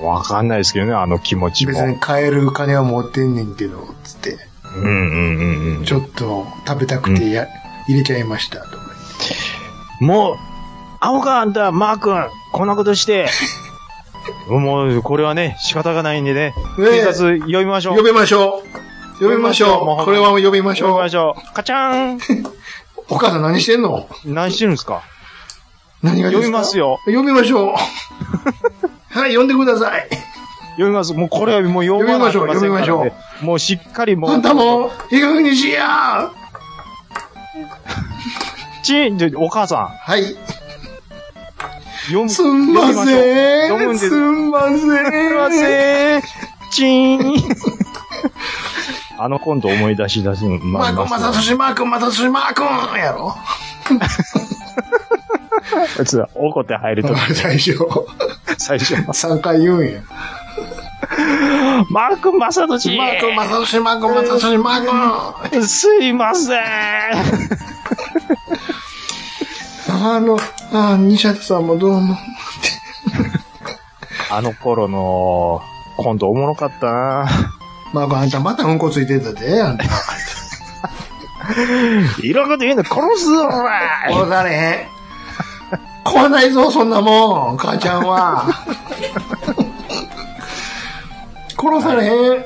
Speaker 2: ん。
Speaker 3: わかんないですけどね、あの気持ちも。
Speaker 2: 別に買える金は持ってんねんけど、つって。
Speaker 3: うんうんうんうん。
Speaker 2: ちょっと食べたくてや、入れちゃいました、とか
Speaker 3: もう、青かあんた、マー君、こんなことして。 もう、これはね、仕方がないんでね。
Speaker 2: 言って。
Speaker 3: 警察呼びましょう。
Speaker 2: 呼べましょう。呼べまし
Speaker 3: もう
Speaker 2: ょ
Speaker 3: ほ
Speaker 2: う。
Speaker 3: ん
Speaker 2: これは呼びまし
Speaker 3: 呼び
Speaker 2: ょ
Speaker 3: ま
Speaker 2: う。
Speaker 3: しょう。カチャー
Speaker 2: お母さん何してんの
Speaker 3: ン何してるんですか
Speaker 2: 何がです
Speaker 3: 呼
Speaker 2: か
Speaker 3: びます。よ。
Speaker 2: 呼びまし ょう。はい、呼んでください。
Speaker 3: 呼びます。もうこれはもう呼ばなきゃいけせんから
Speaker 2: 呼
Speaker 3: ね
Speaker 2: びましょう呼びま
Speaker 3: もうしっかりも
Speaker 2: あん
Speaker 3: う、
Speaker 2: たも、いい加減にしや
Speaker 3: ちん、でお母さ
Speaker 2: はい。
Speaker 3: ん、呼ぶ。
Speaker 2: すんませ
Speaker 3: 呼びましょう呼ぶん
Speaker 2: ん。
Speaker 3: です
Speaker 2: すんません。
Speaker 3: すいません。チーン。 あのコント思い出し出す。
Speaker 2: マ
Speaker 3: ま
Speaker 2: ー君、まさとし、マー君、まさとし、マー君やろ
Speaker 3: こいつは怒って入るとき、
Speaker 2: 最初、
Speaker 3: 最初。
Speaker 2: 3回言うんや。
Speaker 3: マーク・マサトシ
Speaker 2: マー君、まさとし、マー君、まさとし、マー君。
Speaker 3: すいません。
Speaker 2: あの、あ、西畑さんもどうも。
Speaker 3: あの頃のコントおもろかったな。
Speaker 2: マー君、あんたまたうんこついてたで、あんた。
Speaker 3: いろんなこと言うの殺すぞ、お前
Speaker 2: 殺されへん。壊ないぞ、そんなもん、母ちゃんは。殺されへん。
Speaker 3: ー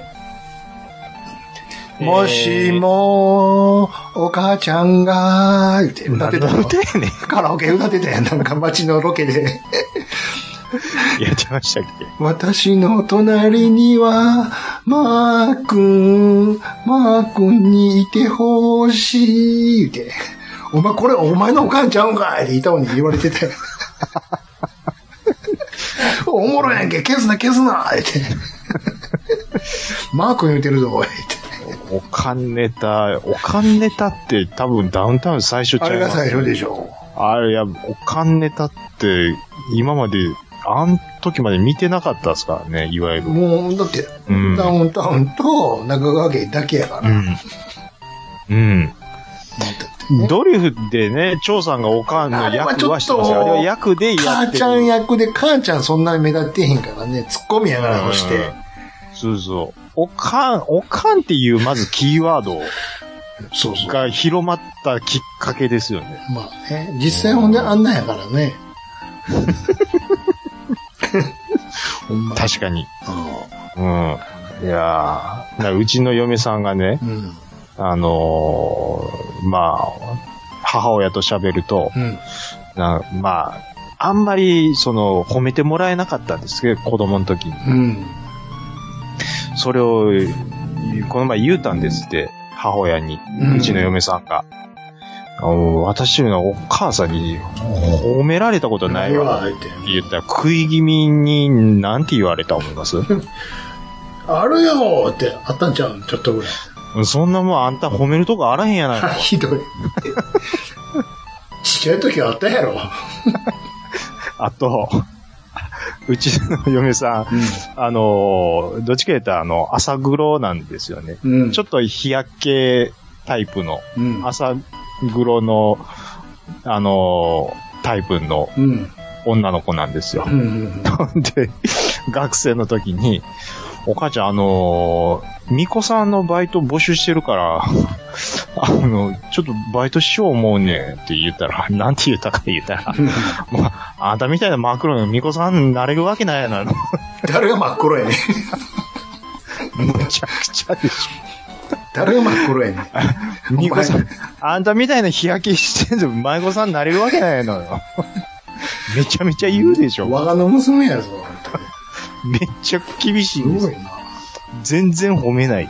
Speaker 2: もしも、お母ちゃんが、言って歌ってた
Speaker 3: 何の
Speaker 2: の
Speaker 3: 歌。やねん。
Speaker 2: カラオケ歌ってたやん、なんか街のロケで。
Speaker 3: やってましたっけ
Speaker 2: 私の隣には、マー君、マー君にいてほしい、言うて。お前、これお前のおかんちゃうんかいって言ったのに言われて て。おもろいやんけ、消すな、消すな、言うて。マー君言うてるぞ、言うて。
Speaker 3: おかんネタ、おかんネタって多分ダウンタウン最初ちゃ
Speaker 2: あ
Speaker 3: い
Speaker 2: れ
Speaker 3: ま
Speaker 2: が
Speaker 3: す
Speaker 2: 最初でしょ。
Speaker 3: あれ、いや、お金ネタって、今まで、あん時まで見てなかったですからね、いわゆる。
Speaker 2: もう、だって、
Speaker 3: うん。
Speaker 2: ダウンタウンと中川家だけやから。
Speaker 3: うん。
Speaker 2: ね
Speaker 3: ドリフでね、張さんがおかんの役はしてま
Speaker 2: あ
Speaker 3: したよ。あれ
Speaker 2: れ
Speaker 3: は
Speaker 2: はち
Speaker 3: 役でやってる。
Speaker 2: 母ちゃん役で、母ちゃんそんなに目立ってへんからね、ツッコミやからとして。
Speaker 3: そうそう。おかん、おかんっていうまずキーワード
Speaker 2: そうそう。
Speaker 3: が広まったきっかけですよね。
Speaker 2: まあね、実際ほんであんなんやからね。ほんま。
Speaker 3: 確かに。
Speaker 2: う
Speaker 3: うん。いやーだからうちの嫁さんがね、
Speaker 2: ん。うん。
Speaker 3: あのーまあ、母親と喋ると、
Speaker 2: うん。
Speaker 3: なまあ、あんまり、その、褒めてもらえなかったんですけど、子供の時に。
Speaker 2: うん。
Speaker 3: それを、この前言うたんですって、母親に、
Speaker 2: うん
Speaker 3: うちの嫁さんが。あの私のお母さんに褒められたことないわ。
Speaker 2: 言うて
Speaker 3: 言ったら食い気味になんて言われた思います
Speaker 2: あるよーってあったんちゃうんちょっとぐらい。
Speaker 3: そんなもんあんた褒めるとこあらへんやないか。
Speaker 2: ひどい。ちっちゃい時はあったやろ。
Speaker 3: あと、うちの嫁さん、あの、どっちか言ったらあの、朝黒なんですよね。
Speaker 2: うん
Speaker 3: ちょっと日焼けタイプの、
Speaker 2: うん。
Speaker 3: 朝黒の、あの、タイプの
Speaker 2: うん。
Speaker 3: 女の子なんですよ
Speaker 2: う。ん。
Speaker 3: で、学生の時に、お母ちゃん、あのー、巫女さんのバイト募集してるから、 あの、ちょっとバイトしよう思うねんって言ったら、 なんて言ったかって言った ら、もう、あんたみたいな真っ黒の巫女さんになれるわけないやなの。
Speaker 2: 誰が真っ黒やねん。
Speaker 3: むちゃくちゃでし
Speaker 2: 誰が真っ黒やねん。
Speaker 3: ょ。 巫女さ
Speaker 2: お
Speaker 3: ん、あんたみたいな日焼けしてんの、舞妓さんになれるわけないやのよ。 めちゃめちゃ言うでしょ。
Speaker 2: 我がの娘やぞ。本
Speaker 3: めっちゃ厳しい
Speaker 2: 当
Speaker 3: ん
Speaker 2: に
Speaker 3: ですす
Speaker 2: ご
Speaker 3: よ
Speaker 2: い
Speaker 3: 全然褒めない。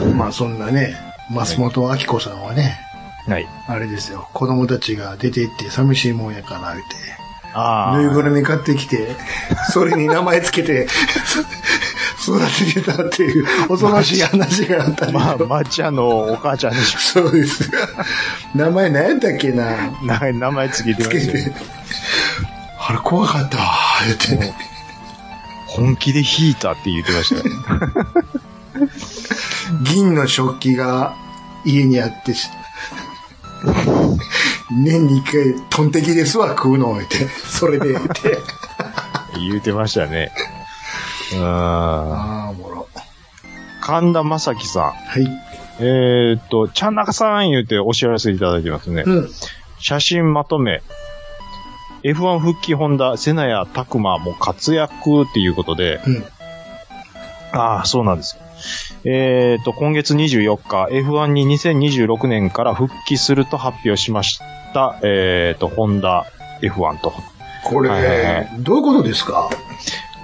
Speaker 2: な。まあそんなね、松本明子さんはね、
Speaker 3: ない。
Speaker 2: あれですよ、子供たちが出て行って寂しいもんやから、言うて。
Speaker 3: ああ。
Speaker 2: ぬいぐるみ買ってき て、それに名前つけて、育ててたっていう恐ろしい話があったりと
Speaker 3: まあ、まっちゃんのお母ちゃんでしょ。
Speaker 2: そうです。名前何やったっけな
Speaker 3: 名名前つけて
Speaker 2: つ
Speaker 3: ま
Speaker 2: け
Speaker 3: すよ
Speaker 2: て
Speaker 3: ね。。
Speaker 2: あれ怖かったわ、言ってね。
Speaker 3: 本気で引いたって言って ましたよ。
Speaker 2: 銀の食器が家にあってし、年に一回、トンテキですわ、食うの、言って。それで、って。
Speaker 3: 言ってましたね。うーん。
Speaker 2: ああ、おもろ。
Speaker 3: 神田正輝さ
Speaker 2: はい。
Speaker 3: ん。えーっと、ちゃんなかさん言うてお知らせいただいてますね。
Speaker 2: うん。
Speaker 3: 写真まとめ。F1 復帰ホンダ、セナやタクマも活躍っていうことで。
Speaker 2: うん
Speaker 3: ああ、そうなんですよ。えーっと、今月24日、F1 に2026年から復帰すると発表しました、えーっと、ホンダ F1 と。
Speaker 2: これ、
Speaker 3: はいはいは
Speaker 2: どういうことですか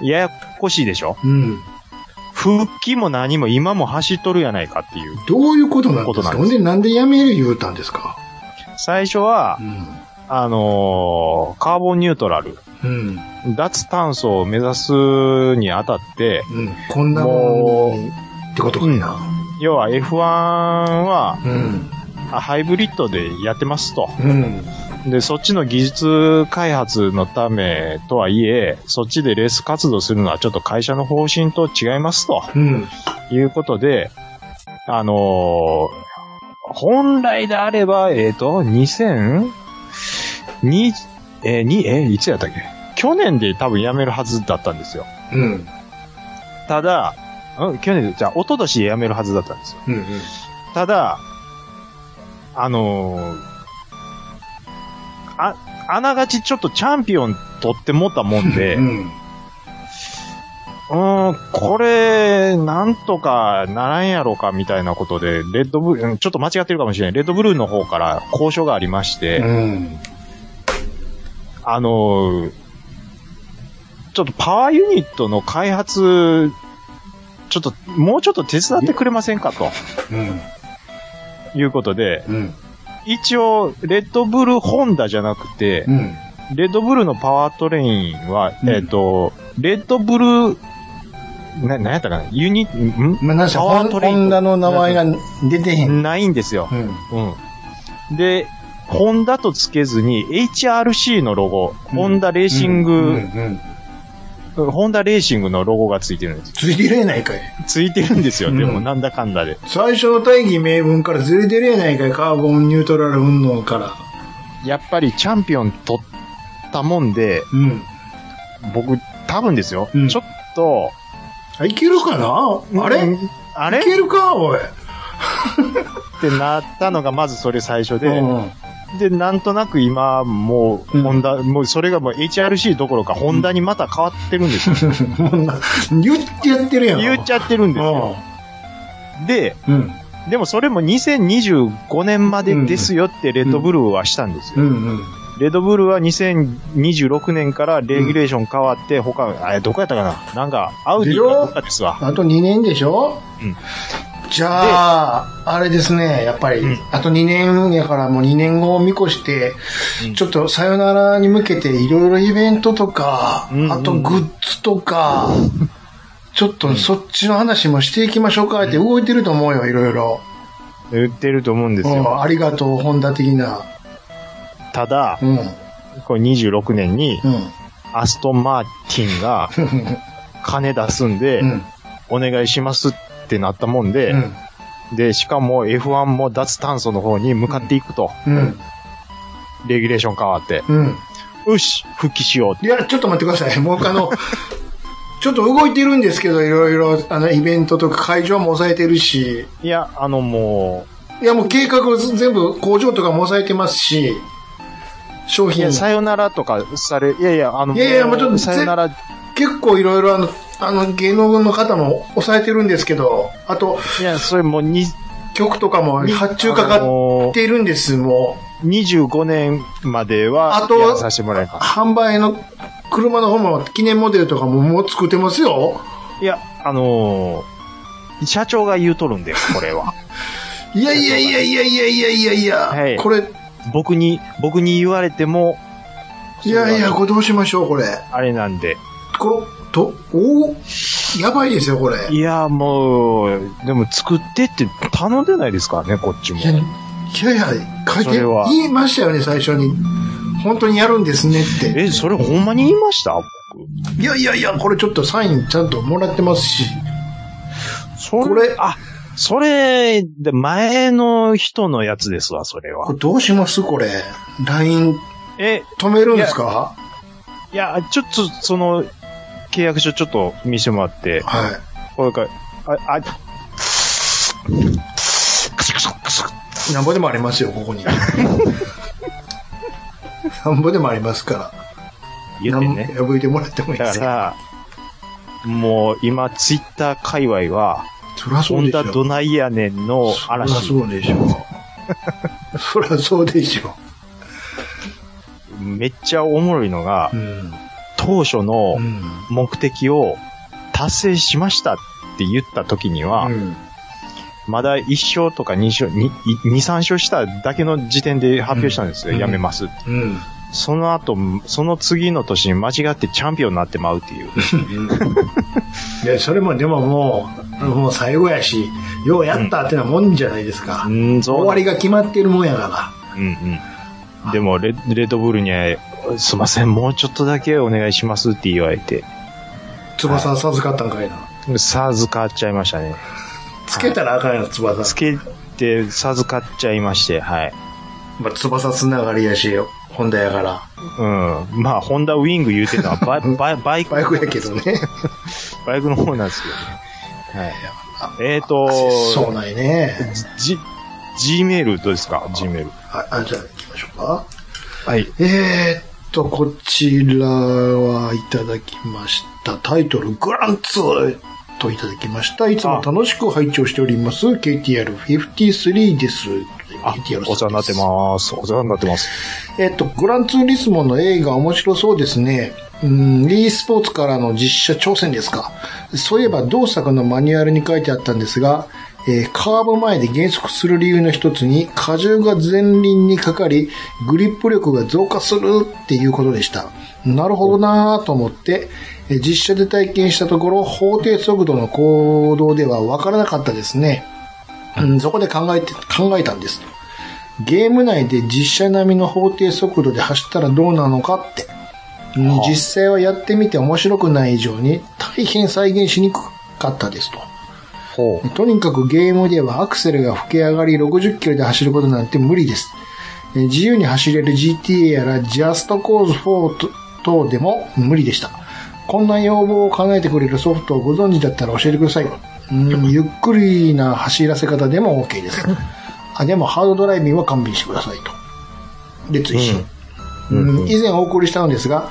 Speaker 3: ややこしいでしょ
Speaker 2: うん。
Speaker 3: 復帰も何も今も走っとるやないかっていう。
Speaker 2: どういうことなんです
Speaker 3: ことなん
Speaker 2: か
Speaker 3: です
Speaker 2: ほんで、なんで辞める言うたんですか
Speaker 3: 最初は
Speaker 2: う、ん。
Speaker 3: あのーカーボンニュートラル、
Speaker 2: うん。
Speaker 3: 脱炭素を目指すにあたって、
Speaker 2: うん。こんなも
Speaker 3: も
Speaker 2: ん、ってことかいな。
Speaker 3: 要は F1 は
Speaker 2: うん。
Speaker 3: あハイブリッドでやってますと。
Speaker 2: うん。
Speaker 3: で、そっちの技術開発のためとはいえ、そっちでレース活動するのはちょっと会社の方針と違いますと
Speaker 2: うん。
Speaker 3: いうことで、あのー本来であれば、えっ、と、2000? に、えーに、えーいつやったっけ去年で多分辞めるはずだったんですよ。
Speaker 2: うん。
Speaker 3: ただ、うん、去年で、じゃあ、一昨年で辞めるはずだったんですよ。
Speaker 2: うん。うん
Speaker 3: ただ、あのーあ、あながちちょっとチャンピオン取ってもったもんで、
Speaker 2: う
Speaker 3: うん、
Speaker 2: ん。
Speaker 3: ん、これ、なんとかならんやろかみたいなことで、レッドブル、うんちょっと間違ってるかもしれない。レッドブルーの方から交渉がありまして、
Speaker 2: うん。
Speaker 3: あのーちょっとパワーユニットの開発、ちょっと、もうちょっと手伝ってくれませんかと
Speaker 2: うん。
Speaker 3: いうことで、
Speaker 2: うん。
Speaker 3: 一応、レッドブルホンダじゃなくて
Speaker 2: う、ん。
Speaker 3: レッドブルのパワートレインは、
Speaker 2: うん
Speaker 3: えっ、と、レッドブル、な、なんやったかなユニ、ん
Speaker 2: まあ、なんせ、
Speaker 3: パ
Speaker 2: ホ
Speaker 3: ワ
Speaker 2: ン
Speaker 3: ートレイン
Speaker 2: ホンダの名前が出てへん。
Speaker 3: ないんですよ。
Speaker 2: うん。
Speaker 3: うん。で、ホンダとつけずに HRC のロゴ、
Speaker 2: うん
Speaker 3: ホンダレーシング、
Speaker 2: うんうん
Speaker 3: ホンダレーシングのロゴがついてるんです。
Speaker 2: ついてるやないかい。
Speaker 3: ついてるんです
Speaker 2: う
Speaker 3: よ、
Speaker 2: ん
Speaker 3: でもなんだかんだで。
Speaker 2: 最初の大義名分からずれてるやないかい。カーボンニュートラル運動から。
Speaker 3: やっぱりチャンピオン取ったもんで、
Speaker 2: うん。
Speaker 3: 僕、多分ですよ、
Speaker 2: うん
Speaker 3: ちょっと、
Speaker 2: あいけるかなあれ、
Speaker 3: うんあれ
Speaker 2: いけるかおい。
Speaker 3: ってなったのがまずそれ最初で、
Speaker 2: うん
Speaker 3: で、なんとなく今、もう、
Speaker 2: うん
Speaker 3: ホンダ、もうそれがもう HRC どころか、ホンダにまた変わってるんですよ。
Speaker 2: もうな言ってやってるやん。
Speaker 3: 言っちゃってるんですよ。で、
Speaker 2: うん。うん。
Speaker 3: でもそれも2025年までですよってレッドブルーはしたんです
Speaker 2: う
Speaker 3: よ。
Speaker 2: んうん。
Speaker 3: レッドブルーは2026年からレギュレーション変わって、他、あれ、どこやったかななんか、アウディかどっかですわ。
Speaker 2: あと2年でしょ
Speaker 3: うん
Speaker 2: じゃあ、あれですね、やっぱり、
Speaker 3: うん
Speaker 2: あと2年やからもう2年後を見越して、
Speaker 3: うん
Speaker 2: ちょっとさよならに向けていろいろイベントとか、
Speaker 3: うんうん
Speaker 2: あとグッズと か、ちょっとそっちの話もしていきましょうかって動いてると思うよ、いろいろ。
Speaker 3: 言ってると思うんです
Speaker 2: う
Speaker 3: よ。
Speaker 2: んありがとう、ホンダ的な。
Speaker 3: ただ、
Speaker 2: うん、うん。
Speaker 3: これ26年に、アストン・マーティンが金出すんで
Speaker 2: う、ん。
Speaker 3: お願いしますってなったもんで、
Speaker 2: うん。
Speaker 3: で、しかも F1 も脱炭素の方に向かっていくと。
Speaker 2: うん。
Speaker 3: レギュレーション変わって。
Speaker 2: うん。
Speaker 3: よし復帰しよう
Speaker 2: いや、ちょっと待ってください。もうあの、ちょっと動いてるんですけど、いろいろ、あの、イベントとか会場も抑えてるし、
Speaker 3: いや、あのも
Speaker 2: いや、もう計画を全部工場とかも抑えてますし、商
Speaker 3: う、い
Speaker 2: 品
Speaker 3: や、、さよならとかされ、いやいや、あの、
Speaker 2: いやいやもうちょっと
Speaker 3: さよなら、い
Speaker 2: 結構いろいろあの、あの、芸能の方も抑えてるんですけど、あと、
Speaker 3: や、それもうに、
Speaker 2: 曲とかも発注かかってるんです、もう。
Speaker 3: 25年までは、
Speaker 2: あと
Speaker 3: やらさせてもらえます。
Speaker 2: 販売の車の方も記念モデルとかももう作ってますよ。
Speaker 3: いや、あのー社長が言うとるんで、こ れは。
Speaker 2: いやいやいやいやいやいやいやいや、
Speaker 3: はい
Speaker 2: これ、
Speaker 3: 僕に、僕に言われても、
Speaker 2: いやいや、これどうしましょう、これ。
Speaker 3: あれなんで。
Speaker 2: この、と、おおやばいですよ、これ。い
Speaker 3: いや、もう、でも作ってって頼んでないですからね、こっちも。
Speaker 2: や、いやいや、書い
Speaker 3: そ
Speaker 2: て
Speaker 3: れは、
Speaker 2: 言いましたよね、最初に。本当にやるんですねって。
Speaker 3: え、それほんまに言いました
Speaker 2: いやいやいや、これちょっとサインちゃんともらってますし。
Speaker 3: そ
Speaker 2: これ
Speaker 3: あ、それ、で、前の人のやつですわ、それ
Speaker 2: こ
Speaker 3: は。
Speaker 2: れどうしますこれ。LINE
Speaker 3: え、
Speaker 2: 止めるんですか
Speaker 3: いや、ちょっと、その、契約書ちょっと見せてもらって、
Speaker 2: は
Speaker 3: これから、あ、あ、カシャカシャカシャ
Speaker 2: い。なんぼでもありますよ、ここに。なんぼでもありますから。
Speaker 3: 言ってね。
Speaker 2: なん破いてもらってもいいで
Speaker 3: だ
Speaker 2: すか
Speaker 3: から、もう今、ツイッター界隈は、
Speaker 2: そりゃそ
Speaker 3: ホ
Speaker 2: う
Speaker 3: ン
Speaker 2: でし
Speaker 3: ダど
Speaker 2: ょ。
Speaker 3: ないやねんの
Speaker 2: そりゃ
Speaker 3: 嵐、
Speaker 2: そうでしょ。そりゃそうでしょ。
Speaker 3: めっちゃおもろいのが
Speaker 2: う、ん。
Speaker 3: 当初の
Speaker 2: うん。
Speaker 3: 目的を達成しましたって言った時には、
Speaker 2: うん
Speaker 3: まだ1勝とか2勝、2、2 3勝しただけの時点で発表したんですよ。
Speaker 2: うん
Speaker 3: やめます。
Speaker 2: うん。
Speaker 3: その後、その次の年に間違ってチャンピオンになってまうっていう。
Speaker 2: いや、それもでももう、もう最後やし、ようやったってなもんじゃないですか。
Speaker 3: うん、そう
Speaker 2: 終わりが決まってるもんやから。
Speaker 3: うんうん。でもレ、レッドブルには、すいません、もうちょっとだけお願いしますって言われて、
Speaker 2: 翼は授かったんかいな。
Speaker 3: 授かっちゃいましたね。
Speaker 2: つけたらあかんやろ、
Speaker 3: つ
Speaker 2: 翼。
Speaker 3: けて、授かっちゃいまして、はい。
Speaker 2: まあ、翼つながりやし、ホンダやから。
Speaker 3: うん。まあ、ホンダウィング言うてたのはバイバイバイク、
Speaker 2: バイクやけどね。
Speaker 3: バイクの方なんですけどね。はい。えっ、ー、と、
Speaker 2: そうないね。
Speaker 3: じ、G メールどうですか ?G メール。
Speaker 2: あ、あじゃあ行きましょうか。
Speaker 3: はい。
Speaker 2: えー、っと、こちらはいただきました。タイトル、グランツーといただきました。いつも楽しく拝聴しております。KTR53 です。
Speaker 3: あ
Speaker 2: KTR さんです、
Speaker 3: お世話になってます。お世話になってます。
Speaker 2: えっと、グランツーリスモの映画面白そうですね。うん、e スポーツからの実写挑戦ですか。そういえば同作のマニュアルに書いてあったんですが、えーカーブ前で減速する理由の一つに、荷重が前輪にかかり、グリップ力が増加するっていうことでした。なるほどなぁと思って、えー実写で体験したところ、法定速度の行動ではわからなかったですね。うん、そこで考えて、考えたんです。ゲーム内で実写並みの法定速度で走ったらどうなのかって。うん
Speaker 3: はあ
Speaker 2: 実際はやってみて面白くない以上に大変再現しにくかったですと。
Speaker 3: ほう。
Speaker 2: とにかくゲームではアクセルが吹き上がり60キロで走ることなんて無理です。えー自由に走れる GTA やら Just Cause 4と等でも無理でした。こんな要望を叶えてくれるソフトをご存知だったら教えてください。うんゆっくりな走らせ方でも OK です。あでもハードドライビングは勘弁してくださいと。で、追伸。うん以前お送りしたのですが、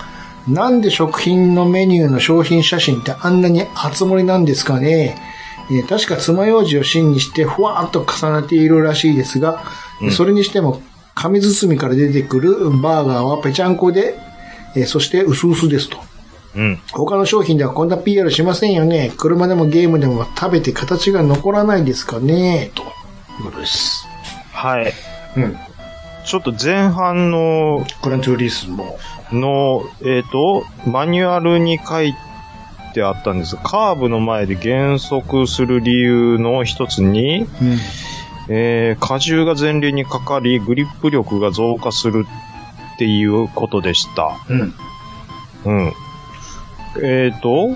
Speaker 2: なんで食品のメニューの商品写真ってあんなに厚盛りなんですかね、えー確か爪楊枝を芯にしてふわーっと重ねているらしいですが、それにしても紙包みから出てくるバーガーはぺちゃんこで、えーそして薄々ですと。
Speaker 3: うん。
Speaker 2: 他の商品ではこんな PR しませんよね。車でもゲームでも食べて形が残らないですかねということです。
Speaker 3: はい。
Speaker 2: うん。
Speaker 3: ちょっと前半の、
Speaker 2: グランツーリースも。
Speaker 3: の、えっ、と、マニュアルに書いてあったんですが、カーブの前で減速する理由の一つに、
Speaker 2: うん。
Speaker 3: えー荷重が前輪にかかり、グリップ力が増加するっていうことでした。
Speaker 2: うん。
Speaker 3: うん。えっ、と、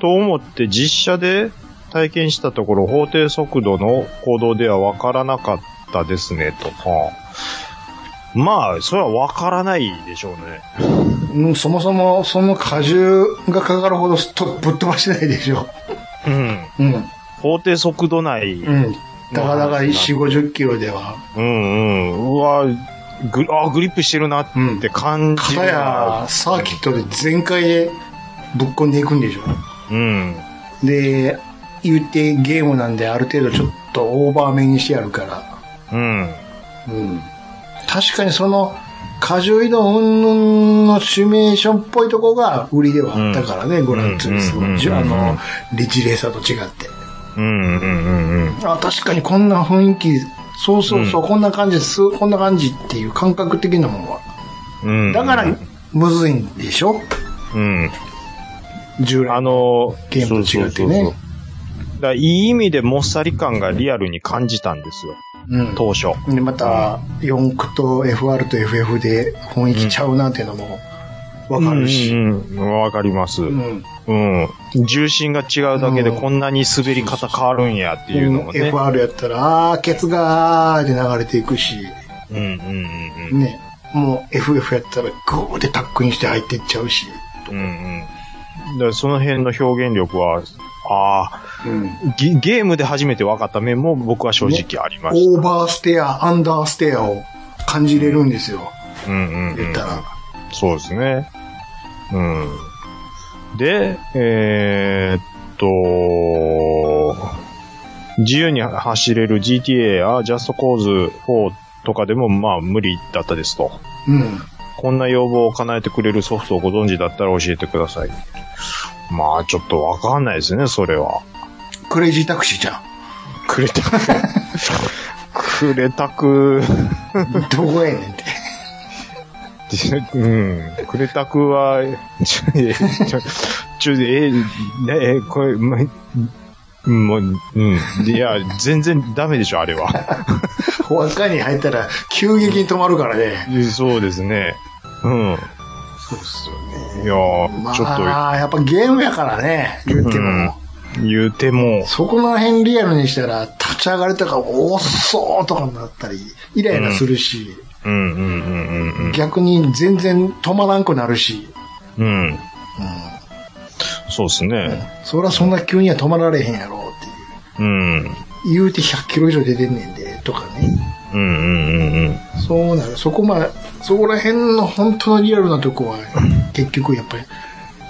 Speaker 3: と思って実写で体験したところ、法定速度の行動ではわからなかったですね、と。はあまあ、それはわからないでしょうね。
Speaker 2: うんそもそも、その荷重がかかるほどすっとぶっ飛ばしてないでしょ。
Speaker 3: うん。
Speaker 2: うん。
Speaker 3: 法定速度内。う、
Speaker 2: うんん。だからだから4、50キロでは。
Speaker 3: うん、うわ、グあグリップしてるなって感じ
Speaker 2: か
Speaker 3: るな
Speaker 2: や、サーキットで全開でぶっ込んでいくんでしょ。
Speaker 3: うん。
Speaker 2: で、言ってゲームなんである程度ちょっとオーバーめにしてやるから。
Speaker 3: うん。
Speaker 2: うん確かにその、過重移動云々のシミュレーションっぽいとこが売りではあったからね、ご覧ツーリスモ
Speaker 3: うん
Speaker 2: じゃあ
Speaker 3: うん
Speaker 2: の、レジレーサーと違って。
Speaker 3: うん、うん、うん、うん。
Speaker 2: あ、確かにこんな雰囲気、そうそうそう、
Speaker 3: う
Speaker 2: こんな感じです、こんな感じっていう感覚的なもんは。
Speaker 3: うん
Speaker 2: だから、むずいんでしょ
Speaker 3: うん。
Speaker 2: 従来
Speaker 3: あの、
Speaker 2: ゲームと違ってね
Speaker 3: そうそうそうそうだからいい意味でもっさり感がリアルに感じたんですよ。
Speaker 2: うん
Speaker 3: 当初。
Speaker 2: で、また、4区と FR と FF で雰囲気ちゃうなっていうのもわかる
Speaker 3: う
Speaker 2: し。
Speaker 3: んうんうんわかります。
Speaker 2: う。
Speaker 3: うんん。重心が違うだけで
Speaker 2: うん
Speaker 3: こんなに滑り方変わるんやっていうのもね。
Speaker 2: FR やったら、あー、ケツがーって流れていくし、
Speaker 3: うんうんうん
Speaker 2: ね、もう FF やったらグーってタックインして入っていっちゃうし、
Speaker 3: うん。うんうん。だからその辺の表現力は、あ
Speaker 2: うん
Speaker 3: あ、ゲゲームで初めて分かった面も僕は正直ありまし
Speaker 2: オーバーステア、アンダーステアを感じれるんですよ、
Speaker 3: た。うんうん、う
Speaker 2: 言
Speaker 3: ん
Speaker 2: った。ら。
Speaker 3: そうですね。うん。で、えーっと、自由に走れる GTA や Just Cause 4とかでもまあ無理だったですと。
Speaker 2: うん。
Speaker 3: こんな要望を叶えてくれるソフトをご存知だったら教えてください。まあちょっとわかんないですね、それは。
Speaker 2: クレイジータクシーじゃん。
Speaker 3: くれたく。 くれたく。
Speaker 2: どこやねんって。
Speaker 3: うん。クレタクは、ちょ、え、ちょ、ちょ、え、ねえ、これ、ま、もう、うん。いや、全然ダメでしょ、あれは。
Speaker 2: 輪っかに入ったら急激に止まるからね。
Speaker 3: そうですね。うん。
Speaker 2: そうっすよ
Speaker 3: いやー
Speaker 2: ま
Speaker 3: ちょっと、
Speaker 2: あ、やっぱゲームやからね、言っても。
Speaker 3: 言うても、
Speaker 2: そこら辺リアルにしたら、立ち上がりとか、おっそうとかになったり、イライラするし、
Speaker 3: うんうんうんうん
Speaker 2: 逆に全然止まらんくなるし、
Speaker 3: うん。うん。そうですね。
Speaker 2: そりゃそんな急には止まられへんやろっていう。
Speaker 3: うん。うん
Speaker 2: 言うて100キロ以上出てんねんで、とかね。
Speaker 3: うんうんうん。
Speaker 2: そうなる。そこまで、そこら辺の本当のリアルなとこは、結局やっぱり、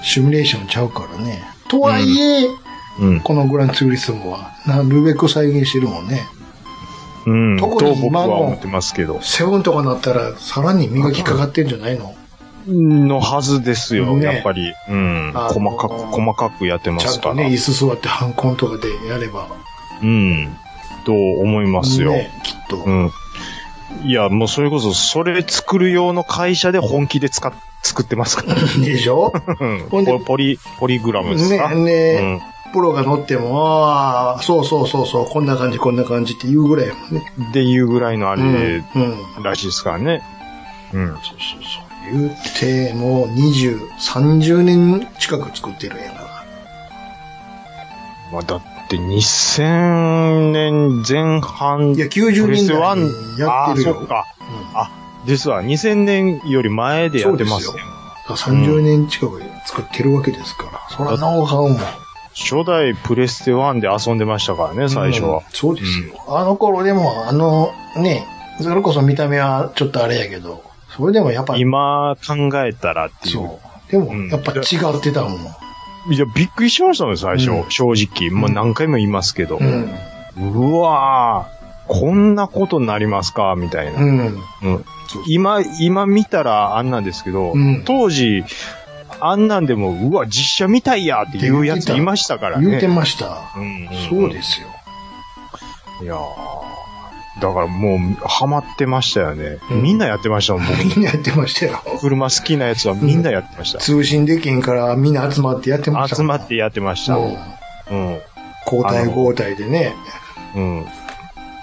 Speaker 2: シミュレーションちゃうからね。とはいえ、
Speaker 3: うん。
Speaker 2: このグランツーリスモは、なるべく再現してるもんね。
Speaker 3: うん。と
Speaker 2: 特に
Speaker 3: 僕
Speaker 2: 今の
Speaker 3: は思ってますけど。
Speaker 2: セブンとかになったら、さらに磨きかかってんじゃないの
Speaker 3: のはずですよ、
Speaker 2: ね
Speaker 3: やっぱり。うん。
Speaker 2: あのー
Speaker 3: 細かく、細かくやってま
Speaker 2: ちゃ
Speaker 3: す
Speaker 2: んと
Speaker 3: から。
Speaker 2: ね、椅子座ってハンコンとかでやれば。
Speaker 3: うん。と思いますよ。
Speaker 2: ね、きっと。
Speaker 3: うん。いや、もうそれこそ、それ作る用の会社で本気で使っ、作ってますから。
Speaker 2: でしょ
Speaker 3: うん
Speaker 2: ほんで
Speaker 3: ポポリ、ポリグラムですか、
Speaker 2: ね、ね、プロが乗っても、ああ、そうそうそうそう、こんな感じ、こんな感じって言うぐらいやもんね。
Speaker 3: っていうぐらいのあ
Speaker 2: う
Speaker 3: れ
Speaker 2: ん。うん。
Speaker 3: らしいですからね。うん。
Speaker 2: そうそうそう。言うて、もう20、30年近く作ってるんやから。
Speaker 3: まあ、だって2000年前半。
Speaker 2: いや、90
Speaker 3: プレ
Speaker 2: 年
Speaker 3: スワ
Speaker 2: 代
Speaker 3: ン
Speaker 2: にやってる
Speaker 3: あーそっ
Speaker 2: よ。
Speaker 3: か。あ、ですわ。2000年より前でやってます
Speaker 2: そう
Speaker 3: ね
Speaker 2: で。だから30年近く作ってるわけですから。そら、なおはもん。
Speaker 3: 初代プレステ1で遊んでましたからね、最初
Speaker 2: うん
Speaker 3: は。
Speaker 2: そうですよ。あの頃でも、あの、ね、それこそ見た目はちょっとあれやけど、それでもやっぱ、
Speaker 3: 今考えたらっていう。
Speaker 2: そう。でも
Speaker 3: うん、
Speaker 2: やっぱ違ってたもん。
Speaker 3: いや、びっくりしましたね、最初。
Speaker 2: うん
Speaker 3: 正直。もう何回も言いますけど。う
Speaker 2: うん。
Speaker 3: わぁ、こんなことになりますか、みたいな。
Speaker 2: うん。
Speaker 3: うん今、今見たらあんなんですけど、
Speaker 2: うん
Speaker 3: 当時、あんなんでも、うわ、実写みたいやっていうやついましたからね。
Speaker 2: 言うてました。
Speaker 3: うん
Speaker 2: そうですよ。
Speaker 3: す。いやーだからもう、ハマってましたよね。
Speaker 2: うん
Speaker 3: みんなやってましたもん、僕
Speaker 2: みんなやってましたよ。
Speaker 3: 車好きなやつはみんなやってました。
Speaker 2: 通信できんからみんな集まってやってました。
Speaker 3: 集まってやってました。
Speaker 2: もう
Speaker 3: う。ん。
Speaker 2: 交代交代でね、
Speaker 3: うん。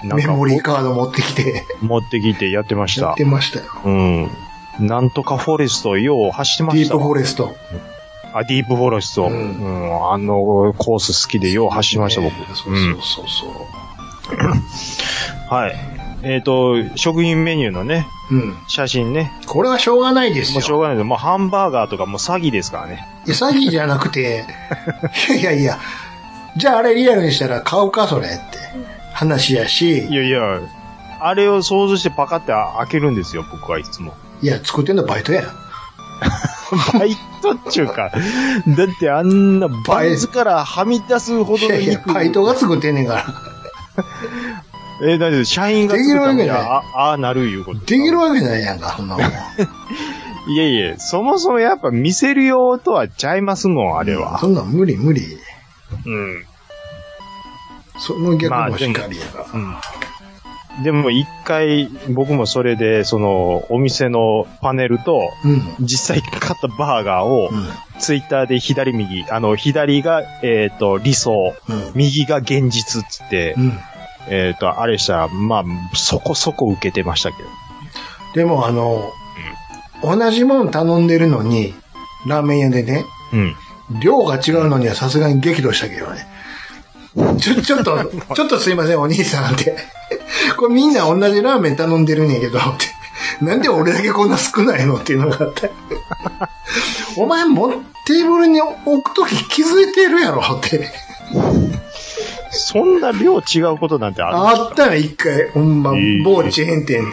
Speaker 3: なん
Speaker 2: メ
Speaker 3: か
Speaker 2: モリーカード持ってきて、
Speaker 3: 持ってきてやってまし
Speaker 2: やったて。ましたよ。
Speaker 3: うん。なんとかフォレスト、よう走ってま
Speaker 2: ディ
Speaker 3: し
Speaker 2: ー
Speaker 3: た
Speaker 2: プ
Speaker 3: わ。
Speaker 2: フォレスト。
Speaker 3: あ、ディープフォレスト。う
Speaker 2: うんん。
Speaker 3: あのコース好きでよう走りました、僕。
Speaker 2: そう
Speaker 3: うん。
Speaker 2: そうそうそ
Speaker 3: はい。えっ、と、食品メニューのね、
Speaker 2: う。うん。
Speaker 3: 写真ね。
Speaker 2: これはしょうがないです
Speaker 3: もうしょ
Speaker 2: よ。
Speaker 3: うがないけど、もうハンバーガーとかもう詐欺ですからね。
Speaker 2: いや詐欺じゃなく て、いやいやいや、じゃああれリアルにしたら買うか、それって話やし
Speaker 3: い、やいや、あれを想像してパカって開けるんですよ、僕はいつも。
Speaker 2: いや、作ってんのバイトやん。
Speaker 3: バイトっちゅうか。だってあんなバンズからはみ出すほ
Speaker 2: い
Speaker 3: どの
Speaker 2: やいや、
Speaker 3: 肉。
Speaker 2: バイトが作ってんねんから。
Speaker 3: え、だって社員が
Speaker 2: できるわけない
Speaker 3: 作ったらあああなるいうこと。
Speaker 2: できるわけないやんか、そんなもん。
Speaker 3: いやいや、そもそもやっぱ見せる用とはちゃいますもん、あれは。
Speaker 2: そんなん無理無理。
Speaker 3: うん。
Speaker 2: その逆もしっかりやから。
Speaker 3: うん。でも一回、僕もそれで、その、お店のパネルと、
Speaker 2: うん。
Speaker 3: 実際買ったバーガーを
Speaker 2: う、ん。
Speaker 3: ツイッターで左右、あの、左が、えっ、と、理想、
Speaker 2: うん。
Speaker 3: 右が現実っつって、
Speaker 2: うん。
Speaker 3: えっ、と、あれしたら、まあ、そこそこ受けてましたけど。
Speaker 2: でもあの、同じもん頼んでるのに、ラーメン屋でね、
Speaker 3: うん。
Speaker 2: 量が違うのにはさすがに激怒したけどね。ちょ、ちょっ と、ちょっとすいません、お兄さんって。 これみんな同じラーメン頼んでるんやけど、って。なんで俺だけこんな少ないのって いうのがあった。お前もテーブルに置くとき気づいてるやろって。
Speaker 3: そんな量違うことなんてある
Speaker 2: あったら一回、ほんま
Speaker 3: いい、
Speaker 2: 某チェーン店で。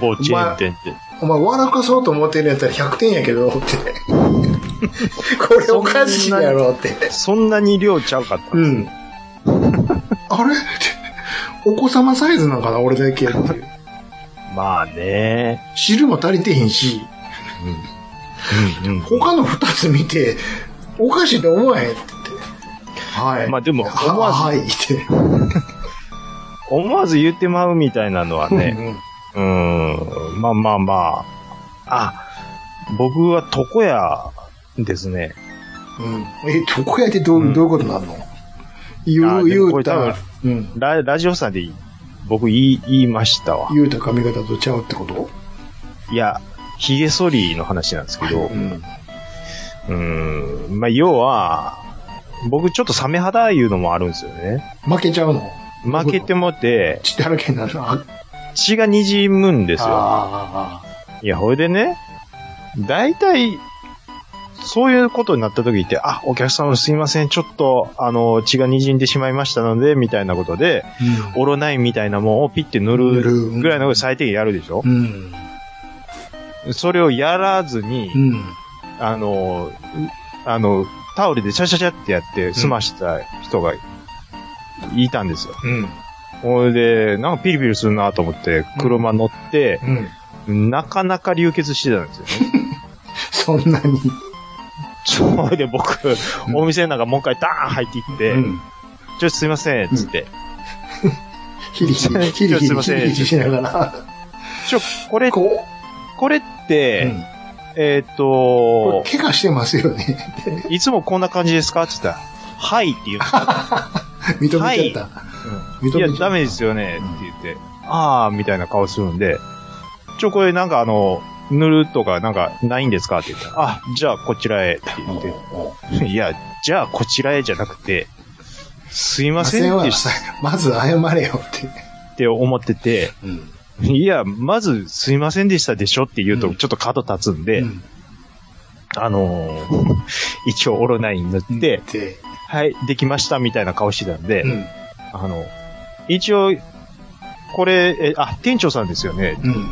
Speaker 3: 某チェーン店って。
Speaker 2: お前笑かそうと思ってるやったら100点やけど、 って。これおかしいやろ、って。
Speaker 3: そんなに量ちゃうかった。
Speaker 2: うん。 あれって お子様サイズなんかな、俺だけっていう。
Speaker 3: まあね。
Speaker 2: 汁も足りてへんし、
Speaker 3: うん。うん、うん。
Speaker 2: 他の2つ見て、おかしいと思わへんって言って。はい。
Speaker 3: まあでも
Speaker 2: は
Speaker 3: 思わず
Speaker 2: はい、って。
Speaker 3: 思わず言ってまうみたいなのはね。
Speaker 2: うん
Speaker 3: うーん、まあまあまあ。あ、僕は床屋ですね。
Speaker 2: うん。え、床屋ってど
Speaker 3: う
Speaker 2: う、
Speaker 3: ん
Speaker 2: どういうことなの言
Speaker 3: あ
Speaker 2: う、
Speaker 3: でも
Speaker 2: 言
Speaker 3: これ
Speaker 2: うた
Speaker 3: 多分
Speaker 2: ら、うん。
Speaker 3: ララジオさんで僕言い言いましたわ。
Speaker 2: 言うた髪型とちゃうってこと
Speaker 3: いや、髭剃りの話なんですけど、
Speaker 2: うん。
Speaker 3: うーん、まあ要は、僕ちょっとサメ肌いうのもあるんですよね。
Speaker 2: 負けちゃうの
Speaker 3: 負けてもって、
Speaker 2: 血だらけになるのあ
Speaker 3: 血が滲むんですよ。
Speaker 2: ああ
Speaker 3: いや、ほいでね、大体、そういうことになった時って、あ、お客様すいません、ちょっと、あの、血が滲んでしまいましたので、みたいなことで、
Speaker 2: あ
Speaker 3: オロナインみたいなもんをピッて塗
Speaker 2: うん。
Speaker 3: る
Speaker 2: る
Speaker 3: ぐらいのこと最低限やるでしょ
Speaker 2: う、ん。
Speaker 3: それをやらずに
Speaker 2: う、ん。
Speaker 3: あの、うあの、タオルでシャシャシャってやって済ました人がいたんですよ。
Speaker 2: うん。
Speaker 3: ほいで、なんかピリピリするなと思って、車乗って、
Speaker 2: うん。
Speaker 3: なかなか流血してたんですよね。
Speaker 2: そんなに。
Speaker 3: それで僕、
Speaker 2: うん
Speaker 3: お店の中もう一回ダーン入っていって、
Speaker 2: うん。
Speaker 3: ちょっとすいません、つって。
Speaker 2: ヒリヒリ、ヒリヒリ、ヒリヒリしながら。
Speaker 3: ちょ、これ、
Speaker 2: こう。
Speaker 3: これっ
Speaker 2: う
Speaker 3: て、
Speaker 2: ん
Speaker 3: えーっ、
Speaker 2: ことれ怪我してますよね。
Speaker 3: いつもこんな感じですかつって言ったらはいって言 った。
Speaker 2: 認めちゃった。認め
Speaker 3: い
Speaker 2: ちゃ
Speaker 3: や、
Speaker 2: った
Speaker 3: ダメですよねって言って、あーみたいな顔するんで、ちょ、これなんかあの、塗るとかなんかないんですかって言ったら、あ、じゃあこちらへって言って、いや、じゃあこちらへじゃなくて、すいません
Speaker 2: ま
Speaker 3: で
Speaker 2: あ
Speaker 3: し
Speaker 2: せ
Speaker 3: た
Speaker 2: んはまず謝れよって。
Speaker 3: って思ってて、
Speaker 2: うん。
Speaker 3: いや、まずすいませんでしたでしょって言う
Speaker 2: う
Speaker 3: と
Speaker 2: ん
Speaker 3: ちょっと角立つんで、
Speaker 2: うん
Speaker 3: あの ー一応オロナイン塗って、
Speaker 2: で、
Speaker 3: はい、できましたみたいな顔してたんで、
Speaker 2: うん。
Speaker 3: あの、一応、これ、え、あ、店長さんですよね。
Speaker 2: うん。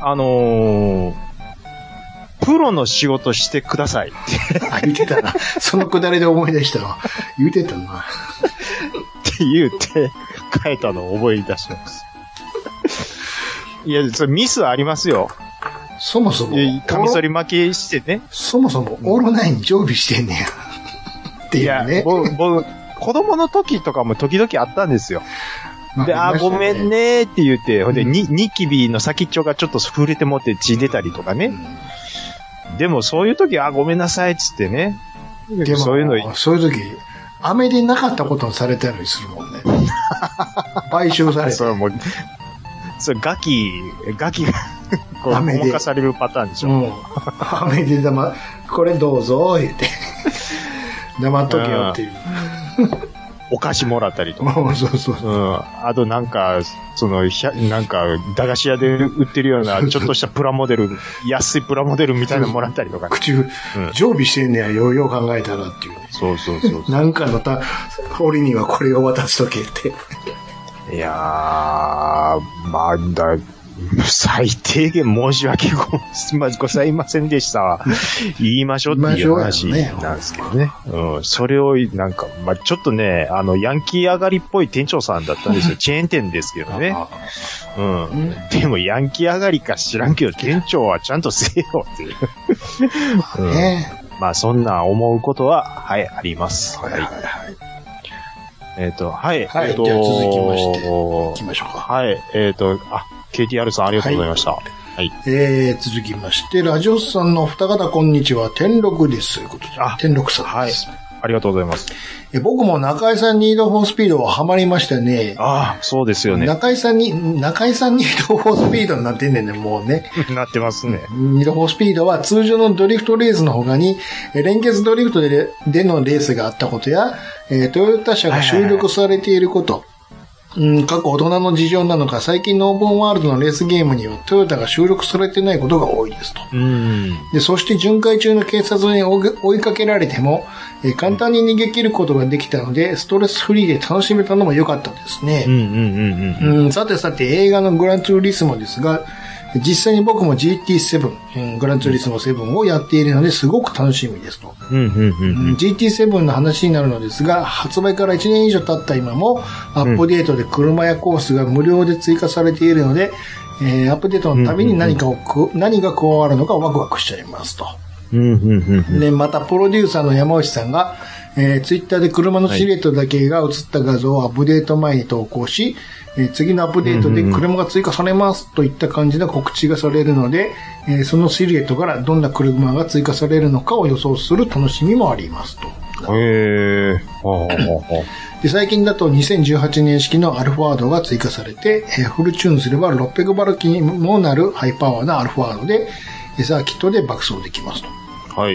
Speaker 3: あのープロの仕事してくださいって
Speaker 2: あ、言ってたな。そのくだりで思い出したわ。言ってたな。
Speaker 3: って言うて、書いたのを覚え出します。いや、それミスありますよ。
Speaker 2: そもそも
Speaker 3: いや、カミソリ負けしてね。
Speaker 2: そもそもオールナイン常備してんねや。って
Speaker 3: い
Speaker 2: いう
Speaker 3: や
Speaker 2: ね、。
Speaker 3: 僕、僕、子供の時とかも時々あったんですよ。で、あー、ごめ
Speaker 2: ね。
Speaker 3: んねーって言って、ほんで、
Speaker 2: うん
Speaker 3: に、ニキビの先っちょがちょっと触れてもって血出たりとかね。でも、そういう時、あー、ごめんなさいっつってね。
Speaker 2: うんでも、
Speaker 3: そ
Speaker 2: そうう
Speaker 3: い
Speaker 2: いうう
Speaker 3: の
Speaker 2: の、そういう時、飴でなかったことをされたりするもん ね。賠償され
Speaker 3: そ
Speaker 2: た。
Speaker 3: れはもう、それガキ、ガキが、こう、ご
Speaker 2: ダメで
Speaker 3: まかされるパターンでし
Speaker 2: う
Speaker 3: ょ。
Speaker 2: ん。飴で黙、これどうぞ、言って。黙っとけよっていう。
Speaker 3: お菓子もらったりとか。
Speaker 2: もうそうそう。
Speaker 3: うん。あとなんか、その、ひゃなんか、駄菓子屋で売ってるような、ちょっとしたプラモデル、安いプラモデルみたいなのもらったりとかね。
Speaker 2: 口、常備してんねや、ようよう考えたらっていうね。
Speaker 3: そうそうそうそ
Speaker 2: なんかのた、俺にはこれを渡しとけって。
Speaker 3: う。いやー、まあ、だ、最低限申し訳ご まございませんでしたわ。言いましょうっていう話
Speaker 2: 言いましょうよね
Speaker 3: なんですけどね。うん。それを、なんか、まあ、ちょっとね、あの、ヤンキー上がりっぽい店長さんだったん ですよ。チェーン店ですけどね。
Speaker 2: あ
Speaker 3: うん。
Speaker 2: うん
Speaker 3: でも、ヤンキー上がりか知らんけど、店長はちゃんとせよっ ていう。うん
Speaker 2: ね
Speaker 3: まあ、そんな思うことは、はい、あります。
Speaker 2: はいはいはい。
Speaker 3: えっ、と、はい。
Speaker 2: はい
Speaker 3: えっと
Speaker 2: じゃあ続きまして行きましょうか。
Speaker 3: はい。えっ、と、あ、KTR さんありがとうございました。はい。
Speaker 2: えー、続きまして、ラジオスさんのお二方こんにちは、天禄です。ということで
Speaker 3: あ、
Speaker 2: 天禄さんです、
Speaker 3: ありがとうございます。
Speaker 2: え僕も中井さんにードフォースピードはハマりましたね。
Speaker 3: ああ、そうですよね。
Speaker 2: 中井さんに、中井さんニードフォースピードになってんねんね、もうね。
Speaker 3: なってますね。
Speaker 2: ニードフォースピードは通常のドリフトレースの他に、えー連結ドリフトででのレースがあったことや、えートヨタ車が収録されていること、うん、過去大人の事情なのか、最近のオープンワールドのレースゲームにはトヨタが収録されてないことが多いですと。
Speaker 3: うん。
Speaker 2: で、そして巡回中の警察に追い追いかけられても、えー簡単に逃げ切ることができたので、ストレスフリーで楽しめたのも良かったですね。
Speaker 3: うんうんうんうん。
Speaker 2: うん、さてさて映画のグランツーリスモですが、実際に僕も GT7、うんグランツーリスモ7をやっているのですごく楽しみですと。
Speaker 3: うんうんうんうん。
Speaker 2: GT7 の話になるのですが、発売から1年以上経った今も、アップデートで車やコースが無料で追加されているので、えーアップデートのたびに何かをく、何が加わるのかワクワクしちゃいますと。
Speaker 3: うんうんうん
Speaker 2: で、またプロデューサーの山内さんが、えーツイッターで車のシルエットだけが映った画像をアップデート前に投稿し、えー次のアップデートで車が追加されますといった感じの告知がされるので、えーそのシルエットからどんな車が追加されるのかを予想する楽しみもありますと。
Speaker 3: うん。へえ。はあはあは
Speaker 2: で最近だと2018年式のアルファードが追加されて、えーフルチューンすれば600馬力にもなるハイパワーなアルファードで、えーサーキットで爆走できますと。
Speaker 3: あはい。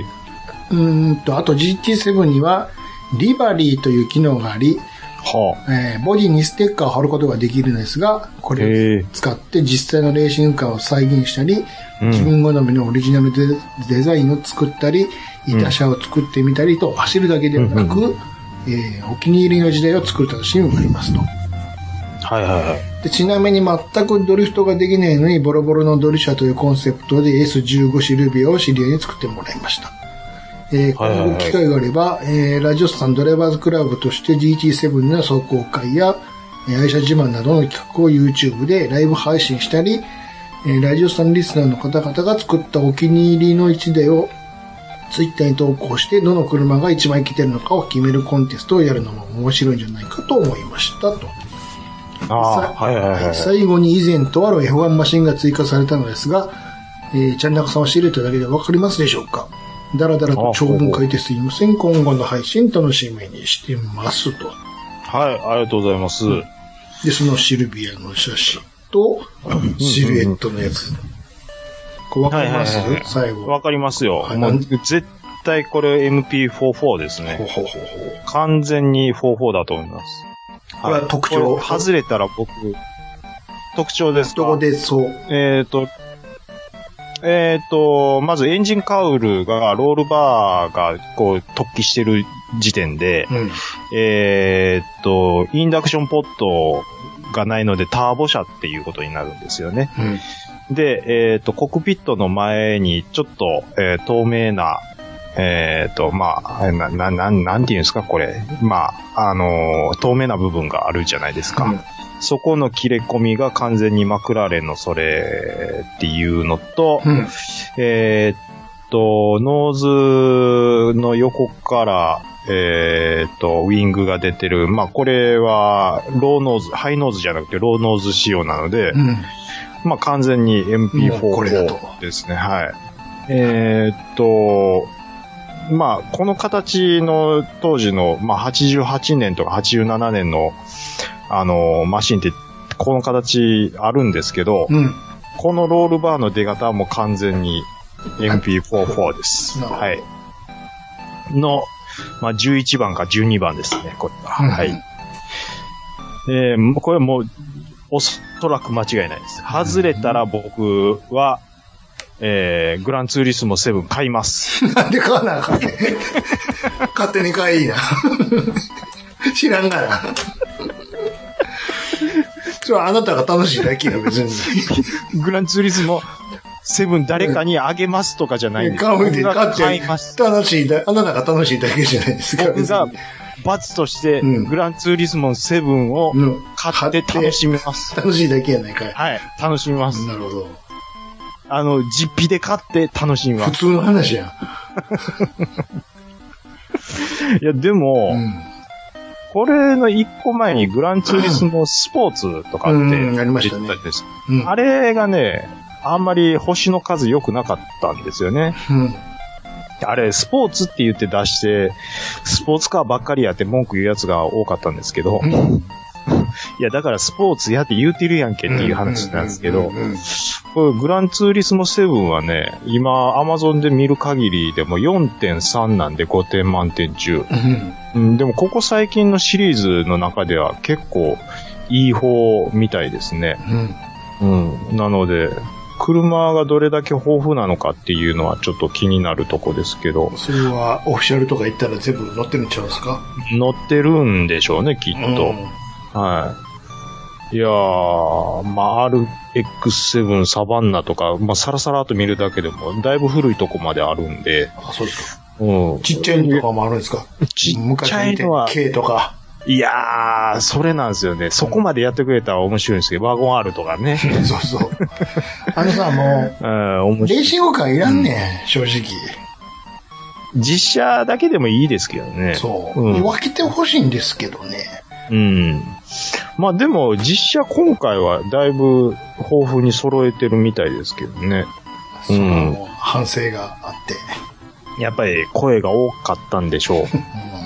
Speaker 2: うーんと、あと GT7 には、リバリーという機能があり、
Speaker 3: は
Speaker 2: えーボディにステッカーを貼ることができるんですが、こ
Speaker 3: へ
Speaker 2: れを
Speaker 3: ー
Speaker 2: 使って実際のレーシングカーを再現したり、
Speaker 3: うん
Speaker 2: 自分好みのオリジナルデデザインを作ったり、板車を作ってみたりと、走るだけではなく、えーお気に入りの時代を作る楽しみもありますと。
Speaker 3: あ。はいはいはい。
Speaker 2: でちなみに全くドリフトができないのにボロボロのドリシャというコンセプトで S15 シルビアを知り合いに作ってもらいました。えー、
Speaker 3: はいはいはい
Speaker 2: 今後機会があれば、えーラジオスさんドライバーズクラブとして GT7 の走行会や、えー愛車自慢などの企画を YouTube でライブ配信したり、えーラジオスさんリスナーの方々が作ったお気に入りの1台を Twitter に投稿して、どの車が一番生きてるのかを決めるコンテストをやるのも面白いんじゃないかと思いましたと。
Speaker 3: ああ、はいはいはい。
Speaker 2: 最後に以前とある F1 マシンが追加されたのですが、えー、チャンナカさんはシルエットだけでわかりますでしょうかだらだらと長文書いてすいません。今後の配信楽しみにしてますと。
Speaker 3: はい、ありがとうございます。
Speaker 2: で、そのシルビアの写真と、シルエットのやつ。これわかります
Speaker 3: はいはいはいはい
Speaker 2: 最後。
Speaker 3: わかりますよ。
Speaker 2: はい
Speaker 3: もう絶対これ MP44 です
Speaker 2: ほう
Speaker 3: ね。
Speaker 2: ほうほうほう
Speaker 3: 完全に44だと思います。
Speaker 2: これは特徴
Speaker 3: これ外れたら僕、特徴ですか
Speaker 2: どこでそう。
Speaker 3: えっ、と、えっ、と、まずエンジンカウルが、ロールバーが、こう、突起してる時点で、
Speaker 2: うん。
Speaker 3: えっ、と、インダクションポットがないので、ターボ車っていうことになるんですよね。
Speaker 2: うん。
Speaker 3: で、えっ、と、コックピットの前に、ちょっと、えー透明な、えっ、と、まあ、な、な、なん、なんていうんですか、これ。まあ、あのー透明な部分があるじゃないですか。
Speaker 2: うん
Speaker 3: そこの切れ込みが完全にマクラーレンのそれっていうのと、
Speaker 2: うん。
Speaker 3: えーっと、ノーズの横から、えーっと、ウィングが出てる。まあ、これは、ローノーズ、ハイノーズじゃなくて、ローノーズ仕様なので、
Speaker 2: うん。
Speaker 3: まあ、完全に
Speaker 2: もうこれだと
Speaker 3: MP44 ですね。はい。えーっと、まあ、この形の当時の、まあ、88年とか87年の、あの、マシンって、この形あるんですけど、
Speaker 2: うん。
Speaker 3: このロールバーの出方はもう完全に MP44 です。
Speaker 2: なるほど
Speaker 3: はい。の、まあ、11番か12番ですね、これは。
Speaker 2: うん
Speaker 3: はい。えーもうこれもう、おそらく間違いないです。外れたら僕は、えー、グランツーリスモ7買い ます。
Speaker 2: なんで買わなあかんねん勝手に買いいな。 知らんがな。それはあなたが楽しいだけよ、別に。
Speaker 3: グランツーリスモ7誰かにあげますとかじゃないんです。
Speaker 2: 買うんで、
Speaker 3: 僕
Speaker 2: 買っ
Speaker 3: が買い
Speaker 2: て
Speaker 3: ます。、
Speaker 2: 楽しいだ、あなたが楽しいだけじゃないですか。
Speaker 3: 僕が罰として、
Speaker 2: うん
Speaker 3: グランツーリスモ7を
Speaker 2: 別にうん
Speaker 3: 買って楽しみます。
Speaker 2: 楽しいだけやないかい。
Speaker 3: はい、楽しみます。
Speaker 2: なるほど。
Speaker 3: あの、実費で買って楽しみま
Speaker 2: 普
Speaker 3: す。
Speaker 2: 通の話やん。
Speaker 3: いや、でも、これの一個前にグランツーリスモスポーツとかって、
Speaker 2: うんありましたね
Speaker 3: 出です
Speaker 2: うん。うん。
Speaker 3: あれがね、あんまり星の数良くなかったんですよね。
Speaker 2: うん。
Speaker 3: あれ、スポーツって言って出して、スポーツカーばっかりやって文句言うやつが多かったんですけど、
Speaker 2: うん
Speaker 3: いや、だからスポーツやって言うてるやんけっていう話なんですけ
Speaker 2: うんう
Speaker 3: ど
Speaker 2: んうんうん、
Speaker 3: これグランツーリスモ7はね、今、アマゾンで見る限りでも4.3なんで5点満点中。
Speaker 2: うん。
Speaker 3: うん、でもここ最近のシリーズの中では結構いい方みたいですね。
Speaker 2: うん。
Speaker 3: うん。なので、車がどれだけ豊富なのかっていうのはちょっと気になるとこですけど、
Speaker 2: それは、オフィシャルとか行ったら全部載ってるんちゃうんですか
Speaker 3: 乗ってるんでしょうね、きっと。
Speaker 2: うん
Speaker 3: はい。いやー、まあ、RX7 サバンナとか、まあ、サラサラっと見るだけでも、だいぶ古いとこまであるんで、
Speaker 2: あ、そうですか。
Speaker 3: うん。
Speaker 2: ちっちゃいのとかもあるんですか
Speaker 3: ちっちゃいのは
Speaker 2: 昔、見て K とか。
Speaker 3: いやー、それなんですよね。そこまでやってくれたら面白いんですけど、ワゴン R とかね。
Speaker 2: そうそう。あのさ、も
Speaker 3: うん、
Speaker 2: う、
Speaker 3: 面
Speaker 2: レ
Speaker 3: 白
Speaker 2: ー
Speaker 3: い。
Speaker 2: シングカーいらんねん、正直。
Speaker 3: 実写だけでもいいですけどね。
Speaker 2: そう。
Speaker 3: うん
Speaker 2: 分けてほしいんですけどね。
Speaker 3: うん。まあでも、実写今回はだいぶ豊富に揃えてるみたいですけどね。
Speaker 2: そ
Speaker 3: うん
Speaker 2: の反省があって。
Speaker 3: やっぱり声が多かったんでしょ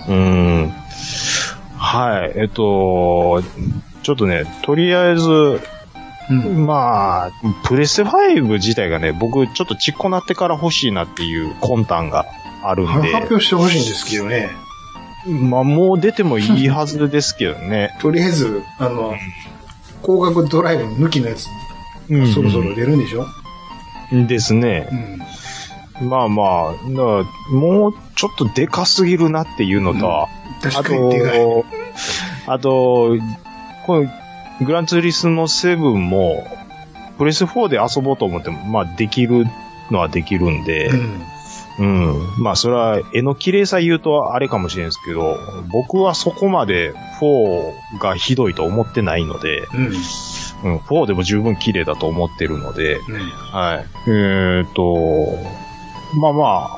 Speaker 3: う。 うーん。はい。えっと、ちょっとね、とりあえず、
Speaker 2: うん。うん
Speaker 3: まあ、プレステ5自体がね、僕ちょっとちっこなってから欲しいなっていう魂胆があるん
Speaker 2: 発
Speaker 3: で、
Speaker 2: 表してほしいんですけどね。
Speaker 3: まあもう出てもいいはずですけどね。
Speaker 2: とりあえず、あの、高額ドライブ抜きのやつ、
Speaker 3: うん
Speaker 2: そろそろ出るんでしょ
Speaker 3: ですね
Speaker 2: う。ん。
Speaker 3: まあまあ、だからもうちょっとでかすぎるなっていうの
Speaker 2: う
Speaker 3: と、
Speaker 2: ん確
Speaker 3: あ
Speaker 2: かにでかい。
Speaker 3: と、あと、このグランツーリスモ7も、プレス4で遊ぼうと思っても、まあできるのはできるんで
Speaker 2: う、ん。
Speaker 3: うん。まあそれは絵の綺麗さ言うとあれかもしれんですけど、僕はそこまで4がひどいと思ってないので、
Speaker 2: うん。
Speaker 3: うん、4でも十分綺麗だと思ってるので、
Speaker 2: うん
Speaker 3: はい。えーっと、まあまあ、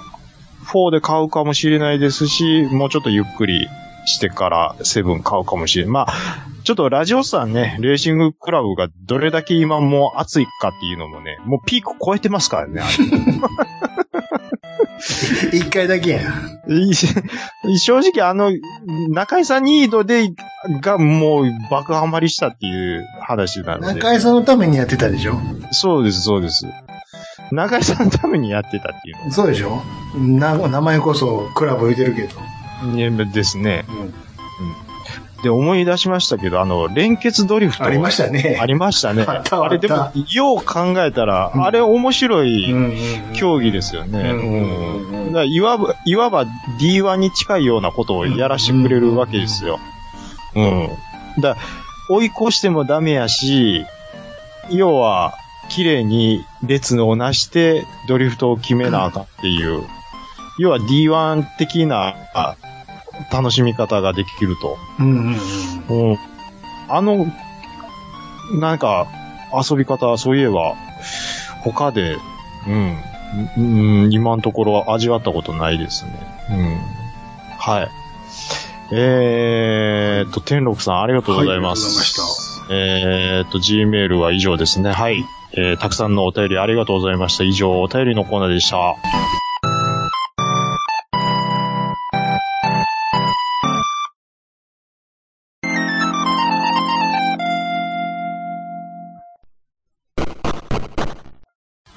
Speaker 3: 4で買うかもしれないですし、もうちょっとゆっくりしてから7買うかもしれない。まあ、ちょっとラジオさんね、レーシングクラブがどれだけ今もう熱いかっていうのもね、もうピーク超えてますからね、あれ
Speaker 2: 一回だけやん。
Speaker 3: い 正直あの、中井さんニードで、がもう爆ハマりしたっていう話なので。
Speaker 2: 中井さんのためにやってたでしょ
Speaker 3: そうです、そうです。中井さんのためにやってたっていう
Speaker 2: そうでしょな名前こそクラブ言うてるけど。
Speaker 3: のいやですね。
Speaker 2: うん
Speaker 3: で、思い出しましたけど、あの、連結ドリフト。
Speaker 2: ありましたたね。
Speaker 3: ありましたね。
Speaker 2: あったあった
Speaker 3: れでも、よう考えたら、
Speaker 2: うん
Speaker 3: あれ面白
Speaker 2: う
Speaker 3: い
Speaker 2: んうんうん
Speaker 3: 競技ですよね。
Speaker 2: うんうんうん
Speaker 3: だからいわば、いわば D1 に近いようなことをやらしてくれるわけですよ。うん。だから追い越してもダメやし、要は、綺麗に列をなして、ドリフトを決めなあかんっていう。要は D1 的なあ楽しみ方ができると。
Speaker 2: うんうんうん
Speaker 3: うん。あの、なんか、遊び方、そういえば、他で、うん、うん、今のところは味わったことないですね。うん。はい。えーっと、天禄さん、ありがとうございます。
Speaker 2: はいありがとうございまし
Speaker 3: えーっと、Gmail は以上ですね。はい。えーたくさんのお便りありがとうございました。以上、お便りのコーナーでした。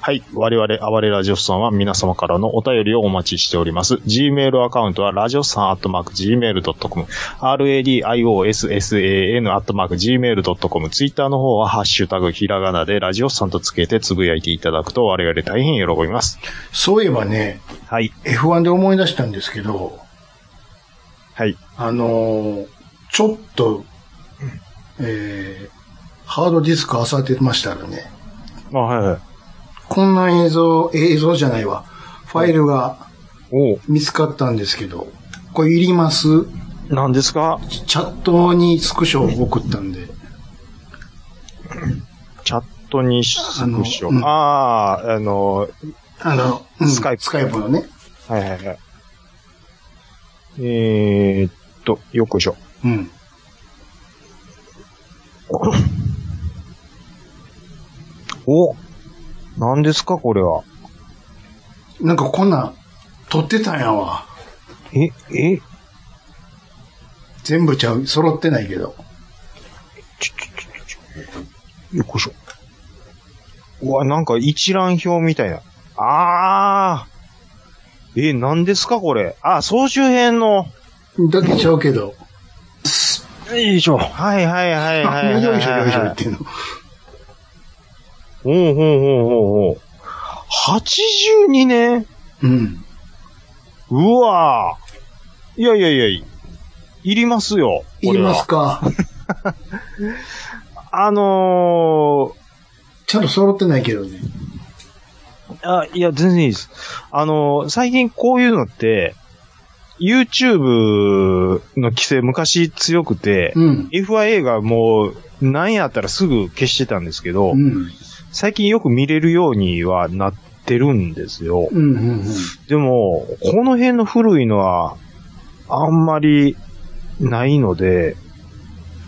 Speaker 3: はい。我々、暴れラジオスさんは皆様からのお便りをお待ちしております。Gmail アカウントは、ラジオさんアットマーク Gmail.com、radiossan アットマーク Gmail.com、Twitter の方は、ハッシュタグひらがなで、ラジオスさんとつけてつぶやいていただくと、我々大変喜びます。
Speaker 2: そういえばね、
Speaker 3: はい。
Speaker 2: F1 で思い出したんですけど、
Speaker 3: はい。
Speaker 2: あのーちょっと、えー、ハードディスク漁ってましたらね、
Speaker 3: あ、はいはい。
Speaker 2: こんな映像、映像じゃないわ。ファイルが
Speaker 3: おう
Speaker 2: 見つかったんですけど、これいります
Speaker 3: 何ですか
Speaker 2: チャットにスクショを送ったんで。
Speaker 3: チャットにスクシ
Speaker 2: あ
Speaker 3: ョ。
Speaker 2: のうん
Speaker 3: ああー、あの、
Speaker 2: あの、うん
Speaker 3: スカイプ
Speaker 2: スカイプのね。
Speaker 3: はいはいはい。えー、っと、よっこいしょ。
Speaker 2: うん。
Speaker 3: お何ですかこれは。
Speaker 2: なんかこんなん撮ってたんやわ。
Speaker 3: え、え、
Speaker 2: 全部ちゃう。揃ってないけど。
Speaker 3: ちょちょちょちょ。よっこいしょ。うわ、なんか一覧表みたいな。あー。え、何ですかこれ。あ、総集編の。
Speaker 2: だけちゃうけど。
Speaker 3: よいしょ。はいはいはいはいはいはい、はい。
Speaker 2: よいしょよいしょ言ってんの。
Speaker 3: ほうほうほうほうほう。82年
Speaker 2: うん。
Speaker 3: うわー。いやいやいや、いりますよ。
Speaker 2: いります
Speaker 3: か
Speaker 2: か
Speaker 3: あのー、
Speaker 2: ちゃんと揃ってないけどね。
Speaker 3: あ、いや、全然いいです。あの、最近こういうのって、YouTube の規制昔強くて、
Speaker 2: うん。
Speaker 3: FIA がもう、何やったらすぐ消してたんですけど、
Speaker 2: うん。
Speaker 3: 最近よく見れるようにはなってるんですよ。
Speaker 2: うん。うん。うん
Speaker 3: でも、この辺の古いのは、あんまりないので、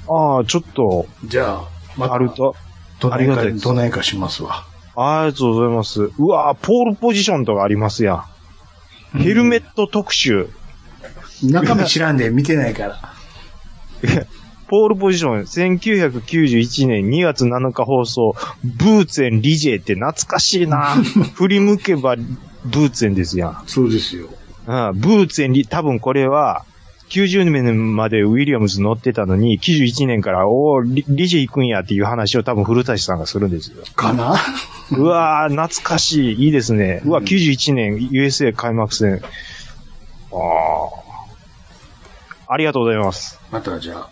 Speaker 3: ああ、ちょっと、
Speaker 2: じゃあ、ま
Speaker 3: あると、
Speaker 2: どな
Speaker 3: あり
Speaker 2: い
Speaker 3: がた
Speaker 2: か
Speaker 3: いです、
Speaker 2: どないかしますわ。
Speaker 3: ありがとうございます。うわーポールポジションとかありますやん。ヘルメット特集。
Speaker 2: 中身知らんで、見てないから。
Speaker 3: ポールポジション、1991年2月7日放送、ブーツェン・リジェって懐かしいな振り向けばブーツェンですやん。
Speaker 2: そうですよ。
Speaker 3: うん、ブーツェン・リ、多分これは、90年までウィリアムズ乗ってたのに、91年から、おーリリジェ行くんやっていう話を多分古舘さんがするんですよ。
Speaker 2: かな
Speaker 3: うわー、懐かしい。いいですね。うわ、
Speaker 2: うん
Speaker 3: 91年 USA 開幕戦。ああ。ありがとうございます。
Speaker 2: またじゃあ、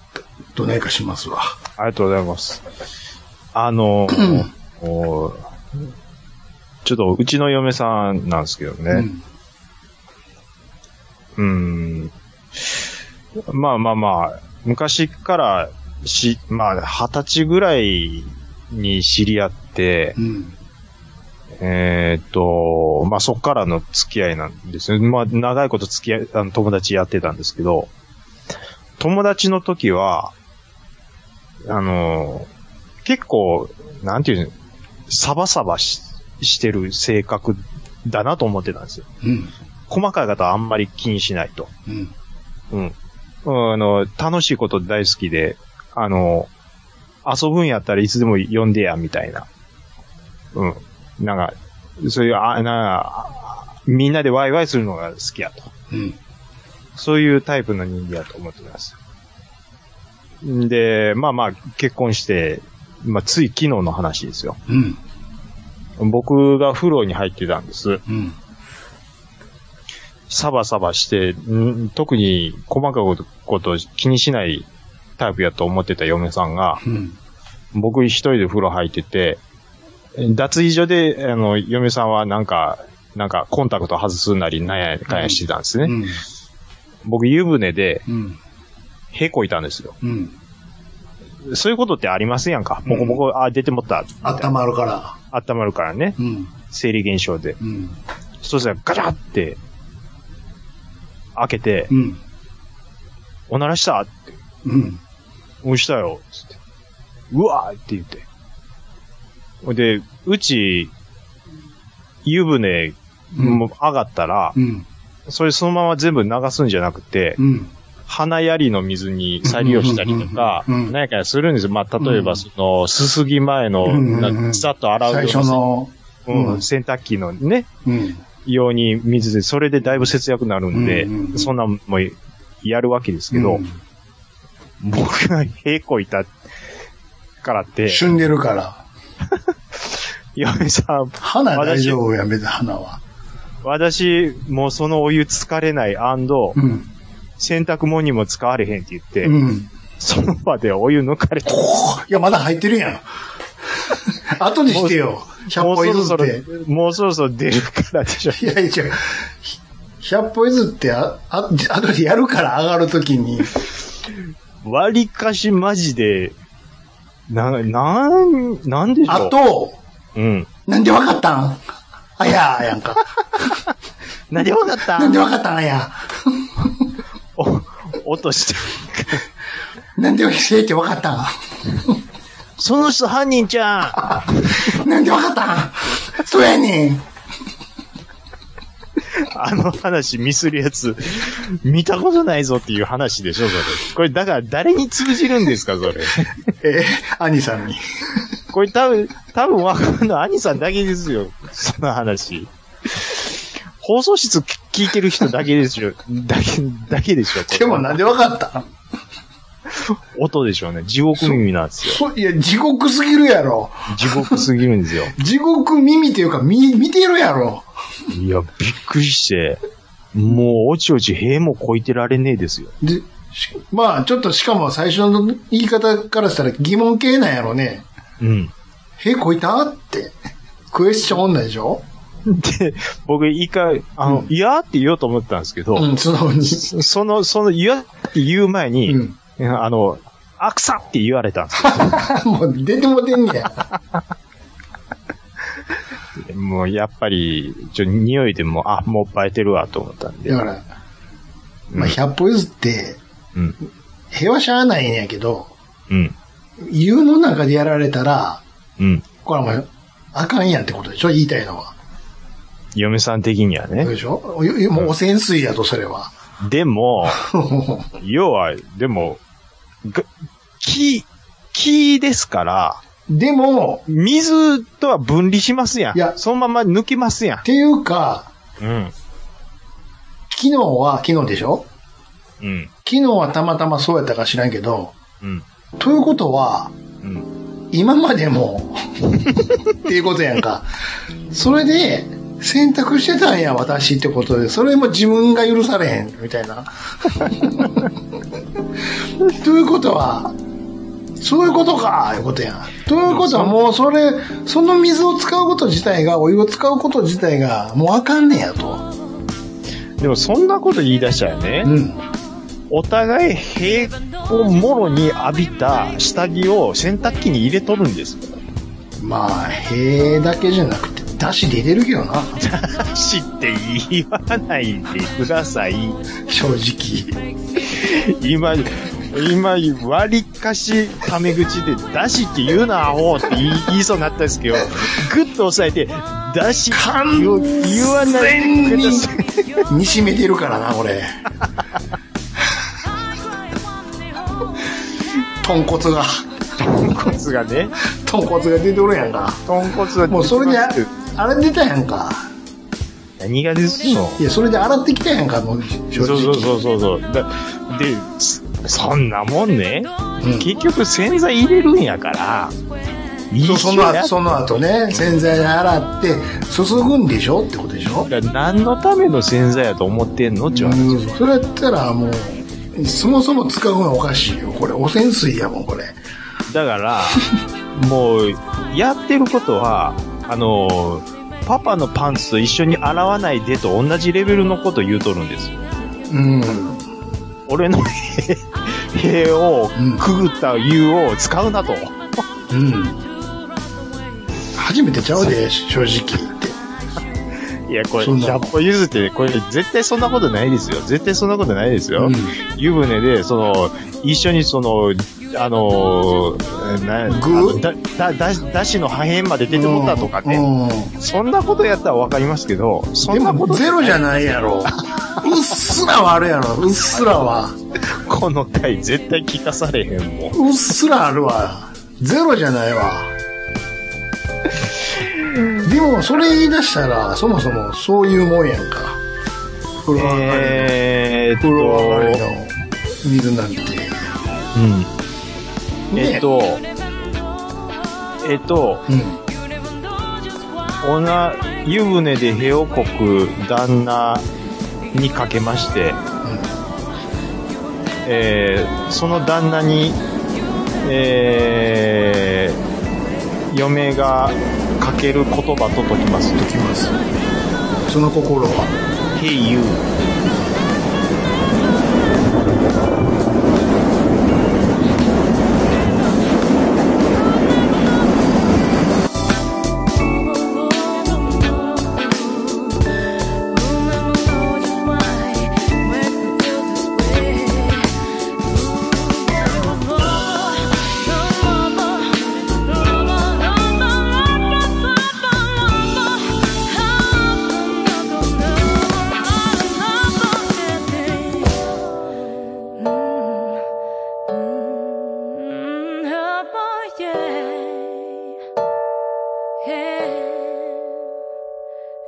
Speaker 2: どないかしますわ。
Speaker 3: ありがとうございます。あのー、おーちょっと、うちの嫁さんなんですけど
Speaker 2: う
Speaker 3: ね。
Speaker 2: ん。
Speaker 3: うん。まあまあまあ、昔からし、まあ、二十歳ぐらいに知り合って
Speaker 2: う、ん。
Speaker 3: えーっと、まあ、そっからの付き合いなんですよ。まあ、長いこと付き合い、あの友達やってたんですけど、友達の時は、あの、結構、なんていうの、サバサバししてる性格だなと思ってたんですよ。
Speaker 2: うん。
Speaker 3: 細かい方はあんまり気にしないと。
Speaker 2: うん。
Speaker 3: うん。あの、楽しいこと大好きで、あの、遊ぶんやったらいつでも呼んでや、みたいな。うん。なんか、そういう、あ、なんか、みんなでワイワイするのが好きやと。
Speaker 2: うん。
Speaker 3: そういうタイプの人間やと思ってます。んで、まあまあ、結婚して、まあ、つい昨日の話ですよ。
Speaker 2: うん。
Speaker 3: 僕が風呂に入ってたんです。
Speaker 2: うん。
Speaker 3: サバサバして、ん特に細かいことこと気にしないタイプやと思ってた嫁さんが、
Speaker 2: うん。
Speaker 3: 僕一人で風呂入ってて、脱衣所で、あの、嫁さんはなんか、なんかコンタクト外すなりなんやかんやしてたんですね。
Speaker 2: うん。
Speaker 3: 僕湯船で
Speaker 2: うん。
Speaker 3: へこいたんですよ。
Speaker 2: うん。
Speaker 3: そういうことってありますやんか。ボコボコ、あ、出てもった。
Speaker 2: 頭あるから。
Speaker 3: 温まるからね。
Speaker 2: うん。
Speaker 3: 生理現象で。
Speaker 2: うん。
Speaker 3: そしたらガチャって、開けて、
Speaker 2: うん。
Speaker 3: おならした
Speaker 2: うん。
Speaker 3: 押したよ、つって。うわーって言って。ほんで、うち、湯船、もう上がったら、
Speaker 2: うん。
Speaker 3: それそのまま全部流すんじゃなくて、
Speaker 2: うん。
Speaker 3: 花槍の水に再利用したりとか、
Speaker 2: うんうんうんうん
Speaker 3: 何やかんやするんですよ。まあ、例え
Speaker 2: うん
Speaker 3: ば、その、すすぎ前の、
Speaker 2: うんうんうん
Speaker 3: なんかさっと洗う
Speaker 2: 最初の、
Speaker 3: うん
Speaker 2: うん
Speaker 3: 洗濯機のね、
Speaker 2: うん。
Speaker 3: 用に水で、それでだいぶ節約になるんで、
Speaker 2: うんうんうん
Speaker 3: そんなんもやるわけですけど、
Speaker 2: うん
Speaker 3: 僕が平行いたからって、
Speaker 2: 旬でるから。
Speaker 3: 嫁さん、
Speaker 2: 花大丈夫や、別に花は。
Speaker 3: 私、もうそのお湯疲れない、and
Speaker 2: うん。
Speaker 3: 洗濯物にも使われへんって言って、
Speaker 2: うん。
Speaker 3: その場でお湯抜かれた。
Speaker 2: いや、まだ入ってるやん。 後にしてよ。100
Speaker 3: も
Speaker 2: 歩
Speaker 3: うそろ
Speaker 2: 譲
Speaker 3: そ
Speaker 2: って。
Speaker 3: ろ、もうそろそろ出るからでしょ。
Speaker 2: いやいや、違うひ100歩譲ってあ、あ、後でやるから上がるときに。
Speaker 3: 割かしマジで、な、なん、なんでしょ
Speaker 2: あ
Speaker 3: う。
Speaker 2: と、
Speaker 3: うん。
Speaker 2: なんでわかったんあやーやん か。
Speaker 3: なんでわかった
Speaker 2: なんでわかったんあや
Speaker 3: お、落として。
Speaker 2: ー。なんで正ってわか った
Speaker 3: その人犯人ちゃ
Speaker 2: んなんでわかったんそうやねん。
Speaker 3: んあの話ミスるやつ、見たことないぞっていう話でしょ、それ。これ、だから誰に通じるんですか、それ。
Speaker 2: えー、兄さんに。
Speaker 3: これ多分、多分わかるのは兄さんだけですよ。その話。放送室聞いてる人だけですよ。だけ、だけでしょ。これ
Speaker 2: でもなんでわかったん
Speaker 3: 音でしょうね。地獄耳なんですよ。
Speaker 2: そういや、地獄すぎるやろ。
Speaker 3: 地獄すぎるんで すよ。
Speaker 2: 地獄耳っていうか、み、見てるやろ。
Speaker 3: いや、びっくりして。もう、おちおち塀もこいてられねえですよ。
Speaker 2: で、しまあ、ちょっとしかも最初の言い方からしたら疑問系なんやろね。
Speaker 3: うん。
Speaker 2: へ、こいたって。クエスチョン女でしょ
Speaker 3: で、僕、一回、あの、
Speaker 2: うん
Speaker 3: いやーって言おうと思ったんですけど、
Speaker 2: うん、素直に。
Speaker 3: その、その、いやーって言う前に、
Speaker 2: うん。
Speaker 3: あの、あくさって言われたんです
Speaker 2: もう出てもてんねや。
Speaker 3: よ。もう、やっぱり、ちょ、匂いでも、あ、もうバレてるわと思ったんで。
Speaker 2: だから、まあ、百歩譲って、
Speaker 3: うん。
Speaker 2: 平和しゃあないんやけど、
Speaker 3: うん。
Speaker 2: 湯の中でやられたら、
Speaker 3: うん。
Speaker 2: これはもう、あかんやんってことでしょ言いたいのは。
Speaker 3: 嫁さん的には
Speaker 2: そう
Speaker 3: ね。
Speaker 2: でしょお湯もう汚染水やと、それは。
Speaker 3: でも、要は、でも、が木、木ですから、
Speaker 2: でも、
Speaker 3: 水とは分離しますやん。
Speaker 2: いや
Speaker 3: そのまま抜きますや
Speaker 2: っていうか、
Speaker 3: ん。うん。
Speaker 2: 昨日は昨日でしょ
Speaker 3: うん。
Speaker 2: 昨日はたまたまそうやったか知らんけど、
Speaker 3: うん。
Speaker 2: ということは、
Speaker 3: うん。
Speaker 2: 今までも、っていうことやんか。それで、選択してたんや、私ってことで、それも自分が許されへん、みたいな。ということは、そういうことか、いうことやん。ということは、もうそれ、その水を使うこと自体が、お湯を使うこと自体が、もうあかんねやと。
Speaker 3: でもそんなこと言い出したらね、
Speaker 2: うん。
Speaker 3: お互い平をもろに浴びた下着を洗濯機に入れとるんです よ。
Speaker 2: まあ、へだけじゃなくて、出汁出てるけどな、
Speaker 3: 知って言わないでください。
Speaker 2: 正直。
Speaker 3: 今、今、割かし、タメ口で、出しって言うな、アホって言い言いそうになったんですけど、ぐっと押さえて、出し、
Speaker 2: 完
Speaker 3: 言わ言わない
Speaker 2: 全
Speaker 3: でくだ
Speaker 2: に
Speaker 3: さい。
Speaker 2: 煮しめてるからな、俺。豚骨が、
Speaker 3: 豚骨がね。
Speaker 2: 豚骨が出てるやんか。
Speaker 3: 豚骨が
Speaker 2: もうそれで、あ
Speaker 3: 出て
Speaker 2: れ出たやんか。
Speaker 3: ます何がですよ。
Speaker 2: いや、それで洗ってきたやんか、もう正直。
Speaker 3: そうそうそうそうそう。だで、そそんなもんね。
Speaker 2: うん
Speaker 3: 結局洗剤入れるんやから。一
Speaker 2: そう
Speaker 3: 緒
Speaker 2: その
Speaker 3: や
Speaker 2: 後、その後ね、洗剤で洗って、注ぐんでしょってことでしょ
Speaker 3: だから何のための洗剤やと思ってんのちゅう話
Speaker 2: うんそれやったらもう、そもそも使うのはおかしいよ。これ、汚染水やもん、これ。
Speaker 3: だから、もう、やってることは、あの、パパのパンツと一緒に洗わないでと同じレベルのこと言うとるんですよ。
Speaker 2: うん。
Speaker 3: 俺の 塀をくぐった湯を使うなと。
Speaker 2: うん。初めてちゃうで、正直言って。
Speaker 3: いや、これ、
Speaker 2: そんな
Speaker 3: 100歩譲って、これ絶対そんなことないですよ。絶対そんなことないですよ。
Speaker 2: う
Speaker 3: 湯船で、その、一緒にその、あのー、な
Speaker 2: 具
Speaker 3: あのだ、だ、だし、だしの破片まで出てもったとかね。
Speaker 2: うんうん
Speaker 3: そんなことやったらわかりますけど、そ
Speaker 2: で
Speaker 3: んなこ
Speaker 2: も
Speaker 3: と
Speaker 2: ゼロじゃないやろ。うっすらはあるやろ。うっすらは。
Speaker 3: この回絶対聞かされへんもん。
Speaker 2: うっすらあるわ。ゼロじゃないわ。でも、それ言い出したら、そもそもそういうもんやんか。風呂上がりの、
Speaker 3: えーっ
Speaker 2: 風呂上がり
Speaker 3: と、
Speaker 2: の水なんて。
Speaker 3: うん。えっと、えっと、
Speaker 2: うん。
Speaker 3: おな、湯船で部をこく旦那にかけまして、えーその旦那に、えー嫁がかける言葉と解きます。
Speaker 2: ときます。その心は。
Speaker 3: Hey you.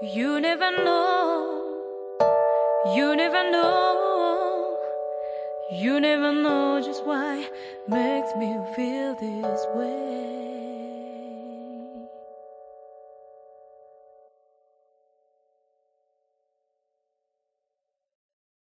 Speaker 6: You never know. You never know. You never know just why makes me feel this way.